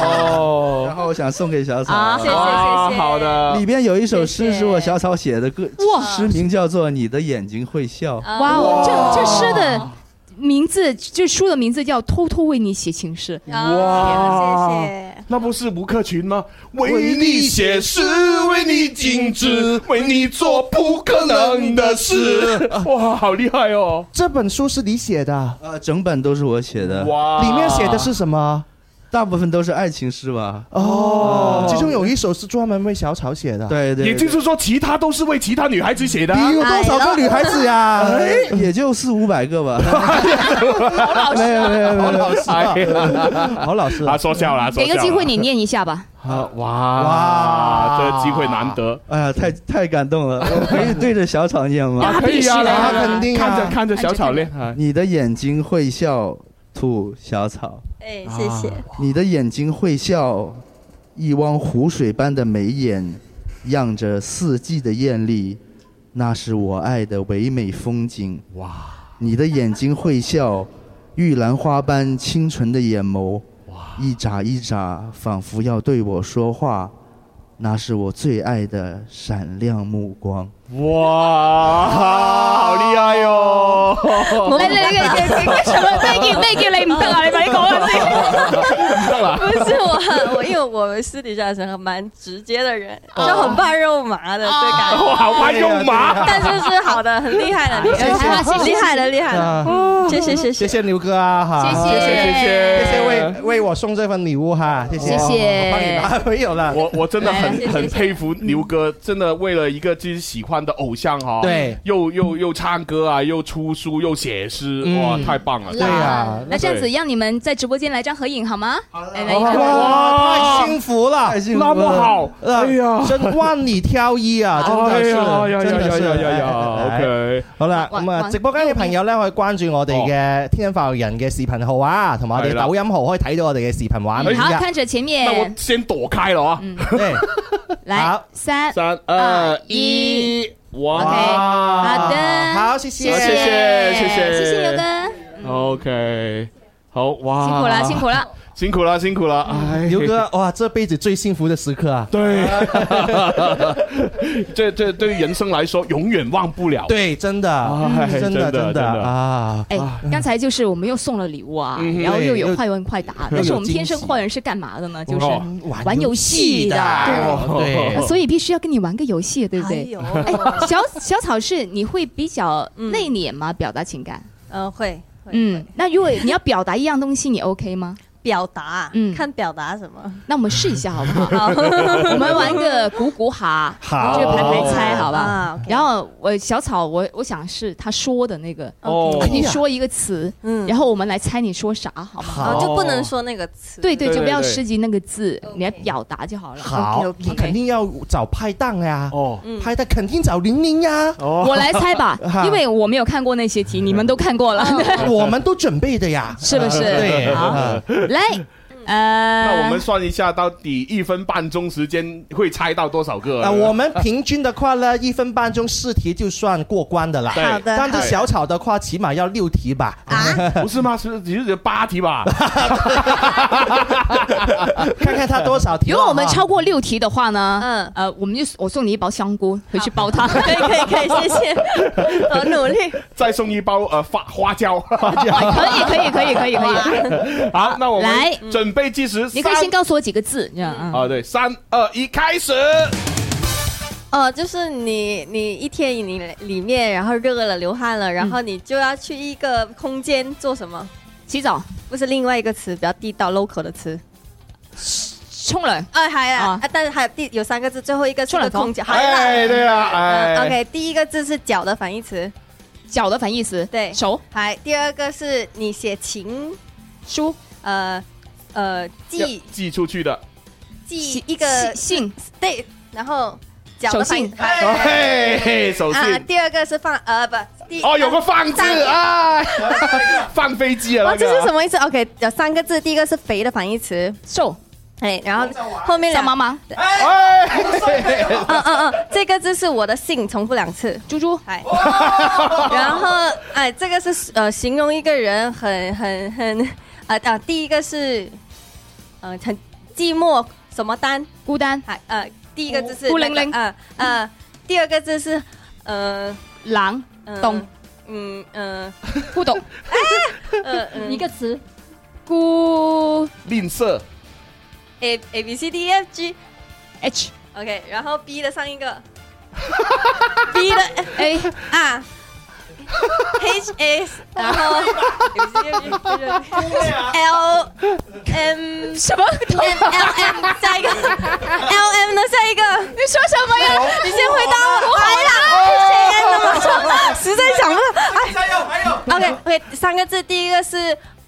Speaker 18: 哦，然后我想送给小草。
Speaker 9: 啊谢谢啊谢谢好的
Speaker 18: 里边有一首诗是我小草写的歌，
Speaker 7: 哇
Speaker 18: 诗名叫做《你的眼睛会笑》。
Speaker 9: 啊
Speaker 7: 哇哦，这这诗的名字，这书的名字叫《偷偷为你写情诗》。
Speaker 9: 哇，那不是吴克群吗？为你写诗，为你静止，为你做不可能的事。 哇，好厉害哦！
Speaker 8: 这本书是你写的，
Speaker 18: 呃，整本都是我写的。
Speaker 9: 哇
Speaker 8: 里面写的是什么？
Speaker 18: 大部分都是爱情诗吧？啊
Speaker 8: 哦，其中有一首是专门为小草写的。
Speaker 18: 对对，
Speaker 9: 也就是说，其他都是为其他女孩子写的啊。
Speaker 8: 你有多少个女孩子呀？
Speaker 18: 哎，也就四五百个吧。
Speaker 8: 没
Speaker 9: 啊
Speaker 8: 有没有没有，
Speaker 9: 哎呀
Speaker 18: 好老实
Speaker 9: 啊，说笑了，说
Speaker 7: 给
Speaker 9: 笑
Speaker 7: 个
Speaker 9: 了
Speaker 7: 机会你念一下吧。
Speaker 9: 啊！哇哇，这机会难得。
Speaker 18: 哎呀，
Speaker 8: 嗯
Speaker 18: 太太感动了！我可以对着小草念 吗？
Speaker 9: 啊可以啊，来来
Speaker 8: 肯定啊
Speaker 9: 看着看着小草练啊。
Speaker 18: 你的眼睛会笑，吐小草。
Speaker 14: 哎，谢谢。
Speaker 18: 啊你的眼睛会笑，一汪湖水般的眉眼，漾着四季的艳丽，那是我爱的唯美风景。哇！你的眼睛会笑，玉兰花般清纯的眼眸，一眨一眨，仿佛要对我说话，那是我最爱的闪亮目光。
Speaker 9: 哇，好厉害哟！
Speaker 7: 我你你你你什么咩叫咩叫
Speaker 14: 哎
Speaker 7: 你唔得啊？你快啲講啦先。
Speaker 14: 不是我，我因为我们私底下是蛮直接的人，就很怕肉麻的，对感觉。
Speaker 9: 哦好怕肉麻
Speaker 14: 但是是好的，很厉害的，
Speaker 7: 谢谢
Speaker 14: 厉害的，厉害的。
Speaker 8: 啊
Speaker 14: 谢谢谢谢
Speaker 8: 谢牛哥啊哈，
Speaker 14: 谢谢谢谢
Speaker 8: 谢谢为为我送这份礼物哈，谢谢
Speaker 14: 谢谢
Speaker 8: 帮你拿 没有了，
Speaker 9: 我我真的
Speaker 8: 来
Speaker 9: 很
Speaker 8: 了
Speaker 9: 很
Speaker 8: 谢谢
Speaker 9: 佩服牛哥，真的为了一个自己喜欢的偶像哈，
Speaker 8: 对，
Speaker 9: 又又又唱歌啊，又出书，又写诗，
Speaker 8: 嗯
Speaker 9: 哇，太棒了！
Speaker 8: 对啊
Speaker 1: 那这样子，让你们在直播间来张合影好吗？哎来来一
Speaker 8: 哎哇，
Speaker 1: 张
Speaker 8: 太。幸福了，
Speaker 9: 哦
Speaker 8: 呃
Speaker 9: 太幸福了那么好哎呀
Speaker 8: 真万里挑一 啊，真
Speaker 9: 哎
Speaker 8: 的是，
Speaker 9: 呀呀
Speaker 8: 真的是
Speaker 9: 呀呀呀呀
Speaker 8: 哎
Speaker 9: OK
Speaker 8: 好啦，
Speaker 9: 哇
Speaker 8: 咁啊，
Speaker 9: 哇
Speaker 8: 直播間嘅朋友咧可以關注我哋嘅天生發育人嘅視頻號啊，同埋我哋
Speaker 9: 哦係啦哎
Speaker 8: 抖音號可以睇到我哋嘅視頻畫面
Speaker 1: 好，
Speaker 8: 㗎。
Speaker 1: 看着前
Speaker 9: 那我
Speaker 1: 面，嗯
Speaker 9: 先躲开了啊！
Speaker 1: 来三
Speaker 9: 三
Speaker 1: 二
Speaker 9: 二
Speaker 1: 一
Speaker 9: 一，哇！
Speaker 1: 好的，
Speaker 8: 好谢谢
Speaker 9: 好谢谢谢谢
Speaker 1: 谢谢牛哥。
Speaker 9: OK，好哇！
Speaker 1: 辛苦啦辛苦啦，
Speaker 9: 辛苦啦，辛苦啦！哎，
Speaker 8: 牛哥，哇，這輩子最幸福的時刻啊！
Speaker 9: 对， 这这对于人生来说，永远忘不了。
Speaker 8: 对，真的
Speaker 9: 哎，
Speaker 8: 嗯真的，
Speaker 9: 的，
Speaker 8: 真的啊！
Speaker 1: 哎，刚才就是我们又送了礼物啊，
Speaker 8: 嗯
Speaker 1: 然后又有
Speaker 8: 对
Speaker 1: 快问快答，但是我们天生快人是干嘛的呢？就是
Speaker 8: 哦
Speaker 1: 玩游戏的，
Speaker 8: 玩游戏的哦
Speaker 1: 对呃
Speaker 8: 对
Speaker 1: 所以必须要跟你玩个游戏，对不对？哎，小小草是你会比较
Speaker 8: 嗯
Speaker 1: 内敛吗？表达情感？
Speaker 14: 嗯，会会
Speaker 1: 嗯，那如果你要表达一样东西，你 OK 吗？
Speaker 14: 表达，嗯，看表达什么。
Speaker 1: 那我们试一下好不好？
Speaker 14: 好
Speaker 1: 我们玩个鼓鼓 哈，
Speaker 14: 好
Speaker 1: 就是排排猜，好
Speaker 14: 啊
Speaker 1: 吧
Speaker 14: ，OK？
Speaker 1: 然后我小草，我我想是他说的那个，
Speaker 14: 哦嗯
Speaker 1: 你说一个词，然后我们来猜你说啥，好吗
Speaker 14: 哦，？就不能说那个词。
Speaker 1: 对对，
Speaker 8: 对
Speaker 1: 就不要
Speaker 8: 对对
Speaker 1: 涉及那个字，你来表达就好了。
Speaker 8: 好，那肯定要找拍檔呀！哦
Speaker 1: 嗯，
Speaker 8: 拍檔肯定找玲玲呀！，
Speaker 9: 哦
Speaker 1: 我来猜 吧 因为我没有看过那些 题，你们都看过了，
Speaker 8: 我们都准备的呀，啊
Speaker 1: 啊是 不是？
Speaker 8: 对，
Speaker 1: 好，来，
Speaker 8: 嗯
Speaker 9: 那我
Speaker 1: 呃
Speaker 9: 们，算一下，到底一分半钟时间会猜到多少个？
Speaker 8: 啊，我们平均的话呢，一分半钟四题就算过关的啦。
Speaker 9: 对好的
Speaker 8: 但
Speaker 9: 好
Speaker 8: 是
Speaker 9: 的
Speaker 8: 小草的话，起码要六题吧。
Speaker 1: 啊
Speaker 9: 不是吗？是你是觉得八题吧？
Speaker 8: 看看他多少题
Speaker 1: 如
Speaker 8: 了哈。
Speaker 1: 果我们超过六题的话呢，嗯，呃，我们就我送你一包香菇回去煲汤，
Speaker 14: 可以可以可以，谢 谢，好努力。
Speaker 9: 再送一包呃花花椒，花
Speaker 1: 椒 可以可以可以可以可
Speaker 9: 以。 好，那我们
Speaker 1: 来
Speaker 9: 准备计时，
Speaker 1: 你可以
Speaker 9: 三
Speaker 1: 先告诉我几个 字， 这样啊。
Speaker 9: 啊，对，三二一，开始。
Speaker 14: 哦，就是你你一天你里面，然后热了流汗了，然后你就要去一个空间做什么？
Speaker 1: 嗯洗澡？
Speaker 14: 不是另外一个词，比较地道 local 的词。
Speaker 1: 冲凉。
Speaker 14: 啊，还有啊，但是还有第有三个字，最后一个是
Speaker 1: 冲
Speaker 14: 个
Speaker 1: 冷风
Speaker 14: 空间。好
Speaker 9: 哎，对了，哎
Speaker 14: 嗯，OK，第一个字是脚的反义词，
Speaker 1: 脚的反义词，
Speaker 14: 对，
Speaker 1: 手。
Speaker 14: 还第二个是你写情
Speaker 1: 书，
Speaker 14: 呃呃，寄
Speaker 9: 要寄出去的，
Speaker 14: 寄一个
Speaker 1: 信，
Speaker 14: 对，然后脚
Speaker 9: 手
Speaker 14: 的反义
Speaker 9: 信，
Speaker 14: 词。
Speaker 9: 哎，嘿手
Speaker 14: 啊，
Speaker 9: 信。
Speaker 14: 第二个是放呃不，第
Speaker 9: 哦，有个放字
Speaker 14: 三个
Speaker 9: 啊， 放飞机啊，
Speaker 14: 哦，
Speaker 9: 那
Speaker 14: 这
Speaker 9: 个
Speaker 14: 是什？么意思？OK，有三个字，第一个是肥的反义词，
Speaker 1: 瘦。
Speaker 14: 哎，然后后面
Speaker 1: 小
Speaker 14: 两
Speaker 1: 茫茫，
Speaker 9: 哎，
Speaker 14: 嗯嗯嗯，这个字是我的姓，重复两次。
Speaker 1: 猪猪，
Speaker 14: 哎， 然后哎，这个是呃形容一个人很很很啊啊，第一个是呃很寂寞什么单
Speaker 1: 孤单，
Speaker 14: 哎呃第一个字是
Speaker 1: 孤
Speaker 14: 那
Speaker 1: 零
Speaker 14: 个
Speaker 1: 零
Speaker 14: 啊啊，第二个字是呃
Speaker 1: 狼，懂，
Speaker 14: 嗯 嗯
Speaker 1: 不懂。
Speaker 14: 呃嗯
Speaker 2: 一个词，
Speaker 1: 孤
Speaker 9: 吝啬
Speaker 14: A A B C D E F G
Speaker 1: H
Speaker 14: OK，然后 B 的上一 个，B 的
Speaker 1: A
Speaker 14: 啊，H A，然后 L M
Speaker 1: 什么
Speaker 14: L M 下一个 L M 的下一个，
Speaker 1: 你说什么呀？
Speaker 14: 你先回答我，哎
Speaker 1: 我
Speaker 14: 来啦，谁怎么说？实在想不到，哎，
Speaker 20: 加油还有
Speaker 14: OK，OK，三个字，第一个是。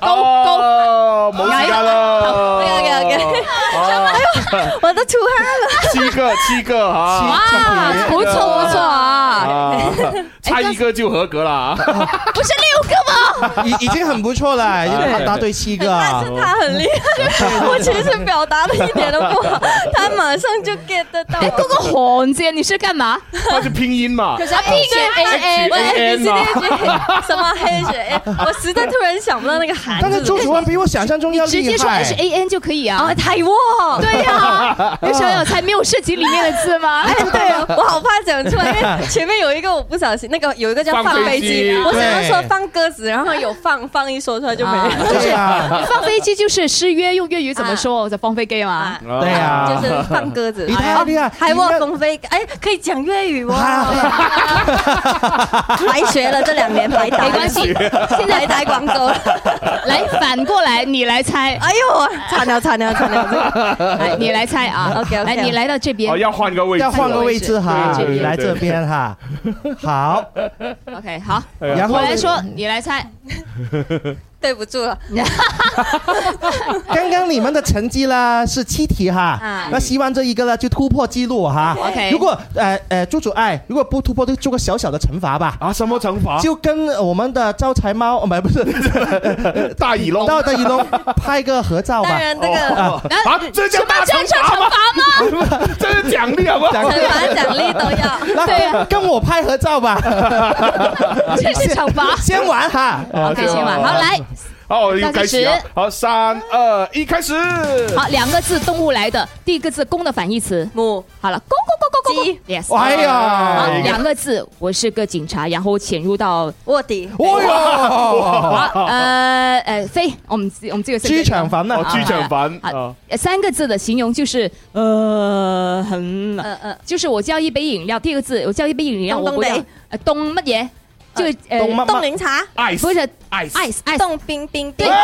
Speaker 9: 高高，冇時間
Speaker 1: 哎
Speaker 9: 啦。
Speaker 14: OK，OK，OK
Speaker 9: 好
Speaker 14: 我都出汗
Speaker 9: 七个，七 个哈。
Speaker 1: 哇，不错不错啊，
Speaker 9: 啊， 差
Speaker 1: 哎
Speaker 9: 一个就合格了啊！
Speaker 1: 不是六个吗？
Speaker 8: 已哦已经很不错了，他答对七个。
Speaker 14: 了，他很厉害，我其实表达的一点都不好，他马马上就 get 得到。
Speaker 1: 哎，嗰个韓字你是干嘛？
Speaker 9: 它是拼音
Speaker 8: 啊
Speaker 9: 嘛？啊
Speaker 1: 哎
Speaker 14: 可是 P 跟 A
Speaker 9: 哎 H A
Speaker 8: 哦
Speaker 9: N 嘛？
Speaker 14: 什么 H A？我实在突然想不到 那个韩字。
Speaker 8: 但是周子温比我想象中要
Speaker 1: 直接
Speaker 8: 厉
Speaker 1: 说
Speaker 8: 害
Speaker 1: H。A N 就可以啊。
Speaker 14: 哦，泰沃。
Speaker 1: 对 呀，有小有才没有涉及里面的字吗？
Speaker 14: 哎，对，
Speaker 8: 啊
Speaker 14: 我好怕讲出来，因为前面有一个我不小心，那个有一个叫
Speaker 1: 放
Speaker 14: 放
Speaker 1: 飞
Speaker 14: 飞
Speaker 1: 机
Speaker 14: 机，我想要说
Speaker 1: 对
Speaker 14: 放鸽子，然后有放放一说出来就没了。啊
Speaker 1: 就是
Speaker 8: 啊
Speaker 1: 你放飞机就是失约，用粤语怎么说？就放飞机嘛。
Speaker 8: 对呀，
Speaker 14: 就是放鸽子，
Speaker 8: 你啊
Speaker 1: 啊
Speaker 8: 太厉害，
Speaker 14: 啊还我公飞，哎，可以讲粤语哦，
Speaker 1: 啊
Speaker 14: 白哎学了这两年，白打，
Speaker 1: 没 关系现在
Speaker 14: 白打广州。
Speaker 1: 来，反过来你来猜。
Speaker 14: 哎呦，惨了惨了惨 了！
Speaker 1: 来，你来猜啊。
Speaker 14: OK，OK
Speaker 1: 来，你来到这边。
Speaker 9: 哦，要换个位置，
Speaker 8: 要换个位置哈，
Speaker 9: 对
Speaker 8: 你来这。边哈，好，
Speaker 1: OK，好。
Speaker 9: 哎
Speaker 8: 然后
Speaker 1: 我来说，你来猜。
Speaker 14: 对不住啊了，
Speaker 8: 刚刚你们的成绩呢是七题哈
Speaker 14: 啊，
Speaker 8: 那希望这一个呢就突破记录哈。
Speaker 1: OK
Speaker 8: 如果呃呃朱主爱如果不突破，就做个小小的惩罚吧。
Speaker 9: 啊，什么惩罚？
Speaker 8: 就跟我们的招财猫，哦不 不是
Speaker 9: 大耳窿
Speaker 8: 到大耳窿拍个合照吧。
Speaker 14: 当然这
Speaker 8: 哦啊
Speaker 14: 个
Speaker 9: 啊，这叫大
Speaker 14: 这叫
Speaker 9: 惩罚吗？这是奖励好不好？
Speaker 8: 奖
Speaker 14: 惩罚奖励都 要。
Speaker 8: 那
Speaker 1: 对啊
Speaker 8: 跟我拍合照 吧。
Speaker 1: 这是惩罚
Speaker 8: 先玩哈。
Speaker 1: OK，先玩。好，来，
Speaker 9: 啊好，我要开始啊
Speaker 1: 倒计时！
Speaker 9: 好，三二一，开始。
Speaker 1: 好，两个字动物来的，第一个字公的反义词
Speaker 14: 母。
Speaker 1: 好了，公公公公公。Yes。
Speaker 8: 哎呀
Speaker 1: 好，两个字，我是个警察，然后潜入到
Speaker 14: 卧底，
Speaker 8: 哦哟，
Speaker 1: 好呃呃飞，我们自我们这个是
Speaker 8: 猪肠粉
Speaker 9: 哦，
Speaker 8: 啊，
Speaker 9: 猪肠粉
Speaker 1: 啊
Speaker 9: 啊，
Speaker 1: 呃三个字的形容就是呃很
Speaker 14: 呃呃，
Speaker 1: 就是我叫一杯饮料，第一个字我叫一杯饮料，
Speaker 14: 冻
Speaker 1: 我
Speaker 14: 冻
Speaker 1: 不要
Speaker 14: 地
Speaker 1: 呃冻乜嘢，就呃
Speaker 8: 冻乜
Speaker 14: 冻柠茶，
Speaker 9: ，ice，
Speaker 1: 不是
Speaker 9: ice，
Speaker 1: ice ice
Speaker 14: 冻冰冰
Speaker 1: 对
Speaker 14: 冰，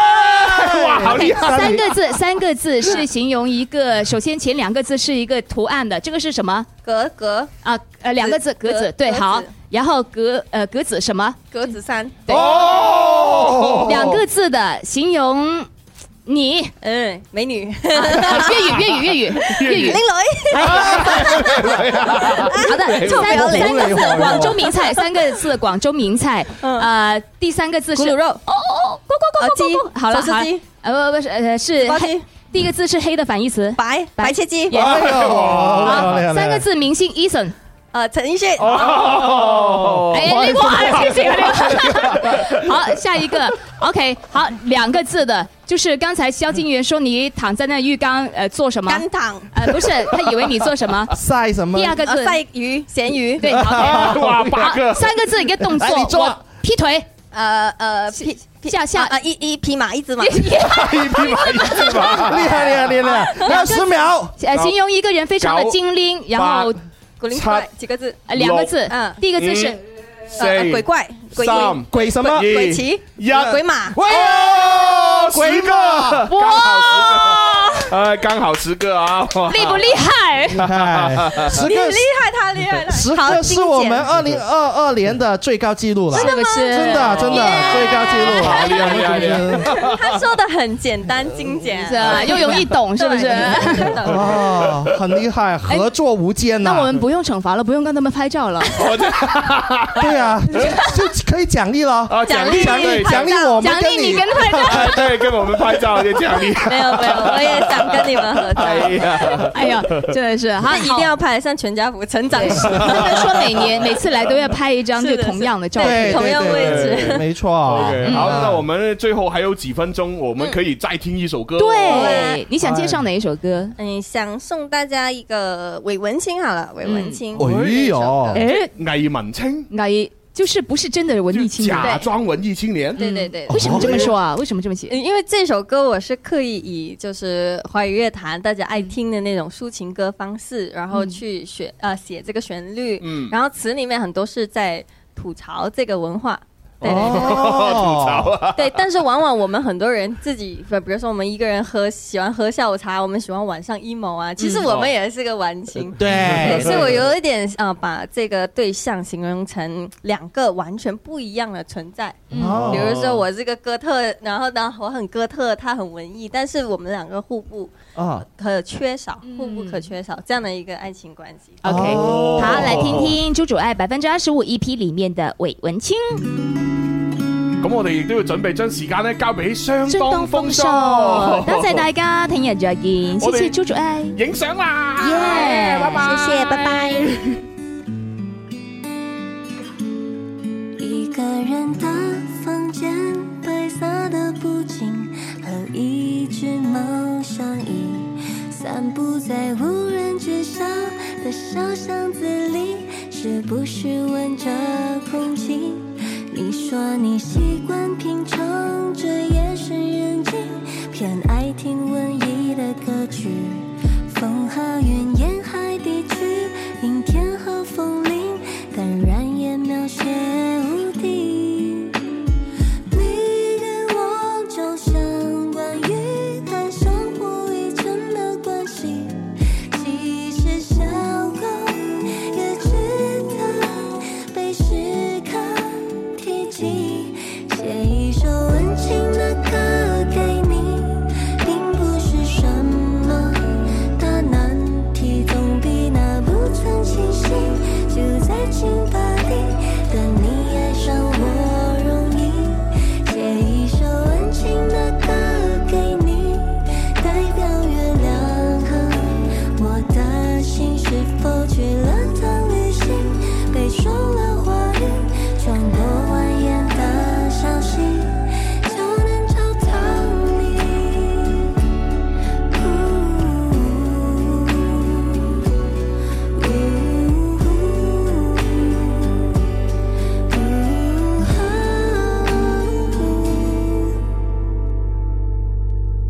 Speaker 9: 哇，好厉
Speaker 1: OK，
Speaker 9: 害！
Speaker 1: 哎三个字，三个字是形容一个，首先前两个字是一个图案的，这个是什么
Speaker 14: 格格
Speaker 1: 啊？呃，两个字格
Speaker 14: 格
Speaker 1: 子，对，
Speaker 14: 格子
Speaker 1: 好，然后格呃格子什么？
Speaker 14: 格子衫，
Speaker 1: 对，
Speaker 9: 哦，
Speaker 1: 两个字的形容你，
Speaker 14: 嗯，美女，玲
Speaker 1: 啊粤语粤语粤语粤语。
Speaker 14: 珑，
Speaker 9: 啊
Speaker 1: 好
Speaker 9: 哎
Speaker 1: 的，
Speaker 14: 臭
Speaker 1: 三
Speaker 14: 不要
Speaker 1: 个
Speaker 14: 脸
Speaker 1: 三个字广州名菜，三个字广州名菜。
Speaker 14: 嗯
Speaker 1: 呃，第三个字是
Speaker 14: 咕噜肉
Speaker 1: 哦哦，咕咕咕咕咕咕。
Speaker 14: 鸡
Speaker 1: 好了，
Speaker 14: 手
Speaker 1: 好
Speaker 14: 撕鸡，
Speaker 1: 呃不不是
Speaker 14: 纸
Speaker 1: 呃是
Speaker 14: 包
Speaker 1: 黑
Speaker 14: 鸡
Speaker 1: 第一个字是黑的反义词。
Speaker 14: 白白切鸡，
Speaker 1: Yes
Speaker 8: 哎呦好厉害？
Speaker 1: 好，三个字明星 Eason。
Speaker 14: 呃，陈奕迅，
Speaker 9: 哦，
Speaker 1: 哎，那个哇，谢谢啊那个。 好，下一个，OK，好，两个字的，就是刚才萧敬元说你躺在那浴缸，呃，做什么？
Speaker 14: 干糖，
Speaker 1: 呃，不是，他以为你做 什么
Speaker 8: 晒什么？
Speaker 1: 第二个
Speaker 14: 呃，
Speaker 1: 字，
Speaker 14: 晒鱼，咸鱼，
Speaker 1: 对，好，
Speaker 9: 哇，八
Speaker 1: 好
Speaker 9: 个，
Speaker 1: 三个字一个动作，
Speaker 8: 来你做
Speaker 1: 我劈腿。
Speaker 14: 呃呃，匹匹
Speaker 1: 下下
Speaker 14: 啊啊一一匹马，一只马，
Speaker 9: 一匹马，一匹马，
Speaker 8: 厉害厉害厉
Speaker 1: 啊
Speaker 8: 害！然后十秒，
Speaker 1: 呃，形容一个人非常的精灵，然后
Speaker 14: 古灵
Speaker 9: 擦
Speaker 14: 怪几个字，
Speaker 1: 呃两个字
Speaker 14: 嗯，
Speaker 1: 第一个字是
Speaker 9: 四
Speaker 14: 呃鬼怪，鬼影
Speaker 9: 三，
Speaker 8: 鬼什么？
Speaker 9: 一
Speaker 14: 鬼骑，
Speaker 9: 一哎
Speaker 14: 鬼马，
Speaker 8: 喂，
Speaker 9: 哦，十个，刚好十
Speaker 1: 哎哇，
Speaker 9: 个，哎，刚好十个啊，哇
Speaker 1: 厉不厉 害？
Speaker 8: 厉害，十
Speaker 14: 你
Speaker 8: 个
Speaker 14: 厉害，他厉害了，
Speaker 8: 十
Speaker 14: 好
Speaker 8: 个是我
Speaker 14: 精
Speaker 8: 们
Speaker 14: 简
Speaker 8: 二零二二年的最高纪录了，
Speaker 1: 是不是？
Speaker 8: 真的真的最高纪录
Speaker 9: 好厉害厉害厉害！
Speaker 8: 啊！
Speaker 14: 哎他说的很简单精简，
Speaker 1: 是啊，又容易懂，是不是？
Speaker 14: 对真的
Speaker 8: 哦，很厉害，合作无间呐！
Speaker 1: 那我们不用惩罚了，不用跟他们拍照 了，
Speaker 8: 对 啊，就可以奖励了，
Speaker 9: 啊，奖励
Speaker 8: 奖
Speaker 9: 对
Speaker 8: 励奖励我们
Speaker 1: 奖
Speaker 8: 跟
Speaker 1: 励你
Speaker 8: 你
Speaker 1: 跟拍照。
Speaker 9: 哎 对，跟我们拍照的奖励，
Speaker 14: 没有没有，我也想跟你们合
Speaker 9: 哎
Speaker 14: 照。
Speaker 9: 呀，
Speaker 1: 哎呀，真的是哈，
Speaker 14: 他一定要拍得像全家福成长史，
Speaker 1: 好。他们说每年每次来都要拍 一张就是
Speaker 14: 的
Speaker 1: 同样的照
Speaker 8: 对
Speaker 1: 片。
Speaker 14: 同样位
Speaker 9: 置
Speaker 8: 对对 没错。
Speaker 9: OK，
Speaker 8: 嗯
Speaker 9: 好，那我们最后还有几分钟，我们可以再听一首歌。哎
Speaker 1: 对，哎你想介绍哪一首歌？
Speaker 14: 嗯，想送大家一个韦文清好了，韦文清。
Speaker 8: 哎呦
Speaker 14: 对
Speaker 1: 哎，
Speaker 9: 魏文清，
Speaker 1: 你就是不是真的文
Speaker 9: 就
Speaker 1: 艺青年？
Speaker 9: 假装文艺青年。
Speaker 14: 对对
Speaker 1: 为什么这么说啊？为什么这么写？
Speaker 14: 对，嗯因为这首歌我是刻意以就是华语乐坛大家爱听的那种抒情歌方式，然后去选呃写这个旋律，
Speaker 9: 嗯
Speaker 14: 然后词里面很多是在吐槽这个文化。对对对
Speaker 9: 吐槽啊！
Speaker 14: 对，但是往往我们很多人自己，比比如说我们一个人喝，喜欢喝下午茶，我们喜欢晚上 emo 啊。其实我
Speaker 9: 哦
Speaker 14: 们也是个晚清，
Speaker 8: 对
Speaker 14: 对，所以我有一点啊、呃把这个对象形容成两个完全不一样的存在。嗯
Speaker 8: 哦
Speaker 14: 比如说我是个哥特，然后呢我很哥特，他很文艺，但是我们两个互不
Speaker 8: 啊
Speaker 14: 可缺少，互不可缺少这样的一个爱情关系。
Speaker 1: OK，
Speaker 8: 哦
Speaker 1: E 好，来听听朱主爱百分之二十五 EP 里面的韦文清。
Speaker 8: 哦
Speaker 9: 咁我哋亦都要準備將時間咧交俾相當
Speaker 1: 當
Speaker 9: 風
Speaker 1: 風
Speaker 9: 騷
Speaker 1: 騷，多謝大家，聽日再見，
Speaker 9: 我
Speaker 1: 謝
Speaker 9: 哋
Speaker 1: 謝朱主愛，
Speaker 9: 影相啦，
Speaker 1: 耶，
Speaker 10: 拜拜
Speaker 1: 謝謝，拜拜。
Speaker 15: 一个人的房间，白色的布景和一只猫相依，散步在无人知晓的小巷子里，是不是闻着空气？你说你习惯品尝这夜深人静，偏爱听文艺的歌曲。风和云，沿海地区，阴天和风铃，淡然也描写无敌。你跟我就像关于和相互依存的关系，其实小狗也值得被时刻提及。写一首温情的歌给你，并不是什么大难题，总比那不曾清醒就在清吧里。但你爱上我容易，写一首温情的歌给你，代表月亮和我的心是否去了趟旅行，被霜了花语，穿过蜿蜒的小溪，就能找到你。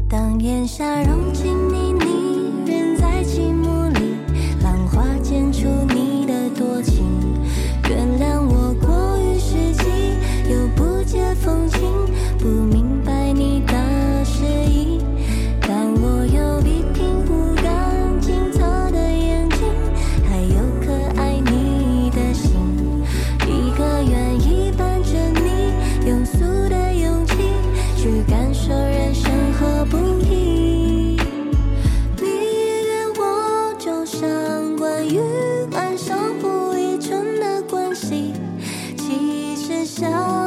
Speaker 15: 当眼下融进你，你人在寂寞里，浪花溅出你的多情。原谅我过于实际，又不解风情，不明白你的诗意。但我有比平湖更清澈的眼睛，还有可爱你的心。一个愿意伴着你，庸俗的勇气，去感受人生何不易。你跟我就像关于晚上不依存的关系，其实小